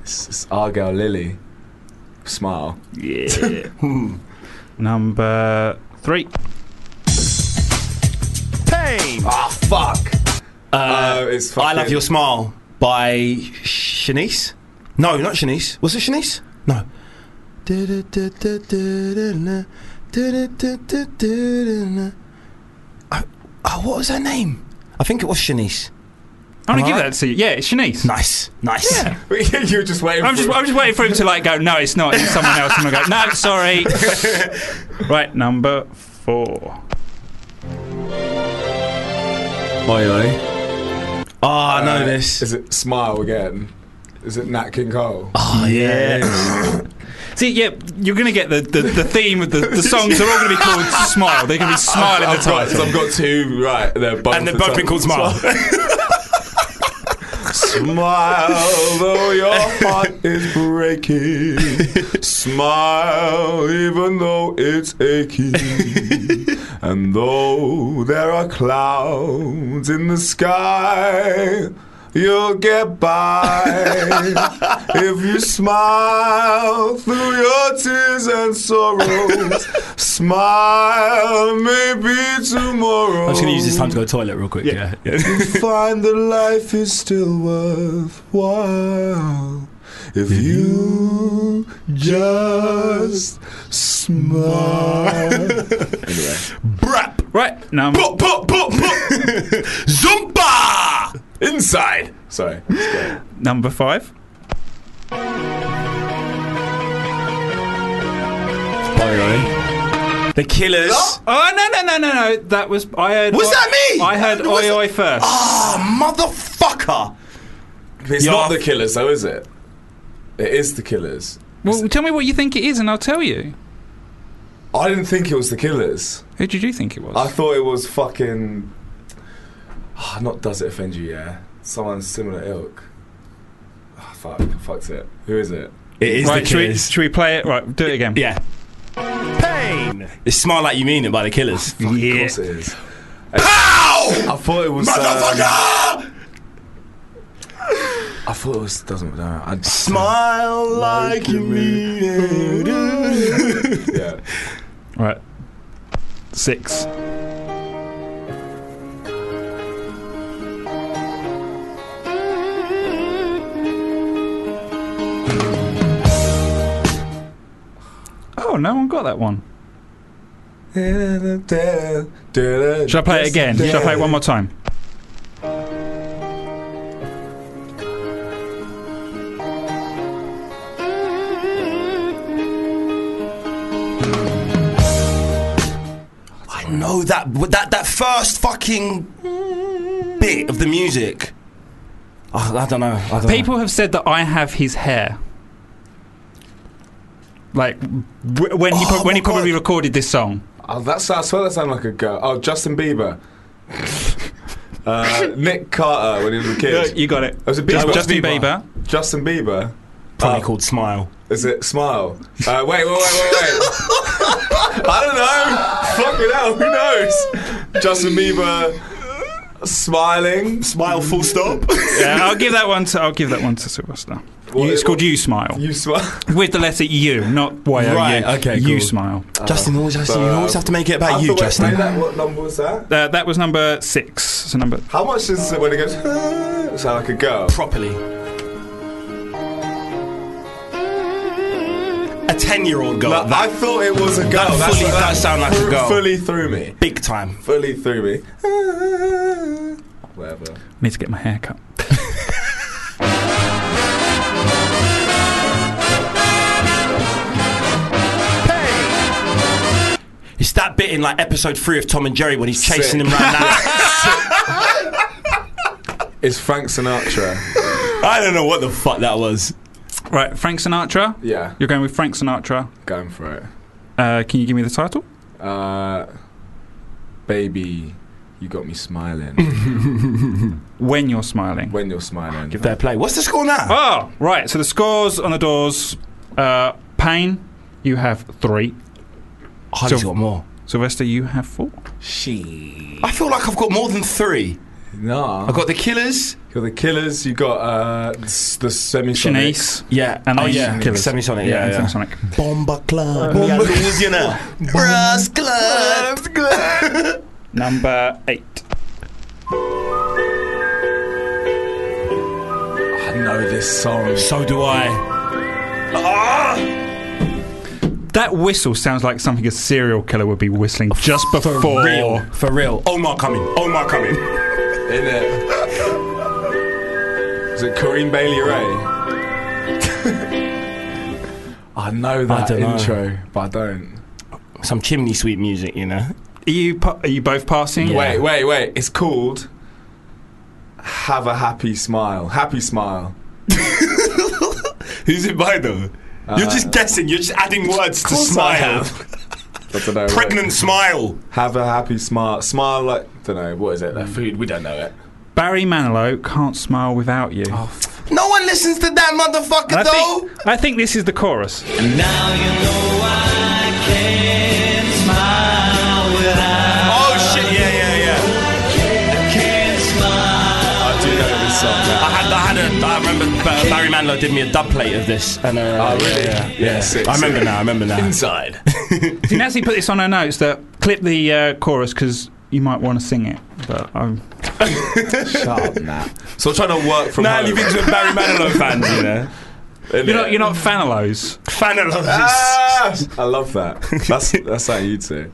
[SPEAKER 2] It's, it's our girl Lily. Smile.
[SPEAKER 4] Yeah. Number three.
[SPEAKER 6] Payne.
[SPEAKER 2] Ah, fuck. Uh, it's
[SPEAKER 3] I
[SPEAKER 2] fucking-
[SPEAKER 3] Love Your Smile by Shanice. No, not Shanice. Was it Shanice? No. Uh, Oh, oh, what was her name? I think it was Shanice.
[SPEAKER 4] I'm gonna
[SPEAKER 3] All
[SPEAKER 4] give
[SPEAKER 3] right.
[SPEAKER 4] that to you. Yeah, it's Shanice.
[SPEAKER 3] Nice, nice. Yeah.
[SPEAKER 2] [laughs] you were just waiting.
[SPEAKER 4] I'm
[SPEAKER 2] for
[SPEAKER 4] just, I'm just waiting for him to like go. No, it's not. It's someone else. I'm gonna go. No, sorry. right, number four.
[SPEAKER 3] Oh, I know this.
[SPEAKER 2] Uh, Is it smile again? Is it Nat King Cole?
[SPEAKER 3] Oh, yeah.
[SPEAKER 4] [laughs] See, yeah, you're gonna get the, the, the theme of the, the songs. They're all gonna be called Smile. They're gonna be Smile in the
[SPEAKER 2] I've, got,
[SPEAKER 4] title.
[SPEAKER 2] I've got two right. They're both
[SPEAKER 3] And they've both been called Smile.
[SPEAKER 2] Smile, though your [laughs] heart is breaking. Smile, even though it's aching. and though there are clouds in the sky, you'll get
[SPEAKER 3] [laughs]
[SPEAKER 2] by. if you smile through your tears and sorrows, smile, maybe tomorrow.
[SPEAKER 3] I'm just gonna use this time to go to the toilet real quick. Yeah.
[SPEAKER 2] [laughs] Find that life is still worthwhile if you
[SPEAKER 3] [laughs]
[SPEAKER 2] just smile.
[SPEAKER 3] Brap,
[SPEAKER 4] Right, number
[SPEAKER 3] pop, pop, pop, [laughs] pop. Zumba.
[SPEAKER 2] Inside. Sorry.
[SPEAKER 4] number five.
[SPEAKER 3] The Killers.
[SPEAKER 4] Oh no no no no no! That was I heard.
[SPEAKER 3] Was
[SPEAKER 4] oi-
[SPEAKER 3] that me?
[SPEAKER 4] I heard
[SPEAKER 3] Was-
[SPEAKER 4] oi oi first.
[SPEAKER 3] Ah, motherfucker.
[SPEAKER 2] It's
[SPEAKER 3] Yeah.
[SPEAKER 2] not the killers, though, is it? It is the killers.
[SPEAKER 4] well, tell me what you think it is, and I'll tell you.
[SPEAKER 2] I didn't think it was the killers.
[SPEAKER 4] Who did you think it was?
[SPEAKER 2] I thought it was fucking. Ah, not does it offend you? Yeah, someone similar ilk. Ah, fuck, fucked it. Who is it?
[SPEAKER 3] It is
[SPEAKER 4] right, should we, should we play it? Right, do it again.
[SPEAKER 3] Yeah.
[SPEAKER 6] Payne.
[SPEAKER 3] It's Smile Like You Mean It by The Killers.
[SPEAKER 2] Of
[SPEAKER 4] yeah.
[SPEAKER 2] course it is.
[SPEAKER 3] Ow!
[SPEAKER 2] I thought it was. Um,
[SPEAKER 3] Motherfucker!
[SPEAKER 2] I thought it was doesn't. No, I, uh,
[SPEAKER 3] Smile like you mean it.
[SPEAKER 2] yeah.
[SPEAKER 4] Right, six. Oh, no one got that one. Should I play it again? Should I play it one more time?
[SPEAKER 3] with that with that that first fucking bit of the music. Oh, I don't know. I don't know.
[SPEAKER 4] People have said that I have his hair. Like w- when he pro-
[SPEAKER 3] Oh
[SPEAKER 4] when he
[SPEAKER 3] my God.
[SPEAKER 4] probably recorded this song.
[SPEAKER 2] Oh, that's I swear that sounded like a girl. Oh, Justin
[SPEAKER 3] [laughs]
[SPEAKER 2] Bieber. uh, Nick Carter when he was a kid.
[SPEAKER 4] You got it.
[SPEAKER 2] It was a
[SPEAKER 4] Just-
[SPEAKER 2] Bieber.
[SPEAKER 4] Justin Bieber.
[SPEAKER 2] Justin Bieber.
[SPEAKER 3] probably called Smile.
[SPEAKER 2] Is it smile? Uh, wait, wait, wait, wait, wait. I don't know. Fucking hell, who knows? Justin Bieber smiling.
[SPEAKER 6] Smile, full stop.
[SPEAKER 4] Yeah, I'll give that one to I'll give that one to Sylvester.
[SPEAKER 2] What-
[SPEAKER 4] You- it's called You Smile
[SPEAKER 2] You smile.
[SPEAKER 4] with the letter U, not Y O U.
[SPEAKER 3] Right, okay,
[SPEAKER 4] You
[SPEAKER 3] cool.
[SPEAKER 4] Smile.
[SPEAKER 3] Justin, always has to, you
[SPEAKER 2] but,
[SPEAKER 3] always have to make it
[SPEAKER 2] I
[SPEAKER 3] about
[SPEAKER 2] thought
[SPEAKER 3] you,
[SPEAKER 2] when I played
[SPEAKER 3] Justin.
[SPEAKER 2] that, what number was that?
[SPEAKER 4] Uh, that was number six. So number
[SPEAKER 2] How much is it when it goes? [laughs] "Ah," Sound like a girl.
[SPEAKER 3] Properly. A ten-year-old girl.
[SPEAKER 2] No,
[SPEAKER 3] that
[SPEAKER 2] I thought it was a girl.
[SPEAKER 3] that
[SPEAKER 2] That's
[SPEAKER 3] fully-
[SPEAKER 2] what-
[SPEAKER 3] that sound like a
[SPEAKER 2] fu-
[SPEAKER 3] girl.
[SPEAKER 2] Fully through me.
[SPEAKER 3] big time.
[SPEAKER 2] Fully through me. "Ah," Whatever.
[SPEAKER 4] need to get my hair cut.
[SPEAKER 3] It's that bit in like episode three of Tom and Jerry when he's chasing
[SPEAKER 2] Sick.
[SPEAKER 3] him [laughs] around. That.
[SPEAKER 2] It's Frank Sinatra.
[SPEAKER 3] I don't know what the fuck that was.
[SPEAKER 4] Right, Frank Sinatra.
[SPEAKER 2] yeah,
[SPEAKER 4] You're going with Frank Sinatra.
[SPEAKER 2] going for it.
[SPEAKER 4] Uh, can you give me the title?
[SPEAKER 2] Uh, baby, you got me smiling
[SPEAKER 4] When you're smiling.
[SPEAKER 2] when you're smiling.
[SPEAKER 3] Fair play. What's the score now?
[SPEAKER 4] Oh, right. So the scores on the doors. Uh, Payne, you have three.
[SPEAKER 3] Harley's
[SPEAKER 4] So-
[SPEAKER 3] got more.
[SPEAKER 4] Sylvester, you have four.
[SPEAKER 2] She.
[SPEAKER 3] I feel like I've got more than three.
[SPEAKER 2] Nah.
[SPEAKER 3] I've got the Killers.
[SPEAKER 2] You're the killers. You got uh s- the semi.
[SPEAKER 4] Shanice.
[SPEAKER 3] Yeah.
[SPEAKER 4] And
[SPEAKER 3] oh
[SPEAKER 4] then
[SPEAKER 3] yeah.
[SPEAKER 4] Killers.
[SPEAKER 3] Semisonic. Yeah. yeah,
[SPEAKER 4] and Sonic.
[SPEAKER 3] Bomba Club. Bomba Club. Brass Club.
[SPEAKER 4] Number eight.
[SPEAKER 2] I know this song.
[SPEAKER 3] So do I.
[SPEAKER 4] That whistle sounds like something a serial killer would be whistling just before.
[SPEAKER 3] Real. For real. Omar coming. Omar coming.
[SPEAKER 2] In it. Is it Corinne Bailey Ray? I know that
[SPEAKER 3] don't know.
[SPEAKER 2] intro, but I don't.
[SPEAKER 3] Some chimney sweep music, you know.
[SPEAKER 4] Are you pa- are you both passing?
[SPEAKER 3] Yeah.
[SPEAKER 2] Wait, wait, wait. It's called Have a Happy Smile. Happy Smile.
[SPEAKER 3] Who's it by though?
[SPEAKER 2] Uh,
[SPEAKER 3] you're just guessing. You're just adding words to
[SPEAKER 2] course I
[SPEAKER 3] smile.
[SPEAKER 2] [laughs] I don't know.
[SPEAKER 3] Pregnant smile.
[SPEAKER 2] Have a happy smile. Smile like don't know what is it? Their
[SPEAKER 3] Mm.
[SPEAKER 2] food. We don't know it.
[SPEAKER 4] Barry Manilow can't smile without you.
[SPEAKER 3] No one listens to that motherfucker
[SPEAKER 4] I think, I think this is the chorus.
[SPEAKER 3] Oh shit! Yeah, yeah, yeah.
[SPEAKER 2] I do know this song.
[SPEAKER 3] I
[SPEAKER 2] Now.
[SPEAKER 3] had, I had a. I remember Ba- Barry Manilow did me a dub plate of this, and uh,
[SPEAKER 2] Oh, really?
[SPEAKER 3] yeah, yeah,
[SPEAKER 2] Yeah,
[SPEAKER 3] yeah.
[SPEAKER 2] sick,
[SPEAKER 3] I remember
[SPEAKER 2] sick.
[SPEAKER 3] now. I remember now.
[SPEAKER 2] Inside.
[SPEAKER 4] [laughs] See, Nancy put this on her notes that clip the uh, chorus because you might want to sing it. But I'm
[SPEAKER 2] So I'm trying to work from
[SPEAKER 3] Now
[SPEAKER 2] home.
[SPEAKER 3] you've been to Barry
[SPEAKER 4] [laughs]
[SPEAKER 3] Manilow fans, you know.
[SPEAKER 2] innit?
[SPEAKER 4] you're not you're not Fanilows.
[SPEAKER 3] Fanilows.
[SPEAKER 2] Ah! I love that. That's that's how you two.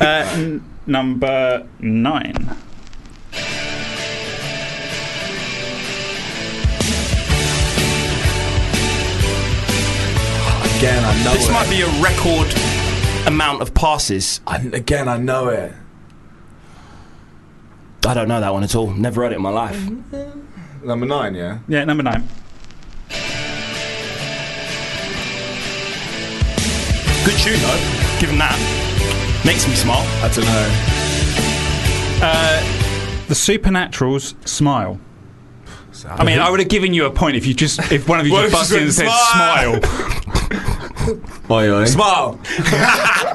[SPEAKER 4] Uh, n- number nine.
[SPEAKER 2] Again, I know
[SPEAKER 3] This
[SPEAKER 2] it.
[SPEAKER 3] might be a record amount of passes.
[SPEAKER 2] I, again, I know it.
[SPEAKER 3] I don't know that one at all. Never heard it in my life.
[SPEAKER 2] Mm-hmm. Number nine, yeah.
[SPEAKER 4] Yeah, number nine.
[SPEAKER 3] Good tune though. Given that, makes me smart.
[SPEAKER 2] I don't know.
[SPEAKER 4] Uh, The Supernaturals smile. I mean, I would have given you a point if you just if one of you
[SPEAKER 2] What
[SPEAKER 4] just
[SPEAKER 2] if
[SPEAKER 4] busted in
[SPEAKER 3] [laughs]
[SPEAKER 4] and
[SPEAKER 2] she
[SPEAKER 4] said
[SPEAKER 2] went,
[SPEAKER 4] smile.
[SPEAKER 2] Oi, oi. Smile.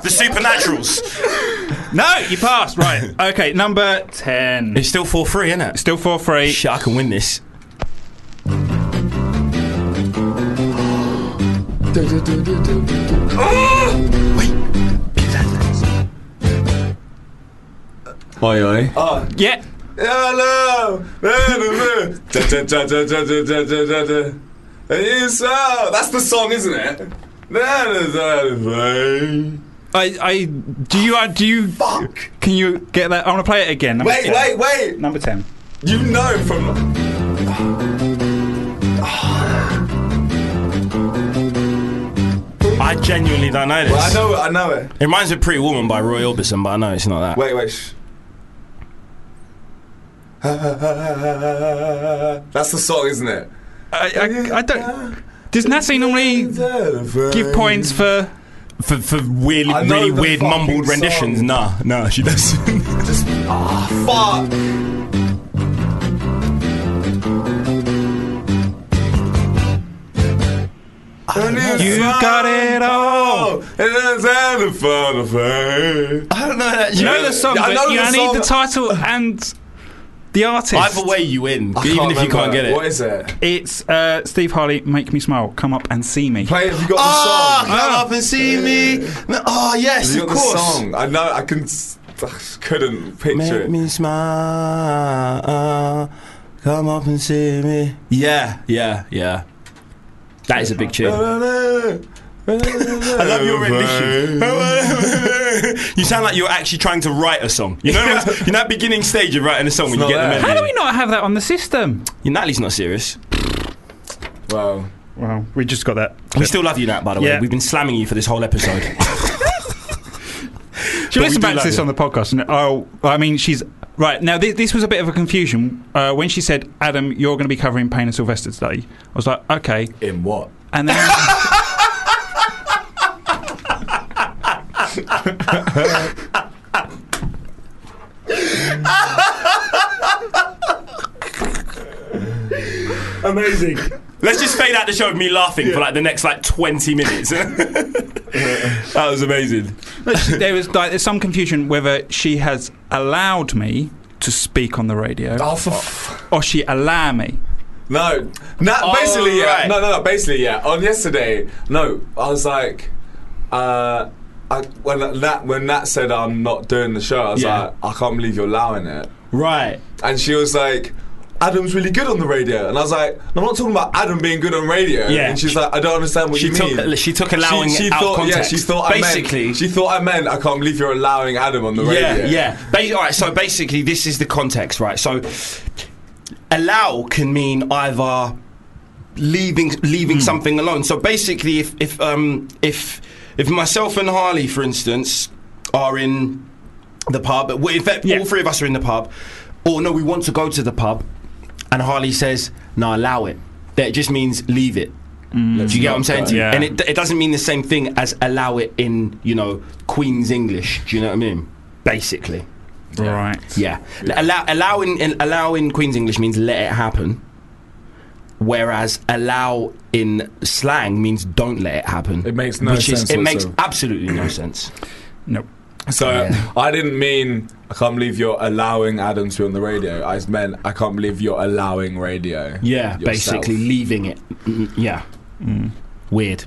[SPEAKER 3] The Supernaturals.
[SPEAKER 4] no, you passed. Right. Okay, number ten.
[SPEAKER 3] It's still four three, isn't it?
[SPEAKER 4] Still four free.
[SPEAKER 3] Shit, I can win this.
[SPEAKER 6] Oi, oi.
[SPEAKER 2] Oh,
[SPEAKER 4] Yeah.
[SPEAKER 2] hello. da, da, da, da, da, da, da, da, da, da. Hey, so- That's the song, isn't it? Da, da, da, da.
[SPEAKER 4] I, I do you uh, do you
[SPEAKER 2] Fuck.
[SPEAKER 4] can you get that? I want to play it again. Number
[SPEAKER 2] Wait,
[SPEAKER 4] 10.
[SPEAKER 2] wait, wait.
[SPEAKER 4] Number ten.
[SPEAKER 2] You know from. Really?
[SPEAKER 3] I genuinely don't know this.
[SPEAKER 2] Well, I know it. I know it.
[SPEAKER 3] It reminds me of Pretty Woman by Roy Orbison, but I know it's not that.
[SPEAKER 2] Wait, wait. Shh. That's the song, isn't it?
[SPEAKER 4] I, I, I don't. Does Nasty normally give points for?
[SPEAKER 3] For, for really,
[SPEAKER 2] I know
[SPEAKER 3] really
[SPEAKER 2] the
[SPEAKER 3] weird
[SPEAKER 2] fucking
[SPEAKER 3] mumbled renditions,
[SPEAKER 2] song.
[SPEAKER 3] nah, nah, she
[SPEAKER 2] [laughs]
[SPEAKER 3] does.
[SPEAKER 2] Just ah, fuck.
[SPEAKER 4] You got it all.
[SPEAKER 3] I don't know that.
[SPEAKER 4] You know the song,
[SPEAKER 2] I
[SPEAKER 4] but
[SPEAKER 2] know
[SPEAKER 4] you
[SPEAKER 2] the
[SPEAKER 4] I need
[SPEAKER 2] song.
[SPEAKER 4] the title and the artist.
[SPEAKER 3] Either way, you win,
[SPEAKER 2] I
[SPEAKER 3] even if you
[SPEAKER 2] remember
[SPEAKER 3] can't get it.
[SPEAKER 2] What is it?
[SPEAKER 4] It's uh, Steve Harley, Make Me Smile, Come Up and See Me.
[SPEAKER 2] Play it if you got the
[SPEAKER 3] Ah,
[SPEAKER 2] song.
[SPEAKER 3] come up and see me. No, Oh yes,
[SPEAKER 2] You
[SPEAKER 3] of
[SPEAKER 2] got
[SPEAKER 3] course.
[SPEAKER 2] the song. I know. I can. s- I couldn't picture it.
[SPEAKER 3] me smile. Come up and see me. Yeah, yeah, yeah. That is a big tune. I
[SPEAKER 2] [laughs]
[SPEAKER 3] love your rendition. [laughs] you sound like you're actually trying to write a song. You know, you're [laughs] in that beginning stage of writing a song when you
[SPEAKER 2] It's
[SPEAKER 3] get
[SPEAKER 2] not that.
[SPEAKER 3] the
[SPEAKER 4] How do
[SPEAKER 3] melody.
[SPEAKER 4] we not have that on the system?
[SPEAKER 3] Your Natalie's not serious.
[SPEAKER 2] Wow.
[SPEAKER 4] Well, we just got that.
[SPEAKER 3] We still love you, Nat. By the way,
[SPEAKER 4] Yeah.
[SPEAKER 3] we've been slamming you for this whole episode.
[SPEAKER 2] [laughs]
[SPEAKER 4] She
[SPEAKER 3] But we do
[SPEAKER 4] listen back to
[SPEAKER 3] love
[SPEAKER 4] this
[SPEAKER 3] you.
[SPEAKER 4] on the podcast, and oh, I mean, she's right now. This, this was a bit of a confusion uh, when she said, "Adam, you're going to be covering Payne and Sylvester today." I was like, "Okay,"
[SPEAKER 2] In what?
[SPEAKER 4] and [laughs] then
[SPEAKER 2] Amazing.
[SPEAKER 3] Let's just fade out the show of me laughing for like the next like 20 minutes. [laughs] that was amazing.
[SPEAKER 4] there was like there's some confusion whether she has allowed me to speak on the radio
[SPEAKER 2] Oh, for f-
[SPEAKER 4] or she allow me.
[SPEAKER 2] No, not
[SPEAKER 3] Oh,
[SPEAKER 2] basically. Yeah,
[SPEAKER 3] right.
[SPEAKER 2] no, no, no. Basically, yeah. On yesterday, no, I was like, uh, I, when that when Nat said I'm not doing the show, I was
[SPEAKER 3] Yeah.
[SPEAKER 2] like, I can't believe you're allowing it.
[SPEAKER 3] Right.
[SPEAKER 2] And she was like, Adam's really good on the radio, and I was like, I'm not talking about Adam being good on radio.
[SPEAKER 3] Yeah.
[SPEAKER 2] And she's like, I don't understand what
[SPEAKER 3] She
[SPEAKER 2] you
[SPEAKER 3] took
[SPEAKER 2] mean.
[SPEAKER 3] she took allowing
[SPEAKER 2] she, she
[SPEAKER 3] out
[SPEAKER 2] thought,
[SPEAKER 3] context.
[SPEAKER 2] yeah, she thought I
[SPEAKER 3] basically.
[SPEAKER 2] meant. She thought I meant. I can't believe you're allowing Adam on the
[SPEAKER 3] yeah,
[SPEAKER 2] radio.
[SPEAKER 3] yeah. Ba- all right. So basically, this is the context, right? So allow can mean either leaving leaving something alone. So basically, if if um if if myself and Harley, for instance, are in the pub, we- in fact,
[SPEAKER 4] Yeah.
[SPEAKER 3] all three of us are in the pub, or no, we want to go to the pub, and Harley says, "No, allow it." That just means leave it. Do you get what I'm saying? to you?
[SPEAKER 4] Yeah.
[SPEAKER 3] And it, it doesn't mean the same thing as allow it in, you know, Queen's English. Do you know what I mean? Basically.
[SPEAKER 4] Right.
[SPEAKER 3] Yeah. Allow, allowing in allowing Queen's English means let it happen. Whereas allow in slang means don't let it happen.
[SPEAKER 2] It makes no
[SPEAKER 3] which is-
[SPEAKER 2] sense
[SPEAKER 3] it makes
[SPEAKER 2] whatsoever.
[SPEAKER 3] absolutely no sense.
[SPEAKER 4] No.
[SPEAKER 2] So
[SPEAKER 3] Yeah.
[SPEAKER 2] I didn't mean I can't believe you're allowing Adam to be on the radio. I just meant I can't believe you're allowing radio.
[SPEAKER 3] [clears throat] Yeah,
[SPEAKER 2] yourself.
[SPEAKER 3] basically leaving it. Mm, Yeah. Weird.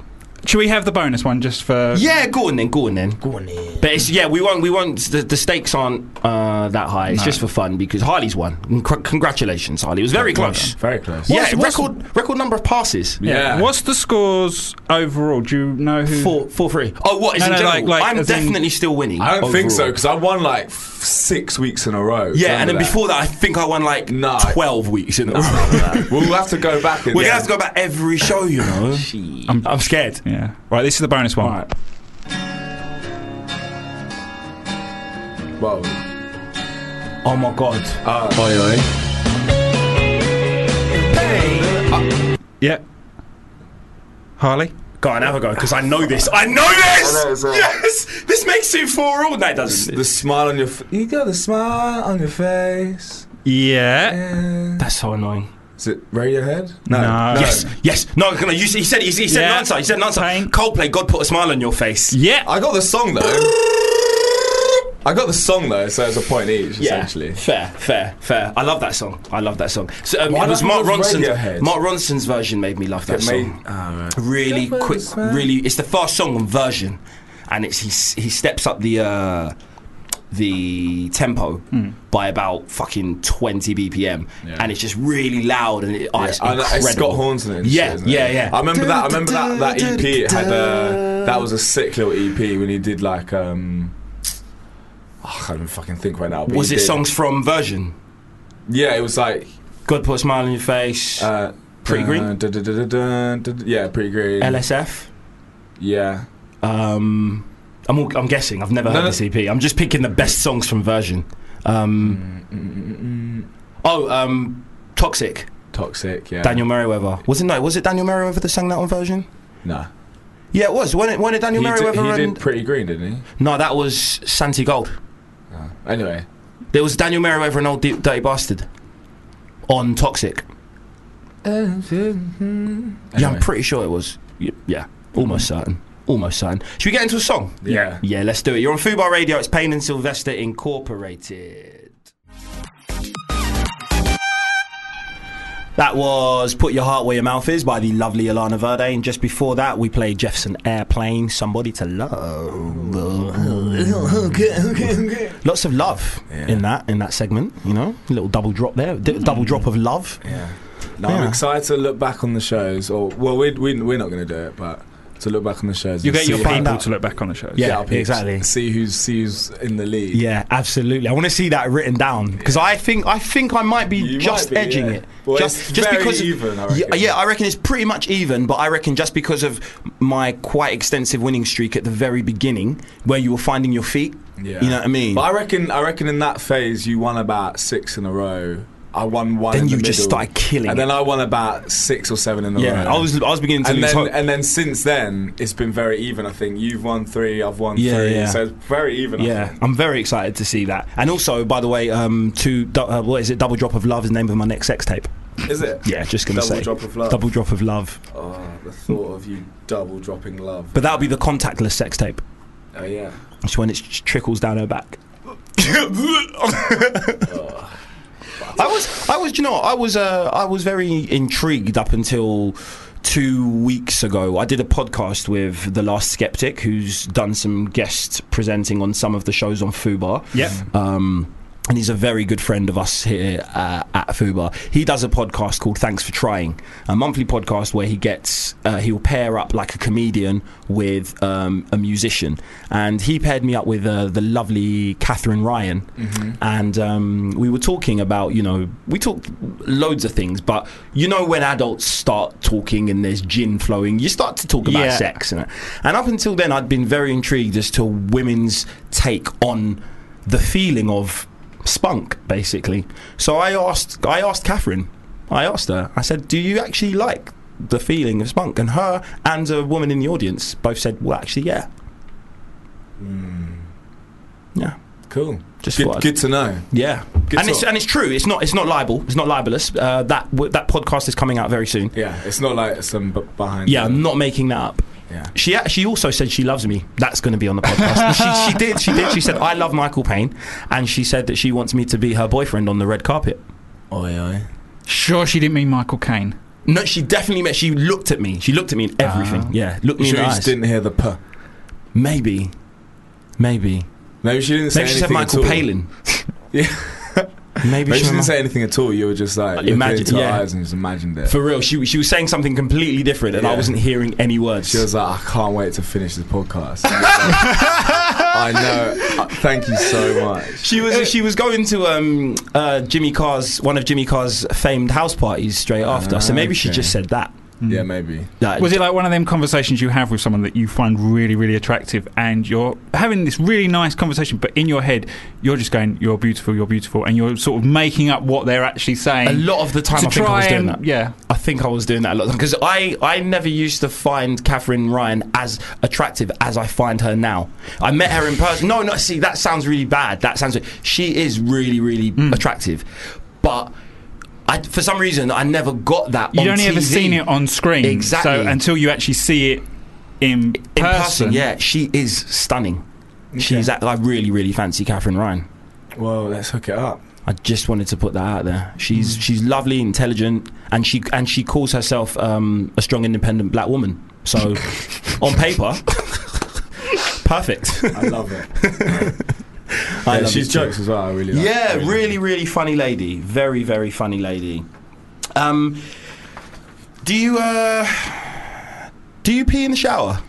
[SPEAKER 4] Should we have the bonus one just for?
[SPEAKER 3] Yeah, go on then, go on then. Go on then. But it's, yeah, we won't, we won't, the, the stakes aren't uh, that high. It's just for fun because Harley's won. Con- Congratulations, Harley. It was very close.
[SPEAKER 2] Very close.
[SPEAKER 3] Yeah,
[SPEAKER 4] What's- what's-
[SPEAKER 3] record record number of passes.
[SPEAKER 2] Yeah.
[SPEAKER 4] What's the scores overall? Do you know who?
[SPEAKER 3] Four, four, three. Oh, what is
[SPEAKER 4] No,
[SPEAKER 3] in
[SPEAKER 4] no,
[SPEAKER 3] general?
[SPEAKER 4] like- like,
[SPEAKER 3] I'm
[SPEAKER 4] as in-
[SPEAKER 3] definitely still winning.
[SPEAKER 2] I don't think so
[SPEAKER 3] overall.
[SPEAKER 2] because I won like f- six weeks in a row.
[SPEAKER 3] Yeah, and
[SPEAKER 2] Remember
[SPEAKER 3] then
[SPEAKER 2] that?
[SPEAKER 3] before that, I think I won like
[SPEAKER 2] No.
[SPEAKER 3] twelve weeks in a row.
[SPEAKER 2] we'll have to go back. And
[SPEAKER 3] We're gonna have to go about every show, you know. I'm, I'm scared.
[SPEAKER 4] Yeah. Right. This is the bonus one.
[SPEAKER 2] Right. Well,
[SPEAKER 3] Oh my god.
[SPEAKER 2] uh, oi
[SPEAKER 4] Yeah. Harley.
[SPEAKER 3] Go on, have a go because I know this. I know this.
[SPEAKER 2] I know it's, uh,
[SPEAKER 3] yes, [laughs] this makes it four all. No, it doesn't.
[SPEAKER 2] The smile on your f- you got the smile on your face.
[SPEAKER 4] Yeah.
[SPEAKER 2] Is
[SPEAKER 3] That's so annoying.
[SPEAKER 2] it Radiohead?
[SPEAKER 4] No.
[SPEAKER 3] Yes, yes. No, no. You, he said. He, he said
[SPEAKER 4] Uh, Yeah.
[SPEAKER 3] an answer. He said an answer.
[SPEAKER 4] Pain.
[SPEAKER 3] Coldplay. God put a smile on your face.
[SPEAKER 4] Yeah.
[SPEAKER 2] I got the song though. I got the song though, so it's a point each essentially.
[SPEAKER 3] Fair, fair, fair. I love that song. I love that song. So, um,
[SPEAKER 2] Why
[SPEAKER 3] it was
[SPEAKER 2] don't
[SPEAKER 3] Mark
[SPEAKER 2] you love
[SPEAKER 3] Ronson's
[SPEAKER 2] Radiohead?
[SPEAKER 3] Mark Ronson's version made me love that
[SPEAKER 2] It may-
[SPEAKER 3] song.
[SPEAKER 2] Ah, right.
[SPEAKER 3] Really
[SPEAKER 2] Never
[SPEAKER 3] quick,
[SPEAKER 2] was mine.
[SPEAKER 3] really. It's the first song on version, and it's he s- he steps up the uh, the tempo
[SPEAKER 4] Hmm.
[SPEAKER 3] by about fucking twenty BPM,
[SPEAKER 2] Yeah.
[SPEAKER 3] and it's just really loud and it, oh, it's
[SPEAKER 2] I know,
[SPEAKER 3] incredible.
[SPEAKER 2] it's Scott Horns in it. and
[SPEAKER 3] Yeah,
[SPEAKER 2] shit, isn't it?
[SPEAKER 3] yeah, yeah.
[SPEAKER 2] I remember that. I remember that. That EP it had a. That was a sick little EP when he did like um. oh, I can't even fucking think right now. but
[SPEAKER 3] Was
[SPEAKER 2] he
[SPEAKER 3] it
[SPEAKER 2] did-
[SPEAKER 3] songs from version?
[SPEAKER 2] Yeah, it was like.
[SPEAKER 3] God put a smile on your face.
[SPEAKER 2] Uh,
[SPEAKER 3] Pretty Green?
[SPEAKER 2] dun, dun, dun, dun, dun, dun, dun, yeah, pretty green.
[SPEAKER 3] LSF.
[SPEAKER 2] Yeah.
[SPEAKER 3] Um, I'm, all, I'm guessing. I've never
[SPEAKER 2] No,
[SPEAKER 3] heard
[SPEAKER 2] no.
[SPEAKER 3] this EP. I'm just picking the best songs from Version. Um, oh, um, Toxic.
[SPEAKER 2] Toxic. Yeah.
[SPEAKER 3] Daniel Merriweather. Was it no? Was it Daniel Merriweather that sang that on Version?
[SPEAKER 2] Nah.
[SPEAKER 3] Yeah, it was. When it, when it Daniel
[SPEAKER 2] He, did,
[SPEAKER 3] Merriweather
[SPEAKER 2] he
[SPEAKER 3] and
[SPEAKER 2] did pretty green, didn't he?
[SPEAKER 3] no, that was Santi Gold.
[SPEAKER 2] Anyway.
[SPEAKER 3] There was Daniel Merriweather and Old D- Dirty Bastard on Toxic. Yeah, I'm
[SPEAKER 2] Anyway.
[SPEAKER 3] pretty sure it was. Y- Yeah, almost certain. Almost certain. Should we get into a song?
[SPEAKER 2] Yeah.
[SPEAKER 3] Yeah, let's do it. You're on Fubar Radio. It's Payne and Sylvester Incorporated. That was Put Your Heart Where Your Mouth Is by the lovely Alana Verde. And just before that, we played Jefferson Airplane, Somebody to Love. Lots of love
[SPEAKER 2] Yeah.
[SPEAKER 3] in that in that segment, you know? A little double drop there, d- double drop of love.
[SPEAKER 2] Yeah. No,
[SPEAKER 3] Yeah.
[SPEAKER 2] I'm excited to look back on the shows. Or well, we we we're not going to do it, but to look back on the shows.
[SPEAKER 4] You
[SPEAKER 2] and
[SPEAKER 4] get your
[SPEAKER 2] see-
[SPEAKER 3] find
[SPEAKER 4] people
[SPEAKER 3] out.
[SPEAKER 4] to look back on the show.
[SPEAKER 3] Yeah,
[SPEAKER 2] our peeps,
[SPEAKER 3] exactly.
[SPEAKER 2] See who's see who's in the lead.
[SPEAKER 3] Yeah, absolutely. I want to see that written down because I think I think I might be
[SPEAKER 2] You
[SPEAKER 3] just
[SPEAKER 2] might be,
[SPEAKER 3] edging
[SPEAKER 2] yeah.
[SPEAKER 3] it.
[SPEAKER 2] Well,
[SPEAKER 3] just
[SPEAKER 2] it's very even, I
[SPEAKER 3] yeah,
[SPEAKER 2] reckon.
[SPEAKER 3] yeah, I reckon it's pretty much even, but I reckon just because of my quite extensive winning streak at the very beginning, where you were finding your feet.
[SPEAKER 2] Yeah.
[SPEAKER 3] You know what I mean?
[SPEAKER 2] But I reckon I reckon in that phase you won about six in a row. I won one.
[SPEAKER 3] Then
[SPEAKER 2] in the
[SPEAKER 3] you just
[SPEAKER 2] middle,
[SPEAKER 3] started killing
[SPEAKER 2] And then
[SPEAKER 3] it.
[SPEAKER 2] I won about six or seven in a
[SPEAKER 3] yeah,
[SPEAKER 2] row.
[SPEAKER 3] I was I was beginning to
[SPEAKER 2] And
[SPEAKER 3] lose
[SPEAKER 2] then,
[SPEAKER 3] hope.
[SPEAKER 2] and then since then, it's been very even. I think you've won three, I've won
[SPEAKER 3] Yeah,
[SPEAKER 2] three,
[SPEAKER 3] yeah.
[SPEAKER 2] so it's very even. I
[SPEAKER 3] Yeah,
[SPEAKER 2] think.
[SPEAKER 3] I'm very excited to see that. And also, by the way, um, to du- uh, what is it? Double drop of love is the name of my next sex tape.
[SPEAKER 2] is it?
[SPEAKER 3] Yeah, just [laughs] gonna
[SPEAKER 2] double
[SPEAKER 3] say
[SPEAKER 2] drop of love.
[SPEAKER 3] double drop of love.
[SPEAKER 2] Oh, the thought of you double dropping love.
[SPEAKER 3] But that'll be the contactless sex tape.
[SPEAKER 2] oh
[SPEAKER 3] [laughs]
[SPEAKER 2] yeah.
[SPEAKER 3] It's when it sh- trickles down her back.
[SPEAKER 2] Oh,
[SPEAKER 3] I was, I was, do you know, what? I was, uh, I was very intrigued up until two weeks ago. I did a podcast with the last skeptic, who's done some guest presenting on some of the shows on Fubar.
[SPEAKER 4] Yep.
[SPEAKER 3] Um, and he's a very good friend of us here uh, at Fubar. He does a podcast called Thanks for Trying, a monthly podcast where he gets uh, he'll pair up like a comedian with um, a musician, and he paired me up with uh, the lovely Catherine Ryan, and um, we were talking about you know we talked loads of things, but you know when adults start talking and there's gin flowing, you start to talk about
[SPEAKER 4] Yeah.
[SPEAKER 3] sex and that. and up until then I'd been very intrigued as to women's take on the feeling of spunk, basically. So I asked, I asked Catherine, I asked her, I said, "Do you actually like the feeling of spunk?" And her and a woman in the audience both said, "Well, actually, yeah, yeah,
[SPEAKER 2] Cool.
[SPEAKER 3] just thought
[SPEAKER 2] Good,
[SPEAKER 3] I'd-
[SPEAKER 2] good to know.
[SPEAKER 3] yeah."
[SPEAKER 2] good
[SPEAKER 3] and it's
[SPEAKER 2] talk.
[SPEAKER 3] and it's true. It's not it's not libel. It's not libelous. Uh, that w- that podcast is coming out very soon.
[SPEAKER 2] Yeah, it's not like some b- behind.
[SPEAKER 3] Yeah,
[SPEAKER 2] the-
[SPEAKER 3] I'm not making that up.
[SPEAKER 2] Yeah.
[SPEAKER 3] She a- she also said she loves me. That's going to be on the podcast. she, she did. She did. She said I love Michael Payne, and she said that she wants me to be her boyfriend on the red carpet.
[SPEAKER 2] Oi, oi.
[SPEAKER 4] Sure, she didn't mean Michael Caine.
[SPEAKER 3] No, she definitely meant. She looked at me. She looked at me in everything.
[SPEAKER 4] Ah.
[SPEAKER 3] yeah, looked
[SPEAKER 2] You
[SPEAKER 3] me
[SPEAKER 2] sure
[SPEAKER 3] in
[SPEAKER 2] you
[SPEAKER 3] the
[SPEAKER 2] just
[SPEAKER 3] eyes.
[SPEAKER 2] didn't hear the p?
[SPEAKER 3] Maybe, maybe.
[SPEAKER 2] Maybe she didn't say
[SPEAKER 3] Maybe she said
[SPEAKER 2] anything
[SPEAKER 3] Michael
[SPEAKER 2] at all.
[SPEAKER 3] Palin.
[SPEAKER 2] [laughs] Yeah.
[SPEAKER 3] maybe,
[SPEAKER 2] Maybe she
[SPEAKER 3] she
[SPEAKER 2] didn't
[SPEAKER 3] meant-
[SPEAKER 2] say anything at all. You were just like,
[SPEAKER 3] Imagine-
[SPEAKER 2] imagine, into her
[SPEAKER 3] yeah.
[SPEAKER 2] eyes and just imagined it.
[SPEAKER 3] For real, she she was saying something completely different, and I
[SPEAKER 2] Yeah.
[SPEAKER 3] wasn't hearing any words.
[SPEAKER 2] She was like, I can't wait to finish this
[SPEAKER 3] [laughs]
[SPEAKER 2] podcast. I know. Uh, Thank you so much.
[SPEAKER 3] She was she was going to um, uh, Jimmy Carr's one of Jimmy Carr's famed house parties straight after. So maybe she
[SPEAKER 2] Okay.
[SPEAKER 3] just said that.
[SPEAKER 2] Yeah, maybe.
[SPEAKER 3] That-
[SPEAKER 4] Was it like one of them conversations you have with someone that you find really, really attractive, and you're having this really nice conversation, but in your head, you're just going, "You're beautiful, you're beautiful," and you're sort of making up what they're actually saying.
[SPEAKER 3] a lot of the time?
[SPEAKER 4] to
[SPEAKER 3] I think I
[SPEAKER 4] try
[SPEAKER 3] was doing
[SPEAKER 4] and
[SPEAKER 3] that.
[SPEAKER 4] yeah,
[SPEAKER 3] I think I was doing that a lot because I, I never used to find Catherine Ryan as attractive as I find her now. I met her in person. No, no, see, that sounds really bad. That sounds. She is really, really
[SPEAKER 4] Hmm.
[SPEAKER 3] attractive, but I, for some reason, I never got that.
[SPEAKER 4] you'd
[SPEAKER 3] on
[SPEAKER 4] only ever
[SPEAKER 3] TV.
[SPEAKER 4] seen it on screen,
[SPEAKER 3] Exactly.
[SPEAKER 4] So until you actually see it in person,
[SPEAKER 3] in person. Yeah, she is stunning. She's. act- I really, really fancy Catherine Ryan.
[SPEAKER 2] Well, let's hook it up.
[SPEAKER 3] I just wanted to put that out there. She's she's lovely, intelligent, and she and she calls herself um, a strong, independent black woman. [laughs] So, on paper, [laughs] perfect.
[SPEAKER 2] I love it.
[SPEAKER 3] I
[SPEAKER 2] Yeah,
[SPEAKER 3] love
[SPEAKER 2] she's
[SPEAKER 3] it too.
[SPEAKER 2] jokes as well. I really like
[SPEAKER 3] Yeah,
[SPEAKER 2] I
[SPEAKER 3] really, really funny lady. Very, very funny lady. Um, do you uh, do you pee in the shower?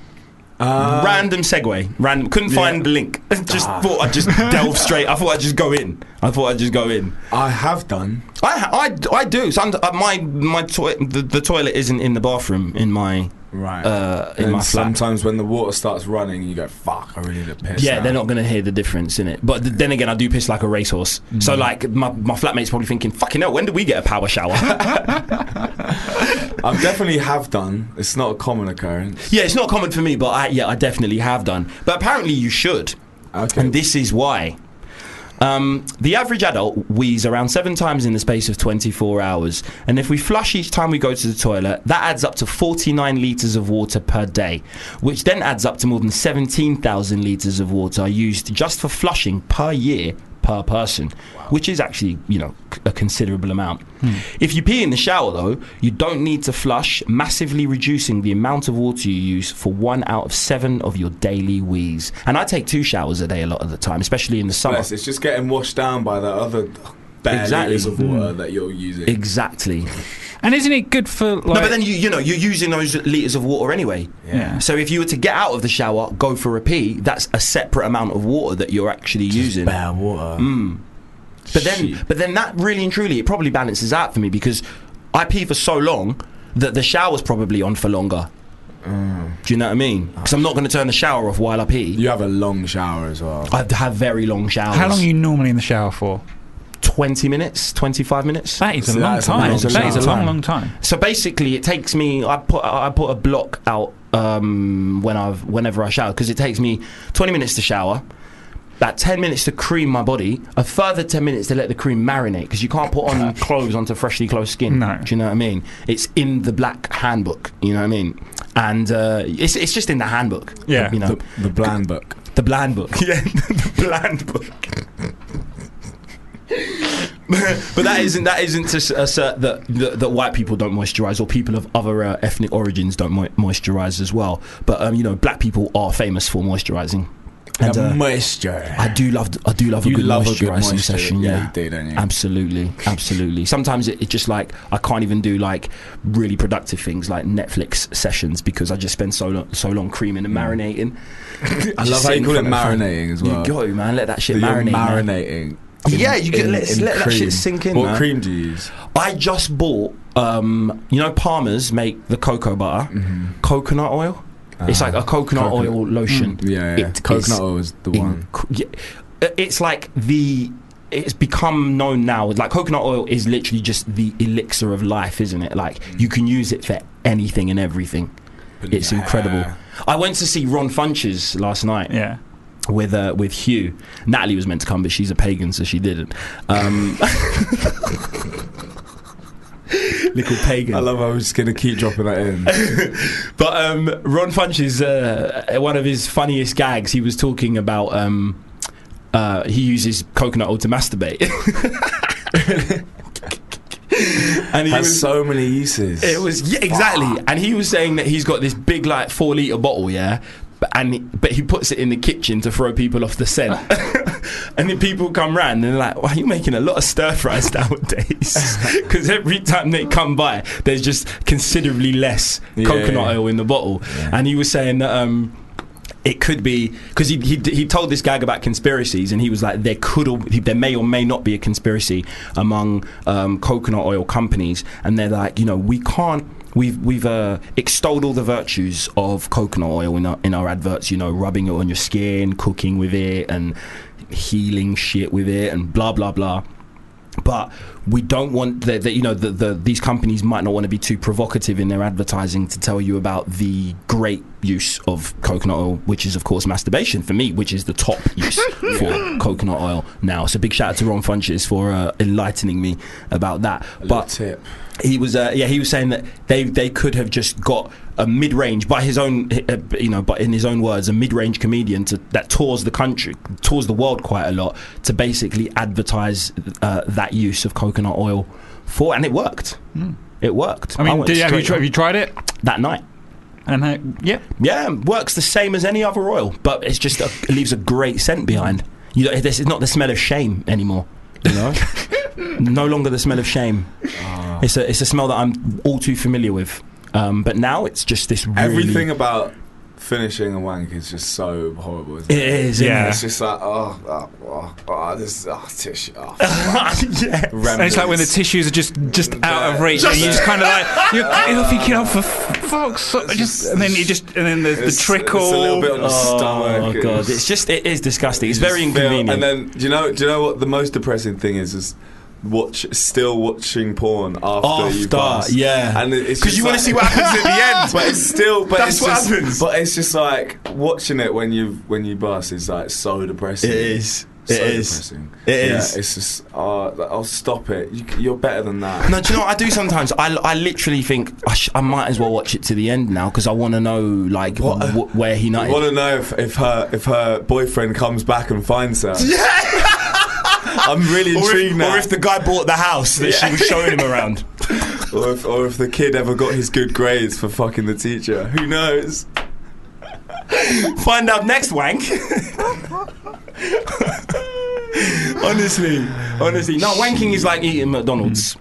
[SPEAKER 2] Uh,
[SPEAKER 3] random segue. Random. Couldn't find the link. [laughs] just thought I'd just delve straight. I thought I'd just go in. I thought I'd just go in.
[SPEAKER 2] I have done.
[SPEAKER 3] I, I, I do. So I'm, uh, my my toi- the, the toilet isn't in the bathroom in my
[SPEAKER 2] Right.
[SPEAKER 3] uh, in
[SPEAKER 2] and
[SPEAKER 3] my flat.
[SPEAKER 2] sometimes when the water starts running, you go, "Fuck, I really need to piss."
[SPEAKER 3] Yeah,
[SPEAKER 2] now."
[SPEAKER 3] they're not going to hear the difference in it. But th- then again, I do piss like a racehorse. So
[SPEAKER 2] Mm.
[SPEAKER 3] like my, my flatmate's probably thinking, "Fucking hell, when do we get a power shower?" [laughs]
[SPEAKER 2] I definitely have done. It's not a common occurrence.
[SPEAKER 3] yeah, it's not common for me, but I, yeah, I definitely have done. But apparently, you should,
[SPEAKER 2] Okay.
[SPEAKER 3] and this is why. Um, the average adult wheezes around seven times in the space of 24 hours, and if we flush each time we go to the toilet, that adds up to 49 liters of water per day, which then adds up to more than 17,000 liters of water used just for flushing per year per person, which is actually you know c- a considerable amount. If you pee in the shower though, you don't need to flush, massively reducing the amount of water you use for one out of seven of your daily wheeze. And I take two showers a day a lot of the time, especially in the summer.
[SPEAKER 2] Bless, it's just getting washed down by that other bare
[SPEAKER 3] Exactly. Mm.
[SPEAKER 2] liters of water that you're using.
[SPEAKER 3] Exactly.
[SPEAKER 4] And isn't it good for like?
[SPEAKER 3] no, but then you you know you're using those liters of water anyway.
[SPEAKER 4] yeah.
[SPEAKER 3] So if you were to get out of the shower, go for a pee, that's a separate amount of water that you're actually using. Mm.
[SPEAKER 2] Bare water.
[SPEAKER 3] But then, but then that really and truly, it probably balances out for me because I pee for so long that the shower's probably on for longer.
[SPEAKER 4] Mm.
[SPEAKER 3] Do you know what I mean?
[SPEAKER 4] Ah.
[SPEAKER 3] Because I'm not going to turn the shower off while I pee.
[SPEAKER 2] You have a long shower as well.
[SPEAKER 3] I have to have very long showers.
[SPEAKER 4] How long are you normally in the shower for?
[SPEAKER 3] Twenty minutes, twenty-five minutes.
[SPEAKER 4] That is
[SPEAKER 2] See,
[SPEAKER 4] a long
[SPEAKER 2] that is a
[SPEAKER 4] time.
[SPEAKER 2] long
[SPEAKER 4] That is a
[SPEAKER 2] time.
[SPEAKER 4] long, long time.
[SPEAKER 3] So basically, it takes me. I put I put a block out um, when I've whenever I shower because it takes me 20 minutes to shower, about 10 minutes to cream my body, a further 10 minutes to let the cream marinate because you can't put on clothes onto freshly clothed skin.
[SPEAKER 4] Uh, No.
[SPEAKER 3] Do you know what I mean? It's in the black handbook. You know what I mean? And uh, it's it's just in the handbook.
[SPEAKER 4] Yeah.
[SPEAKER 3] You know
[SPEAKER 2] The, the bland book.
[SPEAKER 3] the bland book. [laughs] Yeah, the bland book. [laughs] but that isn't that isn't to s- assert that, that that white people don't moisturize or people of other uh, ethnic origins don't mo- moisturize as well. But um, you know, black people are famous for moisturizing. And
[SPEAKER 2] the
[SPEAKER 3] uh,
[SPEAKER 2] moisture.
[SPEAKER 3] I do love I do love a
[SPEAKER 2] You
[SPEAKER 3] good
[SPEAKER 2] love a good
[SPEAKER 3] moisturizing
[SPEAKER 2] moisture.
[SPEAKER 3] session.
[SPEAKER 2] Yeah,
[SPEAKER 3] Yeah,
[SPEAKER 2] you do, don't you?
[SPEAKER 3] Absolutely, absolutely. Sometimes it, it's just like I can't even do like really productive things like Netflix sessions because I just spend so long, so long creaming and marinating.
[SPEAKER 2] Mm. [laughs] I love how you call it marinating as well.
[SPEAKER 3] You go, man. Let that shit
[SPEAKER 2] That you're
[SPEAKER 3] marinate. man.
[SPEAKER 2] marinating.
[SPEAKER 3] Oh, Yeah, you get- let's let that shit
[SPEAKER 2] cream.
[SPEAKER 3] sink in,
[SPEAKER 2] What
[SPEAKER 3] man.
[SPEAKER 2] cream do you use?
[SPEAKER 3] I just bought. Um, you know, Palmer's make the cocoa butter, coconut oil. it's like a coconut,
[SPEAKER 2] Mm. Ah, coconut.
[SPEAKER 3] oil lotion.
[SPEAKER 2] Yeah, yeah.
[SPEAKER 3] It
[SPEAKER 2] coconut
[SPEAKER 3] is
[SPEAKER 2] oil is the
[SPEAKER 3] in-
[SPEAKER 2] one.
[SPEAKER 3] co- yeah, uh, It's like the. It's become known now. Like coconut oil is literally just the elixir of life, isn't it? Like you
[SPEAKER 2] Mm.
[SPEAKER 3] can use it for anything and everything. It's incredible. I went to see Ron Funches last night
[SPEAKER 4] Yeah.
[SPEAKER 3] with uh, with Hugh. Natalie was meant to come, but she's a pagan, so she didn't. Um, [laughs] little pagan.
[SPEAKER 2] I love how we're just gonna keep dropping that
[SPEAKER 3] [laughs]
[SPEAKER 2] in.
[SPEAKER 3] But um, Ron Funches, uh, one of his funniest gags, he was talking about um, uh, he uses coconut oil to masturbate. [laughs] and he
[SPEAKER 2] Has
[SPEAKER 3] was,
[SPEAKER 2] so many uses.
[SPEAKER 3] it was yeah, exactly, and he was saying that he's got this big like four liter bottle, yeah, but, and but he puts it in the kitchen to throw people off
[SPEAKER 2] [laughs]
[SPEAKER 3] the scent. And then people come round and they're like, "Why are you making a lot of stir fries
[SPEAKER 2] [laughs]
[SPEAKER 3] [laughs] nowadays?" Because every time they come by, there's just considerably less
[SPEAKER 2] Yeah,
[SPEAKER 3] coconut
[SPEAKER 2] yeah.
[SPEAKER 3] oil in the bottle. And he was saying that um, it could be because he, he he told this gag about conspiracies, and he was like, there could or there may or may not be a conspiracy among um, coconut oil companies, and they're like, you know, we can't. We've we've uh, extolled all the virtues of coconut oil in our in our adverts. You know, rubbing it on your skin, cooking with it, and healing shit with it, and blah blah blah but we don't want that that, you know the, the these companies might not want to be too provocative in their advertising to tell you about the great use of coconut oil which is of course masturbation for me which is the top use for coconut oil now so big shout out to Ron Funches for uh, enlightening me about that
[SPEAKER 2] Little
[SPEAKER 3] but
[SPEAKER 2] tip.
[SPEAKER 3] he was uh, yeah he was saying that they they could have just got a mid-range by his own uh, you know but in his own words a mid-range comedian to, that tours the country tours the world quite a lot to basically advertise uh, that use of coconut oil for and it worked it worked
[SPEAKER 4] Hmm. I mean,
[SPEAKER 3] went
[SPEAKER 4] did, have, you,
[SPEAKER 3] straight
[SPEAKER 4] tri- have
[SPEAKER 3] on
[SPEAKER 4] you tried it?
[SPEAKER 3] that night
[SPEAKER 4] And uh, yeah,
[SPEAKER 3] yeah works the same as any other oil but it's just a, it leaves a great scent behind you know this is not the smell of shame anymore you know [laughs] Ah. no longer the smell of shame it's a it's a smell that I'm all too familiar with. Um, but now it's just this really
[SPEAKER 2] Everything about finishing a wank is just so horrible. Isn't
[SPEAKER 3] It [laughs]
[SPEAKER 2] it?
[SPEAKER 3] is.
[SPEAKER 4] Yeah.
[SPEAKER 2] It's just like oh, oh, oh, oh this is oh, tissue. Oh,
[SPEAKER 3] yeah.
[SPEAKER 4] [laughs] And it's like when the tissues are just just out of reach,
[SPEAKER 2] Just-
[SPEAKER 4] and you just kind of
[SPEAKER 2] [laughs]
[SPEAKER 4] like you're, you're thinking, oh for fuck's sake,
[SPEAKER 2] It's
[SPEAKER 4] just,
[SPEAKER 2] just-
[SPEAKER 4] and then you just and then there's the
[SPEAKER 2] It's-
[SPEAKER 4] trickle.
[SPEAKER 2] It's a little bit on the stomach.
[SPEAKER 3] Oh god,
[SPEAKER 2] It's-
[SPEAKER 3] it's just it is disgusting. It's
[SPEAKER 2] you
[SPEAKER 3] very
[SPEAKER 2] just feel-
[SPEAKER 3] inconvenient.
[SPEAKER 2] And then do you know? Do you know what the most depressing thing is? Is watch still watching porn after, you
[SPEAKER 3] After,
[SPEAKER 2] pass.
[SPEAKER 3] yeah.
[SPEAKER 2] and it's
[SPEAKER 3] 'Cause
[SPEAKER 2] just
[SPEAKER 3] you wanna
[SPEAKER 2] like-
[SPEAKER 3] see what happens at the end.
[SPEAKER 2] But [laughs] it's still. But
[SPEAKER 3] That's
[SPEAKER 2] it's
[SPEAKER 3] what
[SPEAKER 2] just,
[SPEAKER 3] happens.
[SPEAKER 2] But it's just like watching it when you when you bust is like so depressing.
[SPEAKER 3] it is.
[SPEAKER 2] So
[SPEAKER 3] It is.
[SPEAKER 2] depressing.
[SPEAKER 3] It
[SPEAKER 2] yeah,
[SPEAKER 3] is.
[SPEAKER 2] It's just. Oh, like, oh, stop it! You, you're better than that.
[SPEAKER 3] No, do you know what I do sometimes? I, I literally think I, sh- I might as well watch it to the end now because I want to know like wh- where he
[SPEAKER 2] I
[SPEAKER 3] nutted.
[SPEAKER 2] want to know if, if her if her boyfriend comes back and finds
[SPEAKER 3] [laughs]
[SPEAKER 2] her. I'm really
[SPEAKER 3] or,
[SPEAKER 2] intrigued
[SPEAKER 3] if,
[SPEAKER 2] now.
[SPEAKER 3] or if the guy bought the house that she was showing him around.
[SPEAKER 2] or if, or if the kid ever got his good grades for fucking the teacher. Who knows?
[SPEAKER 3] Find out next wank. honestly, honestly, no wanking is like eating McDonald's.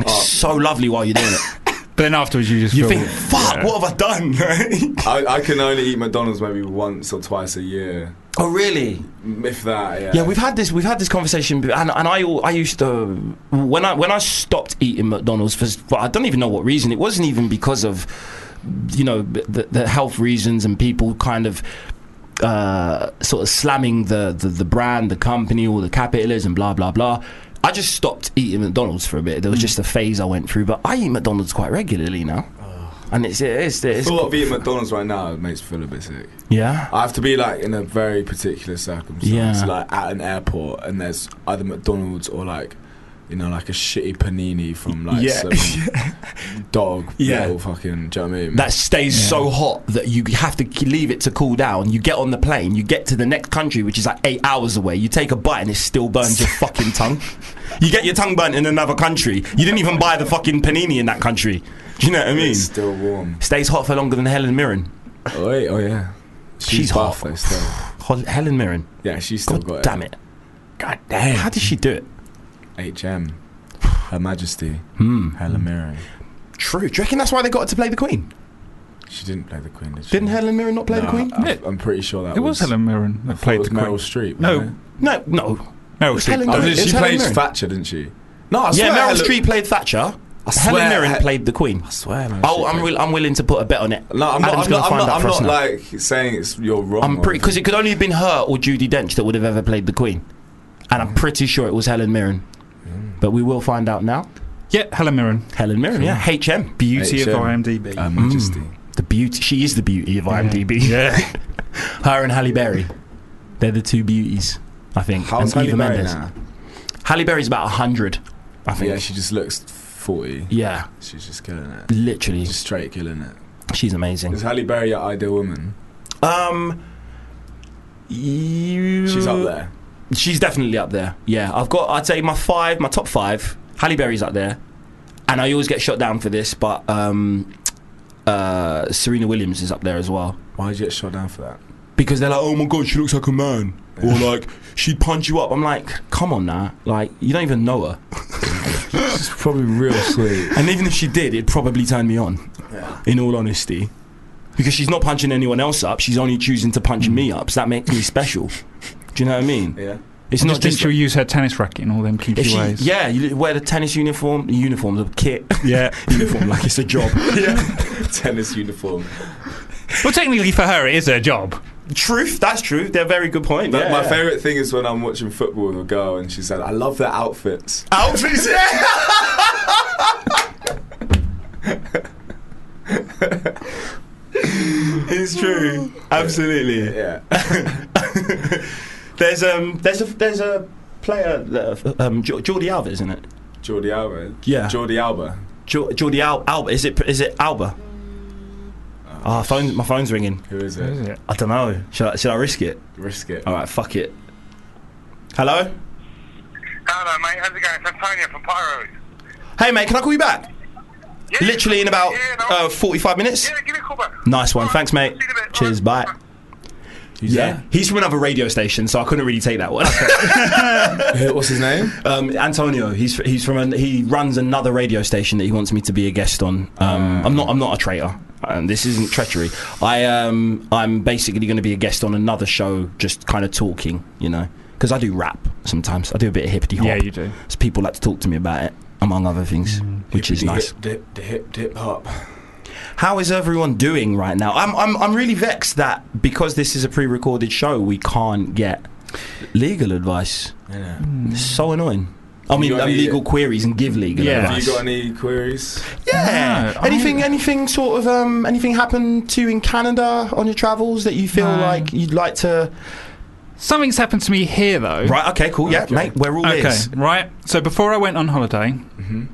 [SPEAKER 3] It's so lovely while you're doing it.
[SPEAKER 4] But then afterwards, you just
[SPEAKER 3] You
[SPEAKER 4] feel,
[SPEAKER 3] think, fuck, what have I done? [laughs]
[SPEAKER 2] I, I can only eat McDonald's maybe once or twice a year,
[SPEAKER 3] oh, really?
[SPEAKER 2] if that. Yeah.
[SPEAKER 3] Yeah, we've had this. We've had this conversation, be- and, and I al- I used to when I when I stopped eating McDonald's for s- for- I don't even know what reason. It wasn't even because of you know the, the health reasons and people kind of. Uh, sort of slamming the, the, the brand, the company, all the capitalism, blah blah blah. I just stopped eating McDonald's for a bit. There was just a phase I went through, but I eat McDonald's quite regularly now, and it's it's, Oh. it's,
[SPEAKER 2] thought of eating McDonald's right now it makes me feel a bit sick.
[SPEAKER 3] yeah.
[SPEAKER 2] I have to be like in a very particular circumstance,
[SPEAKER 3] Yeah.
[SPEAKER 2] like at an airport, and there's either McDonald's or like, you know, like a shitty panini from like
[SPEAKER 3] [laughs] Yeah.
[SPEAKER 2] some dog,
[SPEAKER 3] Yeah.
[SPEAKER 2] little fucking. Do you know what I mean?
[SPEAKER 3] that stays so hot that you have to k- leave it to cool down. You get on the plane, you get to the next country, which is like eight hours away. You take a bite and it still burns [laughs] your fucking tongue. You get your tongue burnt in another country. You didn't even buy the fucking panini in that country. Do you know what I mean?
[SPEAKER 2] It's still warm.
[SPEAKER 3] Stays hot for longer than Helen Mirren.
[SPEAKER 2] Oh, wait, oh yeah,
[SPEAKER 3] She's hot.
[SPEAKER 2] buff though still.
[SPEAKER 3] Hol- Helen Mirren.
[SPEAKER 2] Yeah, she's still
[SPEAKER 3] Oh,
[SPEAKER 2] got
[SPEAKER 3] God damn it. God damn. How did she do it?
[SPEAKER 2] HM, Her Majesty,
[SPEAKER 3] Hmm.
[SPEAKER 2] Helen Mirren.
[SPEAKER 3] True. Do you reckon that's why they got her to play the Queen?
[SPEAKER 2] She didn't play the Queen, did she?
[SPEAKER 3] Didn't Helen Mirren not play the
[SPEAKER 2] No,
[SPEAKER 3] Queen?
[SPEAKER 2] I, I'm pretty sure that
[SPEAKER 4] It was Helen Mirren that
[SPEAKER 2] Played
[SPEAKER 4] played the Queen.
[SPEAKER 2] Meryl Streep.
[SPEAKER 4] No,
[SPEAKER 2] wasn't
[SPEAKER 3] No, no.
[SPEAKER 4] Meryl
[SPEAKER 3] It's
[SPEAKER 4] Streep.
[SPEAKER 2] it?
[SPEAKER 3] Helen
[SPEAKER 2] Oh,
[SPEAKER 3] Mirren.
[SPEAKER 2] did
[SPEAKER 3] It's
[SPEAKER 2] she
[SPEAKER 3] Helen
[SPEAKER 2] played
[SPEAKER 3] Mirren.
[SPEAKER 2] Thatcher, didn't she? No, I
[SPEAKER 3] Yeah,
[SPEAKER 2] swear
[SPEAKER 3] Meryl
[SPEAKER 2] Helen-
[SPEAKER 3] Streep played Thatcher. Helen
[SPEAKER 2] swear
[SPEAKER 3] Mirren
[SPEAKER 2] Hel-
[SPEAKER 3] played the Queen.
[SPEAKER 2] I swear, Meryl
[SPEAKER 3] Oh,
[SPEAKER 2] Streep
[SPEAKER 3] I'm
[SPEAKER 2] played-
[SPEAKER 3] will- I'm willing to put a bet on it.
[SPEAKER 2] No, I'm not.
[SPEAKER 3] Adam's
[SPEAKER 2] I'm not,
[SPEAKER 3] gonna
[SPEAKER 2] I'm
[SPEAKER 3] find
[SPEAKER 2] not,
[SPEAKER 3] out
[SPEAKER 2] I'm
[SPEAKER 3] for us
[SPEAKER 2] not
[SPEAKER 3] now.
[SPEAKER 2] like saying it's you're wrong.
[SPEAKER 3] I'm
[SPEAKER 2] or
[SPEAKER 3] pretty because
[SPEAKER 2] anything.
[SPEAKER 3] it could only have been her or Judy Dench that would have ever played the Queen, and
[SPEAKER 2] Mm.
[SPEAKER 3] I'm pretty sure it was Helen Mirren. But we will find out now.
[SPEAKER 4] Yeah, Helen Mirren.
[SPEAKER 3] Helen Mirren, yeah, HM,
[SPEAKER 4] Beauty of
[SPEAKER 2] HM.
[SPEAKER 4] IMDb.
[SPEAKER 2] Her
[SPEAKER 3] Hmm.
[SPEAKER 2] Majesty.
[SPEAKER 3] the beauty. She is the beauty of IMDb. Yeah, her and Halle Berry, they're the two beauties, I think.
[SPEAKER 2] How's
[SPEAKER 3] and
[SPEAKER 2] Halle
[SPEAKER 3] Eva
[SPEAKER 2] Berry
[SPEAKER 3] Mendes.
[SPEAKER 2] now?
[SPEAKER 3] Halle Berry's about hundred, I think.
[SPEAKER 2] Yeah, she just looks forty.
[SPEAKER 3] yeah,
[SPEAKER 2] She's just killing it.
[SPEAKER 3] literally,
[SPEAKER 2] Just straight killing it.
[SPEAKER 3] she's amazing.
[SPEAKER 2] Is Halle Berry your ideal woman?
[SPEAKER 3] Um, you.
[SPEAKER 2] She's up there.
[SPEAKER 3] She's definitely up there. Yeah, I've got. I'd say my five, my top five. Halle Berry's up there, and I always get shot down for this, but um, uh, Serena Williams is up there as well
[SPEAKER 2] Why did you get shot down for
[SPEAKER 3] [laughs]
[SPEAKER 2] that?
[SPEAKER 3] because they're like, oh my god, she looks like a man, or like she'd punch you up. I'm like, come on now, like you don't even know her,
[SPEAKER 2] She's probably real sweet.
[SPEAKER 3] and even if she did, it'd probably turn me on. In all honesty. Because she's not punching anyone else up, she's only choosing to punch me up. So that makes me special. Do you know what I mean?
[SPEAKER 2] Yeah.
[SPEAKER 3] It's
[SPEAKER 4] I
[SPEAKER 3] not
[SPEAKER 4] just think
[SPEAKER 3] just
[SPEAKER 4] she'll use her tennis racket in all them kinky
[SPEAKER 3] If she,
[SPEAKER 4] ways.
[SPEAKER 3] yeah, you wear the tennis uniform, the uniform, the kit
[SPEAKER 4] yeah.
[SPEAKER 3] uniform, like it's a job.
[SPEAKER 2] [laughs] Tennis uniform.
[SPEAKER 4] well, technically for her, it is her job.
[SPEAKER 3] [laughs] Truth, that's true. They're a very good point.
[SPEAKER 2] That,
[SPEAKER 3] yeah,
[SPEAKER 2] my
[SPEAKER 3] yeah.
[SPEAKER 2] favourite thing is when I'm watching football with a girl and she said, I love their outfits.
[SPEAKER 3] outfits. Yeah. [laughs] it's true, absolutely.
[SPEAKER 2] Yeah.
[SPEAKER 3] There's um, there's a there's a player, uh, um, Jor- Jordi Alba, isn't it?
[SPEAKER 2] [laughs] Jordi Alba.
[SPEAKER 3] Yeah.
[SPEAKER 2] Jordi Alba.
[SPEAKER 3] Jor- Jordi Al- Alba. Is it is it Alba? Ah, phone. My phone's ringing.
[SPEAKER 2] Who is
[SPEAKER 4] Is
[SPEAKER 2] it?
[SPEAKER 4] it?
[SPEAKER 3] I don't know. Should I, should I risk it?
[SPEAKER 2] Risk it.
[SPEAKER 3] All right, fuck it. Hello.
[SPEAKER 7] Hello, mate. How's it going? It's Antonio from Pyro.
[SPEAKER 3] Hey, mate, can I call you back?
[SPEAKER 7] Yeah,
[SPEAKER 3] Literally in about
[SPEAKER 7] yeah, no,
[SPEAKER 3] uh, 45 minutes.
[SPEAKER 7] yeah, give me a call back.
[SPEAKER 3] Nice one.
[SPEAKER 7] Alright,
[SPEAKER 3] Thanks, mate.
[SPEAKER 7] see you in a bit.
[SPEAKER 3] Cheers.
[SPEAKER 7] Alright,
[SPEAKER 3] Bye.
[SPEAKER 2] Who's
[SPEAKER 3] yeah, he's from another radio station, so I couldn't really take that one.
[SPEAKER 2] that? What's his name?
[SPEAKER 3] [laughs] um, Antonio, he's fr- he's from an, he runs another radio station that he wants me to be a guest on. Um, I'm not I'm not a traitor. Um, this isn't treachery. I um I'm basically going to be a guest on another show, just kind of talking, you know, because I do rap sometimes. I do a bit of hippity hop.
[SPEAKER 4] Yeah, you do.
[SPEAKER 3] So people like to talk to me about it, among other things, [laughs] which is
[SPEAKER 2] Hippity
[SPEAKER 3] nice.
[SPEAKER 2] Hip, dip, the hip, dip, hop.
[SPEAKER 3] How is everyone doing right now? I'm, I'm, I'm really vexed that because this is a pre recorded show, we can't get legal advice.
[SPEAKER 2] Yeah.
[SPEAKER 3] It's so annoying. I mean,
[SPEAKER 2] got
[SPEAKER 3] um,
[SPEAKER 2] any- uh,
[SPEAKER 3] legal queries and give legal
[SPEAKER 4] Yeah.
[SPEAKER 2] Have
[SPEAKER 3] advice.
[SPEAKER 2] you got any queries?
[SPEAKER 3] yeah.
[SPEAKER 4] No, I-
[SPEAKER 3] anything, anything sort of, um, anything happened to you in Canada on your travels that you feel
[SPEAKER 4] No.
[SPEAKER 3] like you'd like to?
[SPEAKER 4] Something's happened to me here though.
[SPEAKER 3] Right. Okay. Cool. Yeah,
[SPEAKER 2] Okay.
[SPEAKER 3] mate. We're all
[SPEAKER 4] Okay,
[SPEAKER 3] ears.
[SPEAKER 4] right. So before I went on holiday,
[SPEAKER 3] Mm-hmm.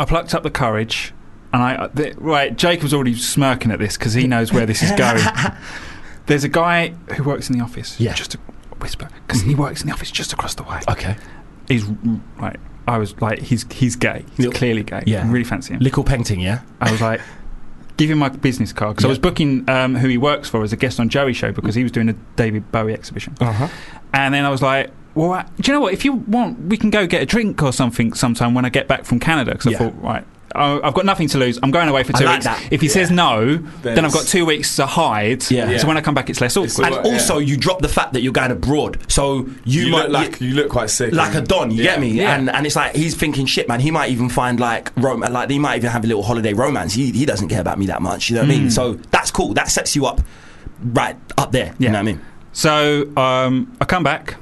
[SPEAKER 4] I plucked up the courage, and I th- right. Jacob's already smirking at this because he knows where this
[SPEAKER 3] [laughs]
[SPEAKER 4] is going. There's a guy who works in the office.
[SPEAKER 3] Yeah. Mm-hmm.
[SPEAKER 4] Just a whisper, because he works in the office just across the way.
[SPEAKER 3] Okay.
[SPEAKER 4] He's right. I was like, he's he's gay. He's
[SPEAKER 3] Yep.
[SPEAKER 4] clearly gay.
[SPEAKER 3] Yeah.
[SPEAKER 4] I really fancy him.
[SPEAKER 3] Lickle painting. Yeah.
[SPEAKER 4] I was like. Give him my business card because I
[SPEAKER 3] Yeah.
[SPEAKER 4] was booking um, who he works for as a guest on Joey's show because he was doing a David Bowie exhibition.
[SPEAKER 3] Uh huh.
[SPEAKER 4] And then I was like, well, I- do you know what? If you want, we can go get a drink or something sometime when I get back from Canada. Because
[SPEAKER 3] Yeah.
[SPEAKER 4] I thought, right, I- I've got nothing to lose. I'm going away for
[SPEAKER 3] I
[SPEAKER 4] two
[SPEAKER 3] like
[SPEAKER 4] weeks.
[SPEAKER 3] that.
[SPEAKER 4] If he says no,
[SPEAKER 2] Then
[SPEAKER 4] then, I've got
[SPEAKER 2] it's-
[SPEAKER 4] two weeks to hide.
[SPEAKER 3] Yeah.
[SPEAKER 4] So when I come back, it's less awkward.
[SPEAKER 2] It's
[SPEAKER 3] And
[SPEAKER 2] Right,
[SPEAKER 3] also, you drop the fact that you're going abroad, so you,
[SPEAKER 2] You,
[SPEAKER 3] might
[SPEAKER 2] look like you look quite sick.
[SPEAKER 3] like a don, you get me?
[SPEAKER 4] Yeah.
[SPEAKER 3] And and it's like he's thinking, shit, man. He might even find like rom- like he might even have a little holiday romance. He he doesn't care about me that much. You know what I mean? So that's cool. That sets you up right up there. You
[SPEAKER 4] Yeah.
[SPEAKER 3] know what I mean?
[SPEAKER 4] so um, I come back.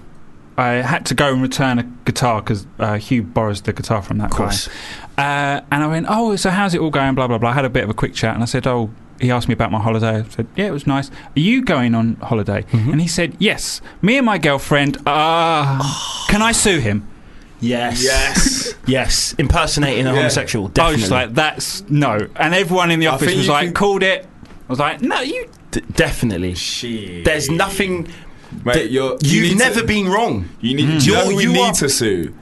[SPEAKER 4] I had to go and return a guitar because uh, Hugh borrows the guitar from that
[SPEAKER 3] course.
[SPEAKER 4] guy. Uh, and I went, oh, so how's it all going? Blah, blah, blah. I had a bit of a quick chat and I said, oh, he asked me about my holiday. I said, yeah, it was nice. Are you going on holiday?
[SPEAKER 2] Mm-hmm.
[SPEAKER 4] And he said, yes. Me and my girlfriend,
[SPEAKER 2] Oh.
[SPEAKER 4] ah, can I sue him?
[SPEAKER 3] Yes. [laughs]
[SPEAKER 2] Yes.
[SPEAKER 3] Yes. Impersonating a
[SPEAKER 2] Yeah.
[SPEAKER 3] homosexual.
[SPEAKER 4] I was
[SPEAKER 3] Definitely.
[SPEAKER 4] just Oh, like, that's no. And everyone in the office
[SPEAKER 2] think
[SPEAKER 4] was
[SPEAKER 2] you
[SPEAKER 4] like,
[SPEAKER 2] can-
[SPEAKER 4] called it. I was like, no, you.
[SPEAKER 3] D- definitely.
[SPEAKER 2] Shit.
[SPEAKER 3] There's nothing.
[SPEAKER 2] Mate, you're, you
[SPEAKER 3] You've
[SPEAKER 2] need
[SPEAKER 3] never
[SPEAKER 2] to,
[SPEAKER 3] been wrong.
[SPEAKER 2] You need. You,
[SPEAKER 3] You're-
[SPEAKER 2] know who you
[SPEAKER 3] you
[SPEAKER 2] need
[SPEAKER 3] are-
[SPEAKER 2] to sue.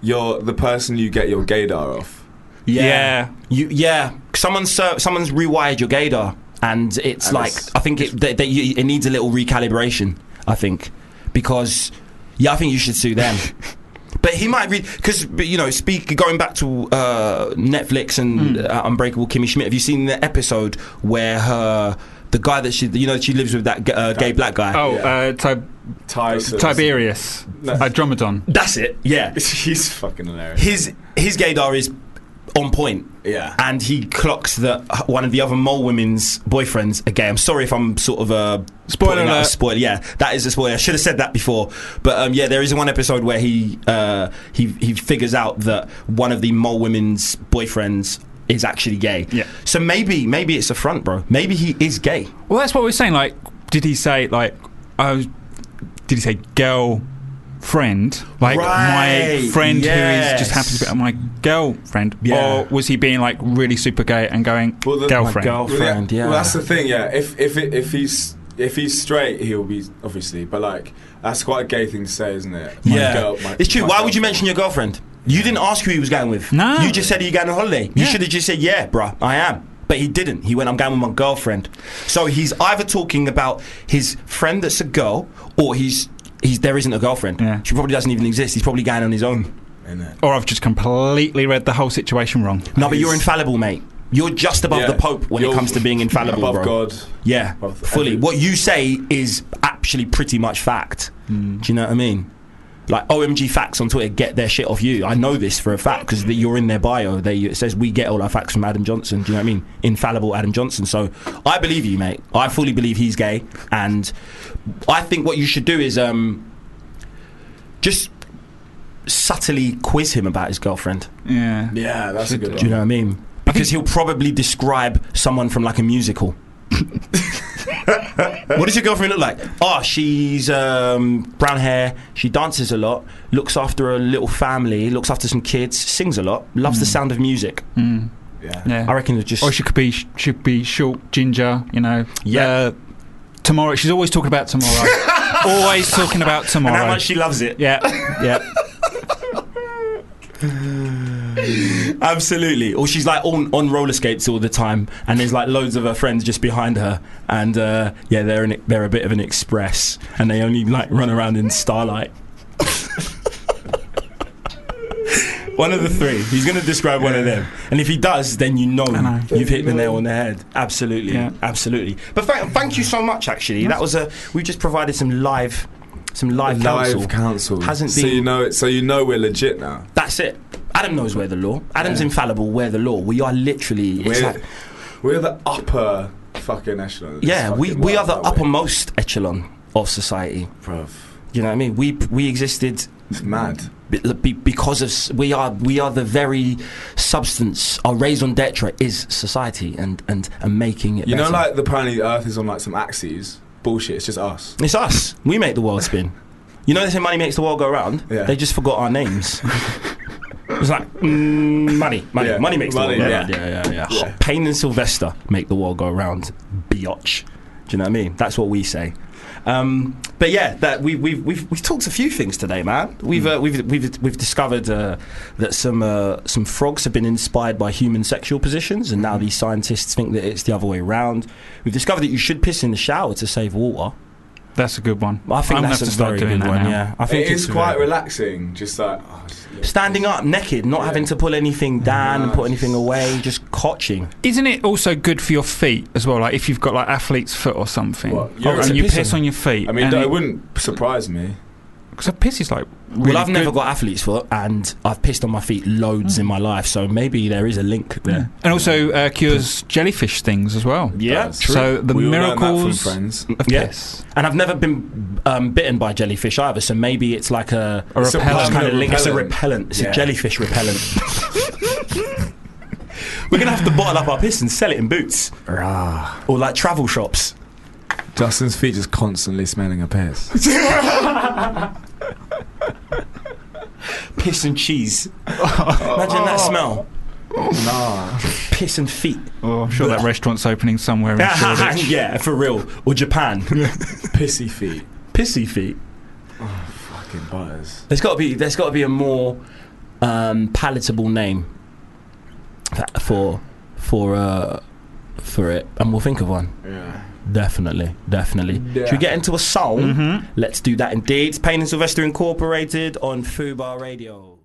[SPEAKER 2] You're the person you get your gaydar off.
[SPEAKER 3] Yeah.
[SPEAKER 4] Yeah.
[SPEAKER 3] You yeah. Someone's uh, someone's rewired your gaydar, and it's
[SPEAKER 2] And
[SPEAKER 3] like
[SPEAKER 2] it's-
[SPEAKER 3] I think it that, that you, it needs a little recalibration. I think because yeah, I think you should sue them. But he might read because you know. Speak going back to uh, Netflix and uh, Unbreakable Kimmy Schmidt. Have you seen the episode where her the guy that she you know she lives with that g- uh, gay black guy?
[SPEAKER 4] Oh, uh, Ti-
[SPEAKER 2] Tyson.
[SPEAKER 4] Tiberius. Uh, Andromedon.
[SPEAKER 3] That's it. Yeah,
[SPEAKER 2] [laughs] He's fucking hilarious.
[SPEAKER 3] his his gaydar is on point.
[SPEAKER 2] Yeah.
[SPEAKER 3] and he clocks that one of the other mole women's boyfriends again. I'm sorry if I'm sort of uh,
[SPEAKER 4] Spoiler
[SPEAKER 3] putting out a
[SPEAKER 4] alert.
[SPEAKER 3] spoiler. Yeah, that is a spoiler. I should have said that before. But um, yeah, there is one episode where he uh, he he figures out that one of the mole women's boyfriends is actually gay.
[SPEAKER 4] Yeah.
[SPEAKER 3] So maybe maybe it's a front, bro. Maybe he is gay.
[SPEAKER 4] Well, that's what we're saying. Like, did he say like, I was, did he say girl friend? Like
[SPEAKER 3] Right,
[SPEAKER 4] my friend who is just happens to
[SPEAKER 3] yes.
[SPEAKER 4] be my girlfriend,
[SPEAKER 3] Yeah.
[SPEAKER 4] or was he being like really super gay and going
[SPEAKER 2] Well, the- my
[SPEAKER 4] girlfriend?
[SPEAKER 3] girl- Friend, yeah.
[SPEAKER 2] Well, that's the thing. Yeah. If if it, if he's if he's straight, he'll be obviously. But like, that's quite a gay thing to say, isn't it? My girl- my-
[SPEAKER 3] it's true.
[SPEAKER 2] my
[SPEAKER 3] Why would
[SPEAKER 2] girlfriend.
[SPEAKER 3] you mention your girlfriend? You didn't ask who he was going with.
[SPEAKER 4] No.
[SPEAKER 3] You just said, Are you going on holiday? You
[SPEAKER 4] Yeah.
[SPEAKER 3] should have just said, Yeah, bruh, I am. But he didn't. He went, I'm going with my girlfriend. So he's either talking about his friend that's a girl or he's. He's, there isn't a girlfriend.
[SPEAKER 4] Yeah.
[SPEAKER 3] She probably doesn't even exist. He's probably going on his own.
[SPEAKER 2] Innit?
[SPEAKER 4] Or I've just completely read the whole situation wrong.
[SPEAKER 3] No, but you're infallible, mate. You're just above
[SPEAKER 2] Yeah.
[SPEAKER 3] the Pope when it
[SPEAKER 2] You're
[SPEAKER 3] comes to being infallible,
[SPEAKER 2] above
[SPEAKER 3] bro.
[SPEAKER 2] God.
[SPEAKER 3] Yeah,
[SPEAKER 2] Above
[SPEAKER 3] fully.
[SPEAKER 2] every-
[SPEAKER 3] What you say is actually pretty much fact. Do you know what I mean? Like OMG facts on Twitter get their shit off you. I know this for a fact because you're in their bio. They it says we get all our facts from Adam Johnson. Do you know what I mean? Infallible Adam Johnson. So I believe you, mate. I fully believe he's gay, and I think what you should do is um, just subtly quiz him about his girlfriend.
[SPEAKER 4] Yeah.
[SPEAKER 2] Yeah, that's a good
[SPEAKER 3] Do
[SPEAKER 2] one.
[SPEAKER 3] you know what I mean? Because he'll probably describe someone from like a musical. what does your girlfriend look like? Oh, she's um, brown hair. She dances a lot. Looks after a little family. Looks after some kids. Sings a lot. Loves the sound of music.
[SPEAKER 4] Mm,
[SPEAKER 2] Yeah.
[SPEAKER 4] yeah.
[SPEAKER 3] I reckon it's just.
[SPEAKER 4] Or Oh, she could be should be short, ginger. You know.
[SPEAKER 3] Yeah.
[SPEAKER 4] Uh, tomorrow. She's always talking
[SPEAKER 3] [laughs]
[SPEAKER 4] about tomorrow. always talking about
[SPEAKER 3] and
[SPEAKER 4] tomorrow.
[SPEAKER 3] how much she loves it.
[SPEAKER 4] yeah. Yeah.
[SPEAKER 3] [laughs] Absolutely. Or she's like on, on roller skates all the time, and there's like loads of her friends just behind her, and uh, yeah, they're an, they're a bit of an express, and they only like run around in starlight. [laughs] one of the three. He's going to describe one of them, and if he does, then you know,
[SPEAKER 4] know.
[SPEAKER 3] you've hit the nail on the head. Absolutely,
[SPEAKER 4] Yeah.
[SPEAKER 3] absolutely. But thank, thank you so much. Actually, that was a we just provided some live. Some live, counsel.
[SPEAKER 2] Live council
[SPEAKER 3] Hasn't
[SPEAKER 2] so
[SPEAKER 3] been-
[SPEAKER 2] you know it. So you know we're legit now.
[SPEAKER 3] That's it. Adam knows where the law. Adam's infallible. Where the law. We are literally. it's
[SPEAKER 2] We're,
[SPEAKER 3] like-
[SPEAKER 2] we're the upper fucking echelon. of this
[SPEAKER 3] yeah, we,
[SPEAKER 2] fucking
[SPEAKER 3] we are
[SPEAKER 2] world,
[SPEAKER 3] the
[SPEAKER 2] aren't we?
[SPEAKER 3] uppermost echelon of society.
[SPEAKER 2] Bruv,
[SPEAKER 3] You know what I mean? We we existed
[SPEAKER 2] it's mad.
[SPEAKER 3] be- be- because of s- we are we are the very substance. Our raison d'être is society and and, and making it.
[SPEAKER 2] You know,
[SPEAKER 3] better.
[SPEAKER 2] like the, apparently the Earth is on like some axes. Bullshit. It's just us.
[SPEAKER 3] it's us. We make the world spin. You know they say money makes the world go round.
[SPEAKER 2] Yeah.
[SPEAKER 3] They just forgot our
[SPEAKER 2] [laughs]
[SPEAKER 3] names. It's like mm, money, money,
[SPEAKER 2] Yeah,
[SPEAKER 3] money makes
[SPEAKER 2] money,
[SPEAKER 3] the world
[SPEAKER 2] yeah.
[SPEAKER 3] go round. Yeah, yeah, yeah.
[SPEAKER 2] Yeah.
[SPEAKER 3] Payne and Sylvester make the world go round. Biatch. Do you know what I mean? That's what we say. Um, but yeah, that we, we've we've we've talked a few things today, man. We've
[SPEAKER 2] Mm.
[SPEAKER 3] uh, we've we've we've discovered uh, that some uh, some frogs have been inspired by human sexual positions, and now
[SPEAKER 2] Mm.
[SPEAKER 3] these scientists think that it's the other way around. We've discovered that you should piss in the shower to save water.
[SPEAKER 4] That's a good one.
[SPEAKER 3] I think
[SPEAKER 4] I'm gonna
[SPEAKER 3] that's
[SPEAKER 4] have
[SPEAKER 3] a
[SPEAKER 4] to start
[SPEAKER 3] very
[SPEAKER 4] doing
[SPEAKER 3] good
[SPEAKER 4] that
[SPEAKER 3] one.
[SPEAKER 4] now.
[SPEAKER 3] Yeah, I think
[SPEAKER 2] It is
[SPEAKER 3] it's
[SPEAKER 2] quite relaxing. Just like oh, just look.
[SPEAKER 3] standing up naked, not having to pull anything down and
[SPEAKER 2] Nice.
[SPEAKER 3] put anything away, just coching.
[SPEAKER 4] Isn't it also good for your feet as well? Like if you've got like athlete's foot or something,
[SPEAKER 2] What?
[SPEAKER 4] Oh,
[SPEAKER 2] Yeah,
[SPEAKER 4] and
[SPEAKER 2] to
[SPEAKER 4] you
[SPEAKER 3] piss
[SPEAKER 4] piss
[SPEAKER 3] on.
[SPEAKER 4] on your feet.
[SPEAKER 2] I mean,
[SPEAKER 4] and
[SPEAKER 2] it
[SPEAKER 4] it-
[SPEAKER 2] wouldn't surprise me.
[SPEAKER 4] Cause piss is like really
[SPEAKER 3] well, I've never
[SPEAKER 4] good.
[SPEAKER 3] got athlete's foot, and I've pissed on my feet loads in my life, so maybe there is a link there.
[SPEAKER 4] and also uh, cures jellyfish things as well.
[SPEAKER 3] Yeah,
[SPEAKER 2] Does.
[SPEAKER 3] true.
[SPEAKER 4] So the
[SPEAKER 2] we all learned that from
[SPEAKER 4] miracles of
[SPEAKER 2] friends.
[SPEAKER 3] Yeah.
[SPEAKER 4] piss
[SPEAKER 3] And I've never been um, bitten by jellyfish either, so maybe it's like a,
[SPEAKER 4] are
[SPEAKER 2] It's a
[SPEAKER 4] repellent.
[SPEAKER 2] plasma-
[SPEAKER 3] kind of link. It's a
[SPEAKER 2] repellent.
[SPEAKER 3] repellent. It's
[SPEAKER 2] Yeah.
[SPEAKER 3] a jellyfish repellent. We're gonna have to bottle up our piss and sell it in boots or like travel shops.
[SPEAKER 2] Justin's feet just constantly smelling a piss.
[SPEAKER 3] Piss and cheese. Imagine that smell.
[SPEAKER 2] [laughs] nah.
[SPEAKER 3] Piss and feet.
[SPEAKER 4] Oh, I'm sure that restaurant's opening somewhere
[SPEAKER 3] [laughs]
[SPEAKER 4] in Shoreditch.
[SPEAKER 3] yeah, for real. Or Japan.
[SPEAKER 2] Pissy feet.
[SPEAKER 3] Pissy feet.
[SPEAKER 2] Fucking butters.
[SPEAKER 3] There's got to be there's got to be a more um, palatable name fa- for for uh, for it, and we'll think of one.
[SPEAKER 2] Yeah.
[SPEAKER 3] Definitely, definitely. Should we get into a song? Let's do that indeed. Payne and Sylvester Incorporated on Fubar Radio.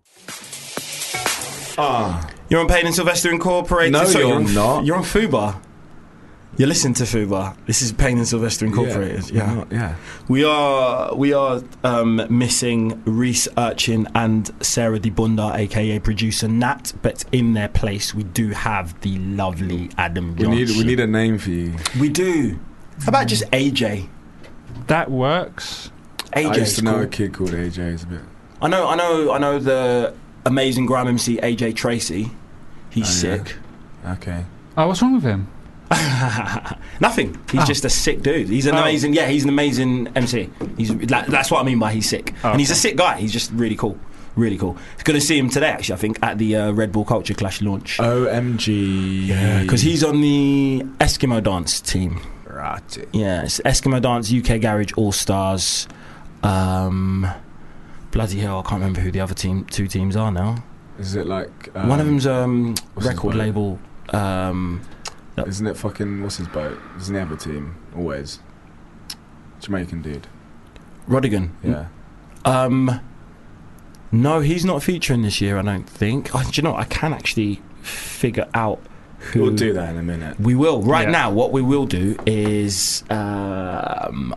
[SPEAKER 2] Ah.
[SPEAKER 3] You're on Payne and Sylvester Incorporated.
[SPEAKER 2] No,
[SPEAKER 3] Sorry,
[SPEAKER 2] you're
[SPEAKER 3] on,
[SPEAKER 2] not.
[SPEAKER 3] You're on Fubar. You listen to Fubar. This is Payne and Sylvester Incorporated.
[SPEAKER 2] Yeah.
[SPEAKER 3] yeah.
[SPEAKER 2] Not- yeah.
[SPEAKER 3] We are we are um, missing Reese Urchin and Sarah DiBunda, aka producer Nat, but in their place we do have the lovely Adam
[SPEAKER 2] We
[SPEAKER 3] Johnson.
[SPEAKER 2] need we need a name for you.
[SPEAKER 3] We do. How about just AJ?
[SPEAKER 4] That works.
[SPEAKER 2] I
[SPEAKER 3] AJ.
[SPEAKER 2] used
[SPEAKER 3] is
[SPEAKER 2] to know
[SPEAKER 3] cool.
[SPEAKER 2] a kid called AJ. He's a bit.
[SPEAKER 3] I know. I know. I know the amazing Grime MC AJ Tracy. He's
[SPEAKER 2] Oh, yeah.
[SPEAKER 3] sick.
[SPEAKER 2] Okay.
[SPEAKER 4] Oh, what's wrong with him?
[SPEAKER 3] Nothing. He's
[SPEAKER 4] Oh.
[SPEAKER 3] just a sick dude. He's an
[SPEAKER 4] Oh.
[SPEAKER 3] amazing. Yeah, he's an amazing MC. He's that, that's what I mean by he's sick,
[SPEAKER 4] Oh,
[SPEAKER 3] and he's a
[SPEAKER 4] okay.
[SPEAKER 3] sick guy. He's just really cool. Really cool. It's going to see him today, actually. I think at the uh, Red Bull Culture Clash launch.
[SPEAKER 2] Oh, OMG.
[SPEAKER 3] Yeah, because he's on the Eskimo Dance team.
[SPEAKER 2] Ratty.
[SPEAKER 3] Yeah, it's Eskimo Dance UK Garage All Stars. Um, bloody hell, I can't remember who the other team, two teams are now.
[SPEAKER 2] Is it like um,
[SPEAKER 3] One of them's um
[SPEAKER 2] what's his
[SPEAKER 3] record
[SPEAKER 2] name?
[SPEAKER 3] label. Um,
[SPEAKER 2] Isn't it fucking what's his boat? Doesn't he have a team always? Jamaican dude.
[SPEAKER 3] Rodigan.
[SPEAKER 2] Yeah.
[SPEAKER 3] Um, no, he's not featuring this year. I don't think. Oh, do you know? what? I can actually figure out who.
[SPEAKER 2] We'll do that in a minute.
[SPEAKER 3] We will. Right
[SPEAKER 4] Yeah.
[SPEAKER 3] now, what we will do is um,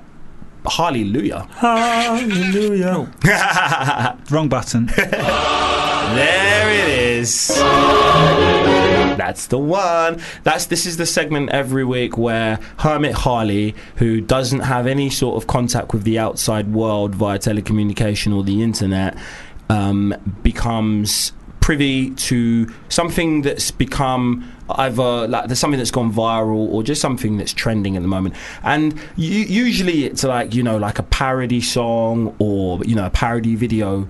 [SPEAKER 3] Hallelujah.
[SPEAKER 4] Hallelujah. [laughs] Wrong button.
[SPEAKER 3] There it is. That's the one. That's this is the segment every week where Hermit Harley, who doesn't have any sort of contact with the outside world via telecommunication or the internet, um, becomes privy to something that's become either like there's something that's gone viral or just something that's trending at the moment and u- usually it's like you know like a parody song or you know a parody video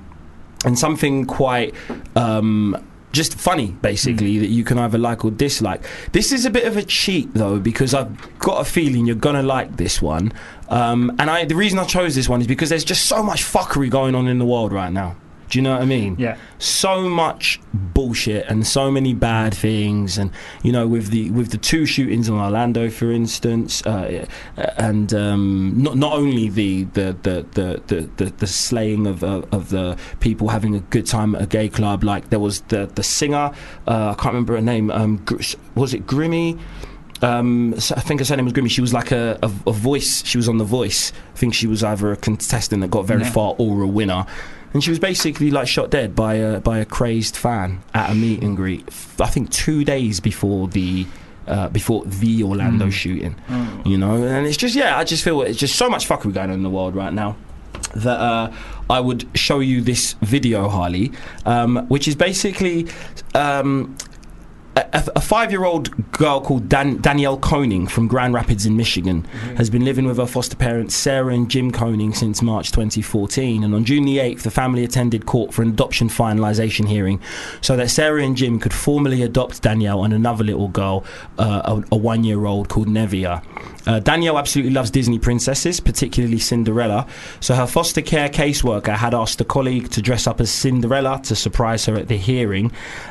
[SPEAKER 3] and something quite um, just funny, basically, that you can either like or dislike. This is a bit of a cheat, though, because I've got a feeling you're gonna like this one. Um, and I, the reason I chose this one is because there's just so much fuckery going on in the world right now. Do you know what I mean?
[SPEAKER 4] Yeah.
[SPEAKER 3] So much bullshit and so many bad things, and you know, with the with the two shootings in Orlando, for instance, uh, and um, not not only the the the the the, the, the slaying of, uh, of the people having a good time at a gay club, like there was the the singer, uh, I can't remember her name, um, Gr- was it Grimmy? um, so I think her surname was Grimmy. She was like a, a, a voice. She was on The Voice. I think she was either a contestant that got very
[SPEAKER 4] Yeah.
[SPEAKER 3] far or a winner. And she was basically like shot dead by a by a crazed fan at a meet and greet. f- I think two days before the uh, before the Orlando shooting. You know, and it's just yeah. I just feel it's just so much fuckery going on in the world right now that uh, I would show you this video, Harley, um, which is basically um, a, a five-year-old girl called Dan- Danielle Koning from Grand Rapids in Michigan has been living with her foster parents Sarah and Jim Koning since March 2014. And on June the 8th, the family attended court for an adoption finalization hearing, so that Sarah and Jim could formally adopt Danielle and another little girl, uh, a, a one-year-old called Nevia. Uh, Danielle absolutely loves Disney princesses, particularly Cinderella. So her foster care caseworker had asked a colleague to dress up as Cinderella to surprise her at the hearing.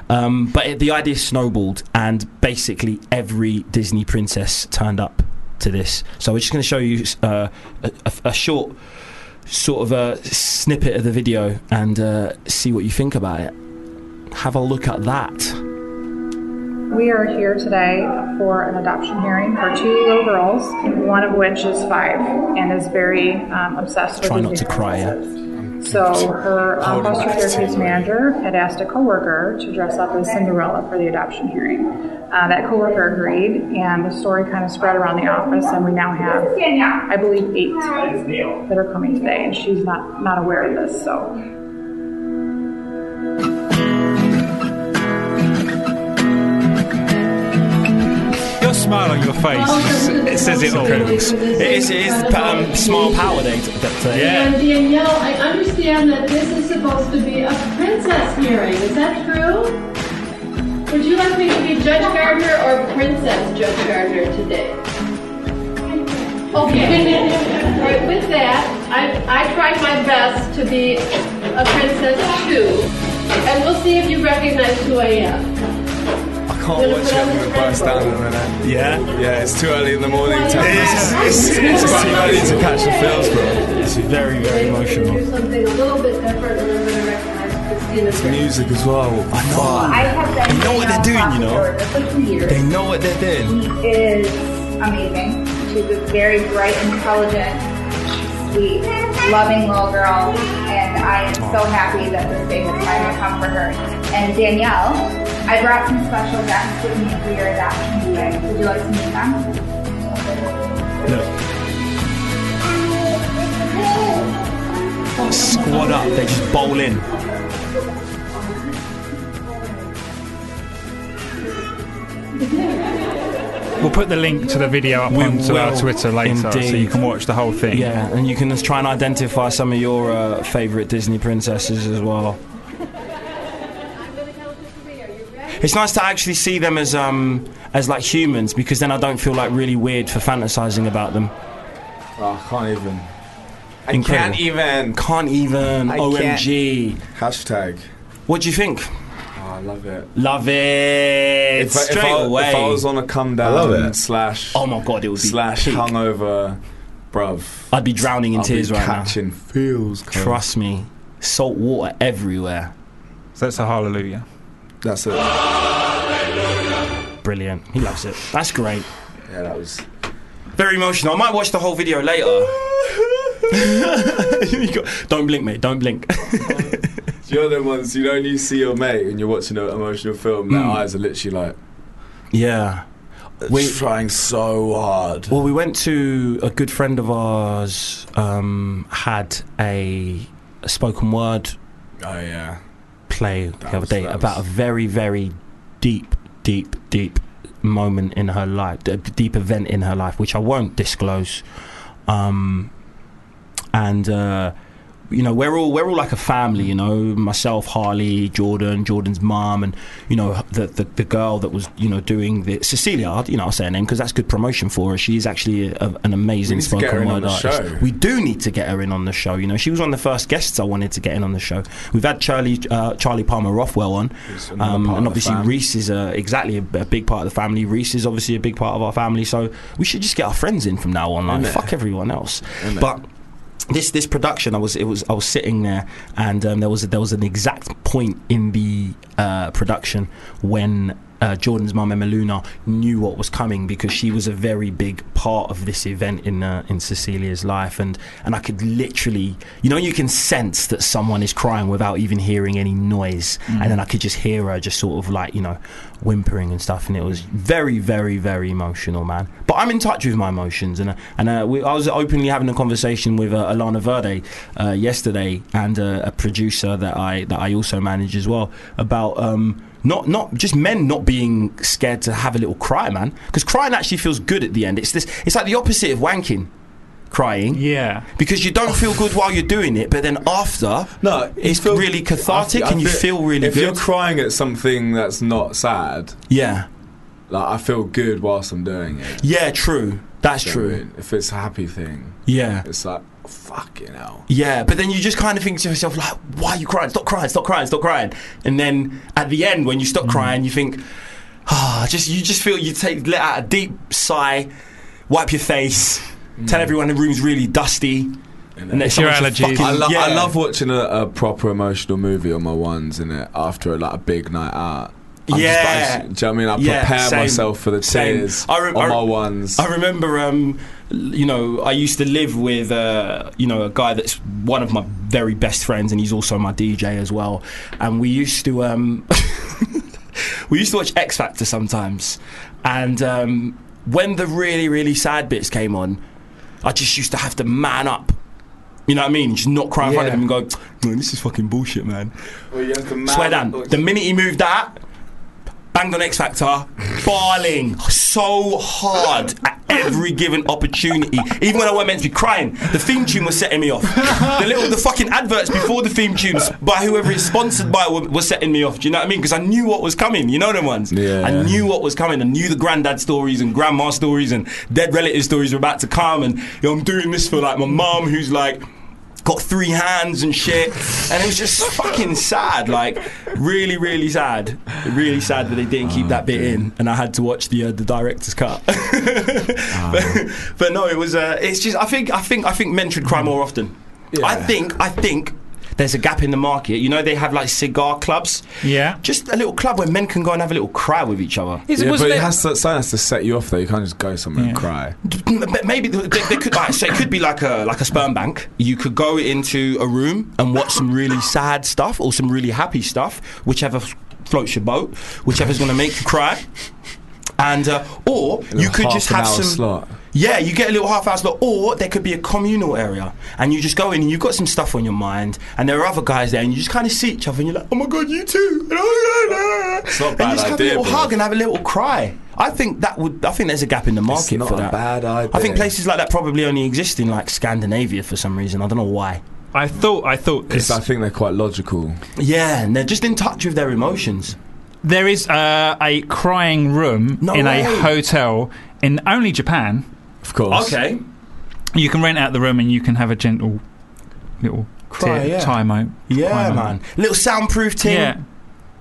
[SPEAKER 3] Um, but it, the idea snowballed, and basically every Disney princess turned up to this. So we're just going to show you uh, a, a, a short sort of a snippet of the video and uh, see what you think about it. Have a look at that.
[SPEAKER 8] We are here today for an adoption hearing for two little girls, one of which is five and is very um, obsessed with
[SPEAKER 3] Try not
[SPEAKER 8] Disney
[SPEAKER 3] to cry.
[SPEAKER 8] princesses. So her um, foster care case manager had asked a coworker to dress up as Cinderella for the adoption hearing. Uh, that coworker agreed, and the story kind of spread around the office, and we now have, I believe, eight that are coming today, and she's not not aware of this. So
[SPEAKER 4] Your smile on your face is- it says it all.
[SPEAKER 3] It is, it is um, small power day t- that day.
[SPEAKER 4] Yeah.
[SPEAKER 9] And Danielle, I understand that this is supposed to be a princess hearing. Is that true? Would you like me to be Judge Gardner or Princess Judge Gardner today? Okay. All right, with that, I, I tried my best to be a princess too. And we'll see if you recognize who I am.
[SPEAKER 2] I can't watch it. I'm gonna burst down in a minute. Yeah, yeah. It's too early in the morning. Time.
[SPEAKER 9] It's- it's- it's-
[SPEAKER 2] about early to catch the feels, bro. It's very, very
[SPEAKER 9] Do something a little bit different and I'm going to recognize Christina.
[SPEAKER 2] Music as well. I know.
[SPEAKER 10] I have been
[SPEAKER 2] They know what they're doing, you know.
[SPEAKER 10] For two years.
[SPEAKER 2] They know what they're doing.
[SPEAKER 10] She is amazing. She's a very bright, intelligent, sweet, loving little girl, and I am so happy that this day has finally come for her. And Danielle, I brought some special guests with me for your adoption day. Would you like to meet them?
[SPEAKER 3] Squad up, they just bowl in.
[SPEAKER 4] We'll put the link to the video up
[SPEAKER 3] We
[SPEAKER 4] onto our
[SPEAKER 3] will,
[SPEAKER 4] Twitter later, so
[SPEAKER 3] indeed.
[SPEAKER 4] you can watch the whole thing.
[SPEAKER 3] Yeah, and you can just try and identify some of your uh, favourite Disney princesses as well. It's nice to actually see them as um as like humans because then I don't feel like really weird for fantasizing about them.
[SPEAKER 2] Oh, I can't even. I
[SPEAKER 3] Incredible.
[SPEAKER 2] can't even.
[SPEAKER 3] Can't even.
[SPEAKER 5] I
[SPEAKER 3] OMG.
[SPEAKER 2] Hashtag.
[SPEAKER 3] What do you think?
[SPEAKER 2] Oh, I love it.
[SPEAKER 3] Love it
[SPEAKER 2] I,
[SPEAKER 3] straight
[SPEAKER 2] I,
[SPEAKER 3] away.
[SPEAKER 2] if I was on a come down
[SPEAKER 5] love it.
[SPEAKER 2] slash
[SPEAKER 3] oh my god, it would be
[SPEAKER 2] slash
[SPEAKER 3] peak.
[SPEAKER 2] hungover, bruv.
[SPEAKER 3] I'd be drowning in
[SPEAKER 2] I'll be
[SPEAKER 3] tears right now.
[SPEAKER 2] catching feels. cuz.
[SPEAKER 3] Trust me, salt water everywhere.
[SPEAKER 4] So that's a hallelujah.
[SPEAKER 2] That's it.
[SPEAKER 3] Brilliant. He loves it. That's great.
[SPEAKER 2] Yeah, that was.
[SPEAKER 3] Very emotional. I might watch the whole video later. [laughs] You got- don't blink, mate. Don't blink.
[SPEAKER 2] You're the ones you know when you see your mate and you're watching an emotional film. Their eyes are literally like
[SPEAKER 3] [laughs] Yeah. We,
[SPEAKER 2] trying so hard.
[SPEAKER 3] well, we went to a good friend of ours um, had a, a spoken word
[SPEAKER 2] Oh yeah.
[SPEAKER 3] play the other
[SPEAKER 2] was-
[SPEAKER 3] day
[SPEAKER 2] that
[SPEAKER 3] about
[SPEAKER 2] was-
[SPEAKER 3] a very, very deep, deep, deep moment in her life, a deep event in her life, which I won't disclose. Um, and uh, you know, we're all we're all like a family. You know, myself, Harley, Jordan, Jordan's mom, and you know the, the the girl that was you know doing the Cecilia. I'll- You know, I'll say her name because that's good promotion for her. She's actually a, an amazing
[SPEAKER 2] need to get her
[SPEAKER 3] spoken
[SPEAKER 2] in on
[SPEAKER 3] word
[SPEAKER 2] the
[SPEAKER 3] artist.
[SPEAKER 2] show.
[SPEAKER 3] We do need to get her in on the show. You know, she was one of the first guests I wanted to get in on the show. We've had Charlie uh, Charlie Palmer Rothwell on,
[SPEAKER 2] Who's another
[SPEAKER 3] um,
[SPEAKER 2] part of
[SPEAKER 3] and
[SPEAKER 2] the
[SPEAKER 3] obviously
[SPEAKER 2] fam.
[SPEAKER 3] Reese is uh, exactly a, a big part of the family. Reese is obviously a big part of our family. So we should just get our friends in from now on. Like,
[SPEAKER 2] Innit?
[SPEAKER 3] fuck everyone else.
[SPEAKER 2] Innit?
[SPEAKER 3] But this this production, I was it was I was sitting there, and um, there was there was an exact point in the uh, production when. Uh, Jordan's mum Emma Luna knew what was coming because she was a very big part of this event in uh, in Cecilia's life, and and I could literally, you know, you can sense that someone is crying without even hearing any noise, and then I could just hear her just sort of like you know whimpering and stuff, and it was very very very emotional, man. But I'm in touch with my emotions, and uh, and uh, we, I was openly having a conversation with uh, Alana Verde uh, yesterday, and uh, a producer that I that I also manage as well about. Um, not, not just men not being scared to have a little cry, man. Because crying actually feels good at the end. It's this. It's like the opposite of wanking, crying.
[SPEAKER 4] Yeah.
[SPEAKER 3] Because you don't feel good while you're doing it, but then after,
[SPEAKER 2] No,
[SPEAKER 3] it's really cathartic
[SPEAKER 2] I
[SPEAKER 3] and you
[SPEAKER 2] thi-
[SPEAKER 3] feel really
[SPEAKER 2] if
[SPEAKER 3] good.
[SPEAKER 2] you're crying at something that's not sad,
[SPEAKER 3] yeah,
[SPEAKER 2] like I feel good whilst I'm doing it.
[SPEAKER 3] yeah, true. That's
[SPEAKER 2] Do you know what I
[SPEAKER 3] true.
[SPEAKER 2] mean? If it's a happy thing,
[SPEAKER 3] Yeah,
[SPEAKER 2] it's like fucking hell.
[SPEAKER 3] yeah. But then you just kind of think to yourself, like, why are you crying? Stop crying. Stop crying. Stop crying. And then at the end, when you
[SPEAKER 4] Mm.
[SPEAKER 3] stop crying, you think, ah, just you just feel you take let out a deep sigh, wipe your face, tell everyone the room's really dusty. And
[SPEAKER 4] Mm. It's your
[SPEAKER 3] someone should
[SPEAKER 4] allergies.
[SPEAKER 3] fucking-
[SPEAKER 2] I, lo- I
[SPEAKER 3] yeah.
[SPEAKER 2] love watching a, a proper emotional movie on my ones in it after like a big night out. I'm
[SPEAKER 3] Yeah.
[SPEAKER 2] just, like, do you know what I mean? I
[SPEAKER 3] Yeah,
[SPEAKER 2] prepare
[SPEAKER 3] same.
[SPEAKER 2] myself for the
[SPEAKER 3] Same.
[SPEAKER 2] tears
[SPEAKER 3] I re-
[SPEAKER 2] on
[SPEAKER 3] I re-
[SPEAKER 2] my ones.
[SPEAKER 3] I remember, um, l- you know, I used to live with, uh, you know, a guy that's one of my very best friends, and he's also my DJ as well. And we used to, um, [laughs] we used to watch X Factor sometimes. And um, when the really, really sad bits came on, I just used to have to man up. You know what I mean? Just not cry in front of him and go, man, this is fucking bullshit, man. Swear down. The minute he moved that, banged on X Factor, bawling so hard at every given opportunity. Even when I weren't meant to be crying, the theme tune was setting me off. The little, the fucking adverts before the theme tunes by whoever it's sponsored by were, were setting me off. Do you know what I mean? Because I knew what was coming. You know them ones.
[SPEAKER 2] Yeah.
[SPEAKER 3] I knew what was coming. I knew the granddad stories and grandma stories and dead relative stories were about to come. And you know, I'm doing this for like my mom, who's like got three hands and shit. And it was just fucking sad, like really, really sad, really sad that they didn't keep that bit in, and I had to watch the uh, the director's cut. [laughs] but, but no, it was. Uh, it's just I think I think I think men should cry more often. I
[SPEAKER 2] Yeah.
[SPEAKER 3] think I think. There's a gap in the market. You know, they have like cigar clubs.
[SPEAKER 4] Yeah.
[SPEAKER 3] Just a little club where men can go and have a little cry with each other.
[SPEAKER 4] Is,
[SPEAKER 2] yeah, but
[SPEAKER 4] wasn't
[SPEAKER 2] it
[SPEAKER 4] it-
[SPEAKER 2] has to, something has to set you off though. You can't just go somewhere and
[SPEAKER 4] Yeah.
[SPEAKER 2] cry.
[SPEAKER 3] M- m- Maybe th- there, there could like, so it could be like a like a sperm bank. You could go into a room and watch some really sad stuff or some really happy stuff, whichever f- floats your boat, whichever's going to make you cry. And uh, or you
[SPEAKER 2] Little
[SPEAKER 3] could
[SPEAKER 2] half
[SPEAKER 3] just
[SPEAKER 2] an
[SPEAKER 3] have
[SPEAKER 2] hour
[SPEAKER 3] some
[SPEAKER 2] slot.
[SPEAKER 3] yeah, you get a little half hour slot, or there could be a communal area, and you just go in and you've got some stuff on your mind, and there are other guys there, and you just kind of see each other, and you're like, oh my god, you too. [laughs] And, oh, yeah, yeah.
[SPEAKER 2] not a
[SPEAKER 3] and
[SPEAKER 2] bad
[SPEAKER 3] you just have a
[SPEAKER 2] idea,
[SPEAKER 3] little
[SPEAKER 2] bro.
[SPEAKER 3] hug and have a little cry. I think that would. I think there's a gap in the market
[SPEAKER 2] not
[SPEAKER 3] for
[SPEAKER 2] a
[SPEAKER 3] that.
[SPEAKER 2] bad idea.
[SPEAKER 3] I think places like that probably only exist in like Scandinavia for some reason. I don't know why.
[SPEAKER 4] I thought I thought this.
[SPEAKER 2] Because I think they're quite logical.
[SPEAKER 3] Yeah, and they're just in touch with their emotions.
[SPEAKER 4] There is uh, a crying room
[SPEAKER 3] No
[SPEAKER 4] in
[SPEAKER 3] way.
[SPEAKER 4] a hotel in only Japan.
[SPEAKER 2] Of course.
[SPEAKER 4] You can rent out the room and you can have a gentle little
[SPEAKER 3] Cry,
[SPEAKER 4] tear-
[SPEAKER 3] yeah.
[SPEAKER 4] time out.
[SPEAKER 3] Yeah,
[SPEAKER 4] Why not?
[SPEAKER 3] man. Little soundproof tin.
[SPEAKER 4] Yeah.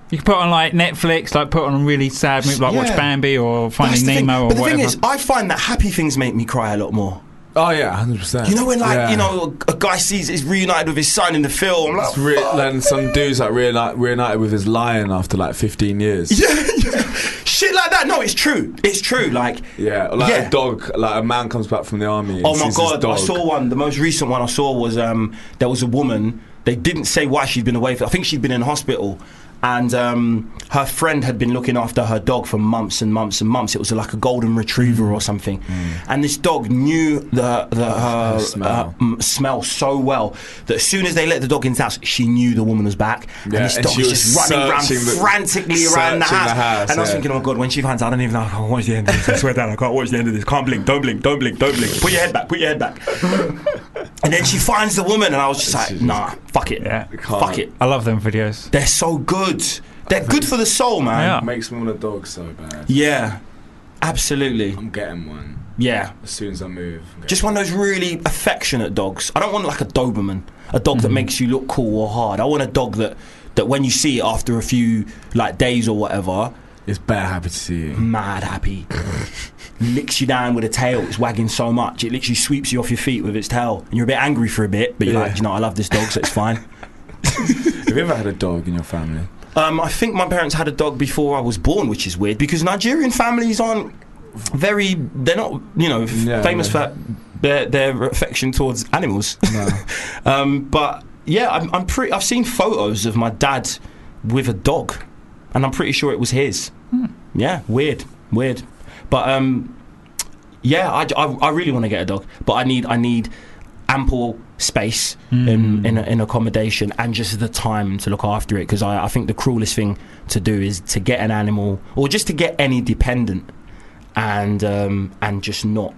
[SPEAKER 4] You can put on like Netflix, like put on a really sad movie, like watch
[SPEAKER 3] Yeah.
[SPEAKER 4] Bambi or
[SPEAKER 3] That's
[SPEAKER 4] Finding
[SPEAKER 3] the thing.
[SPEAKER 4] Nemo or
[SPEAKER 3] But the
[SPEAKER 4] whatever.
[SPEAKER 3] thing is, I find that happy things make me cry a lot more.
[SPEAKER 2] Oh yeah, hundred percent.
[SPEAKER 3] You know when like you know a guy sees is reunited with his son in the film. I'm like,
[SPEAKER 2] It's re- then some dude's like reunited, reunited with his lion after like 15 years.
[SPEAKER 3] yeah, yeah. [laughs] shit like that. No, it's true. It's true. Like,
[SPEAKER 2] Yeah, like
[SPEAKER 3] Yeah.
[SPEAKER 2] a dog, like a man comes back from the army. And
[SPEAKER 3] oh my
[SPEAKER 2] sees his
[SPEAKER 3] god, I
[SPEAKER 2] dog.
[SPEAKER 3] saw one. The most recent one I saw was um, there was a woman. They didn't say why she'd been away for. I think she'd been in hospital. And um, her friend had been looking after her dog for months and months and months. It was like a golden retriever or
[SPEAKER 2] Mm.
[SPEAKER 3] something. And this dog knew the, the her
[SPEAKER 2] smell.
[SPEAKER 3] uh, m- smell so well that as soon as they let the dog in the house, she knew the woman was back.
[SPEAKER 2] Yeah,
[SPEAKER 3] and this
[SPEAKER 2] and
[SPEAKER 3] dog
[SPEAKER 2] she
[SPEAKER 3] was
[SPEAKER 2] was
[SPEAKER 3] just running around
[SPEAKER 2] searching the-
[SPEAKER 3] frantically around the
[SPEAKER 2] searching
[SPEAKER 3] house.
[SPEAKER 2] the house,
[SPEAKER 3] And I was
[SPEAKER 2] yeah.
[SPEAKER 3] thinking, oh my god, when she finds out, I don't even know. I can't watch the end of this. I swear down, I can't watch the end of this. Can't blink. Don't blink. Don't blink. Don't blink. Put your head back. Put your head back. And then she finds the woman, and I was just like, nah, fuck it. Fuck it.
[SPEAKER 4] I love them videos.
[SPEAKER 3] They're so good. They're good for the soul, man.
[SPEAKER 2] Makes me want a dog so bad.
[SPEAKER 3] Yeah, absolutely. I'm
[SPEAKER 2] getting one.
[SPEAKER 3] Yeah.
[SPEAKER 2] As soon as I move. I'm getting-
[SPEAKER 3] Just one of those really affectionate dogs. I don't want like a Doberman, a dog that makes you look cool or hard. I want a dog that that when you see it after a few like days or whatever,
[SPEAKER 2] it's bare happy to see you.
[SPEAKER 3] Mad happy. Licks you down with a tail. It's wagging so much it literally sweeps you off your feet with its tail, and you're a bit angry for a bit, but you're like,
[SPEAKER 2] Yeah.
[SPEAKER 3] "Do you know, I love this dog, so it's fine.
[SPEAKER 2] Have you ever had a dog in your family?
[SPEAKER 3] [laughs] Um, I think my parents had a dog before I was born, which is weird because Nigerian families aren't very. They're not, you know, f-
[SPEAKER 2] Yeah,
[SPEAKER 3] famous
[SPEAKER 2] yeah.
[SPEAKER 3] for their their affection towards animals.
[SPEAKER 2] [laughs]
[SPEAKER 3] um, but yeah, I'm, I'm pretty. I've seen photos of my dad with a dog, and I'm pretty sure it was his. Yeah, weird, weird. But um, yeah, I, I, I really want to get a dog, but I need I need ample space in, in, in accommodation and just the time to look after it because I, I think the cruelest thing to do is to get an animal or just to get any dependent and um, and just not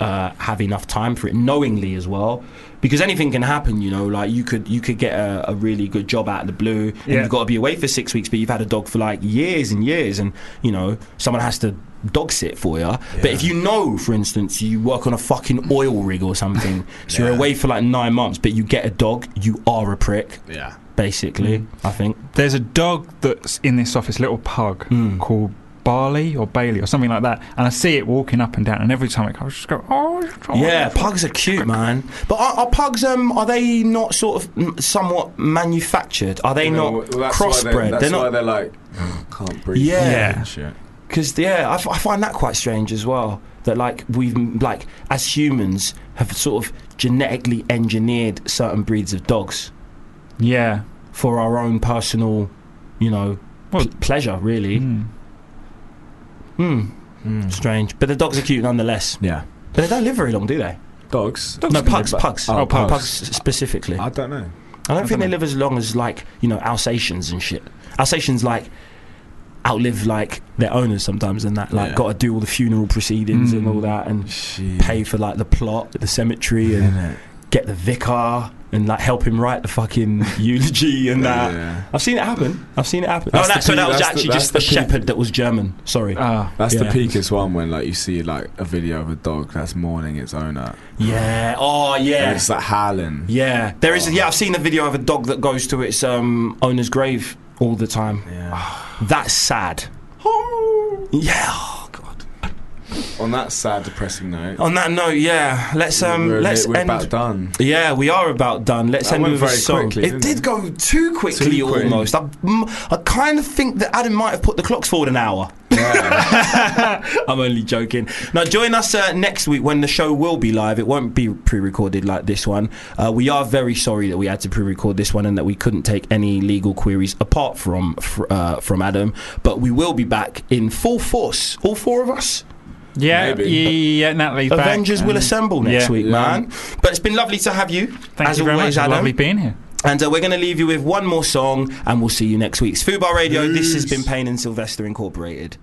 [SPEAKER 3] uh, have enough time for it knowingly as well because anything can happen you know like you could you could get a, a really good job out of the blue and
[SPEAKER 4] Yeah.
[SPEAKER 3] you've got to be away for six weeks but you've had a dog for like years and years and you know someone has to dog sit for you but if you know for instance you work on a fucking oil rig or something so you're away for like nine months but you get a dog you are a prick
[SPEAKER 2] Yeah.
[SPEAKER 3] basically i think
[SPEAKER 4] There's a dog that's in this office, little pug
[SPEAKER 3] Hmm.
[SPEAKER 4] called Barley or Bailey or something like that, and I see it walking up and down, and every time it comes, I just go, oh, it's all
[SPEAKER 3] Yeah,
[SPEAKER 4] right."
[SPEAKER 3] pugs are cute, man. But are, are pugs? Um, are they not sort of mm, somewhat manufactured? Are they
[SPEAKER 2] You know,
[SPEAKER 3] not
[SPEAKER 2] well, that's why
[SPEAKER 3] crossbred?
[SPEAKER 2] They, that's
[SPEAKER 3] they're
[SPEAKER 2] why
[SPEAKER 3] not
[SPEAKER 2] they're like, can't breathe.
[SPEAKER 3] Yeah.
[SPEAKER 2] and Shit.
[SPEAKER 3] because yeah, I, f- I find that quite strange as well. That like we've mm, like as humans have sort of genetically engineered certain breeds of dogs
[SPEAKER 4] yeah.
[SPEAKER 3] for our own personal, you know,
[SPEAKER 4] Well-
[SPEAKER 3] p- pleasure. Really,
[SPEAKER 4] Mm.
[SPEAKER 2] mm.
[SPEAKER 3] hmm, strange. But the dogs are cute nonetheless.
[SPEAKER 2] Yeah.
[SPEAKER 3] But they don't live very long, do they?
[SPEAKER 2] Dogs?
[SPEAKER 3] no, pugs, pugs.
[SPEAKER 2] Oh,
[SPEAKER 3] pugs.
[SPEAKER 2] pugs.
[SPEAKER 3] specifically.
[SPEAKER 2] I don't know.
[SPEAKER 3] I don't think they live as long as like you know Alsatians and shit. Alsatians like outlive like their owners sometimes, and that like
[SPEAKER 2] Yeah.
[SPEAKER 3] got to do all the funeral proceedings and all that, and
[SPEAKER 2] Shit.
[SPEAKER 3] pay for like the plot at the cemetery and get the vicar and like help him write the [laughs] fucking eulogy and that.
[SPEAKER 2] Yeah.
[SPEAKER 3] I've seen it happen. I've seen it happen.
[SPEAKER 2] That's
[SPEAKER 3] oh, that,
[SPEAKER 2] the
[SPEAKER 3] so
[SPEAKER 2] pe-
[SPEAKER 3] that was
[SPEAKER 2] that's the-
[SPEAKER 3] actually just a
[SPEAKER 2] that's the pe-
[SPEAKER 3] shepherd that was German. Sorry.
[SPEAKER 4] Ah.
[SPEAKER 2] That's
[SPEAKER 3] Yeah.
[SPEAKER 2] the peakest one when like you see like a video of a dog that's mourning its owner.
[SPEAKER 3] yeah. Oh,
[SPEAKER 2] And
[SPEAKER 3] yeah.
[SPEAKER 2] it's like howling.
[SPEAKER 3] Yeah. There is. Yeah, I've seen a video of a dog that goes to its um, owner's grave all the time.
[SPEAKER 2] Yeah.
[SPEAKER 3] That's sad. Yeah. Oh, God.
[SPEAKER 2] On that sad, depressing note,
[SPEAKER 3] On that note, yeah. Let's um.
[SPEAKER 2] we're,
[SPEAKER 3] let's
[SPEAKER 2] we're
[SPEAKER 3] end.
[SPEAKER 2] about done.
[SPEAKER 3] Yeah, we are about done. Let's
[SPEAKER 2] That
[SPEAKER 3] end
[SPEAKER 2] went
[SPEAKER 3] with a
[SPEAKER 2] very
[SPEAKER 3] song.
[SPEAKER 2] quickly,
[SPEAKER 3] it
[SPEAKER 2] didn't
[SPEAKER 3] did
[SPEAKER 2] it?
[SPEAKER 3] go too quickly,
[SPEAKER 2] Too quick.
[SPEAKER 3] almost. I, mm, I kind of think that Adam might have put the clocks forward an hour. [laughs] I'm only joking. Now, join us uh, next week when the show will be live. It won't be pre recorded like this one. Uh, we are very sorry that we had to pre record this one and that we couldn't take any legal queries apart from fr- uh, from Adam. But we will be back in full force, all four of us.
[SPEAKER 4] Yeah,
[SPEAKER 2] Maybe.
[SPEAKER 4] yeah, yeah, Natalie's back.
[SPEAKER 3] Avengers will
[SPEAKER 4] and-
[SPEAKER 3] assemble next
[SPEAKER 4] yeah.
[SPEAKER 3] week,
[SPEAKER 2] Yeah.
[SPEAKER 3] man. But it's been lovely to have you.
[SPEAKER 4] Thank
[SPEAKER 3] as
[SPEAKER 4] you very
[SPEAKER 3] always,
[SPEAKER 4] much.
[SPEAKER 3] Adam.
[SPEAKER 4] Lovely being here.
[SPEAKER 3] And uh, we're going to leave you with one more song, and we'll see you next week. It's Fubar Radio. This has been Payne and Sylvester Incorporated.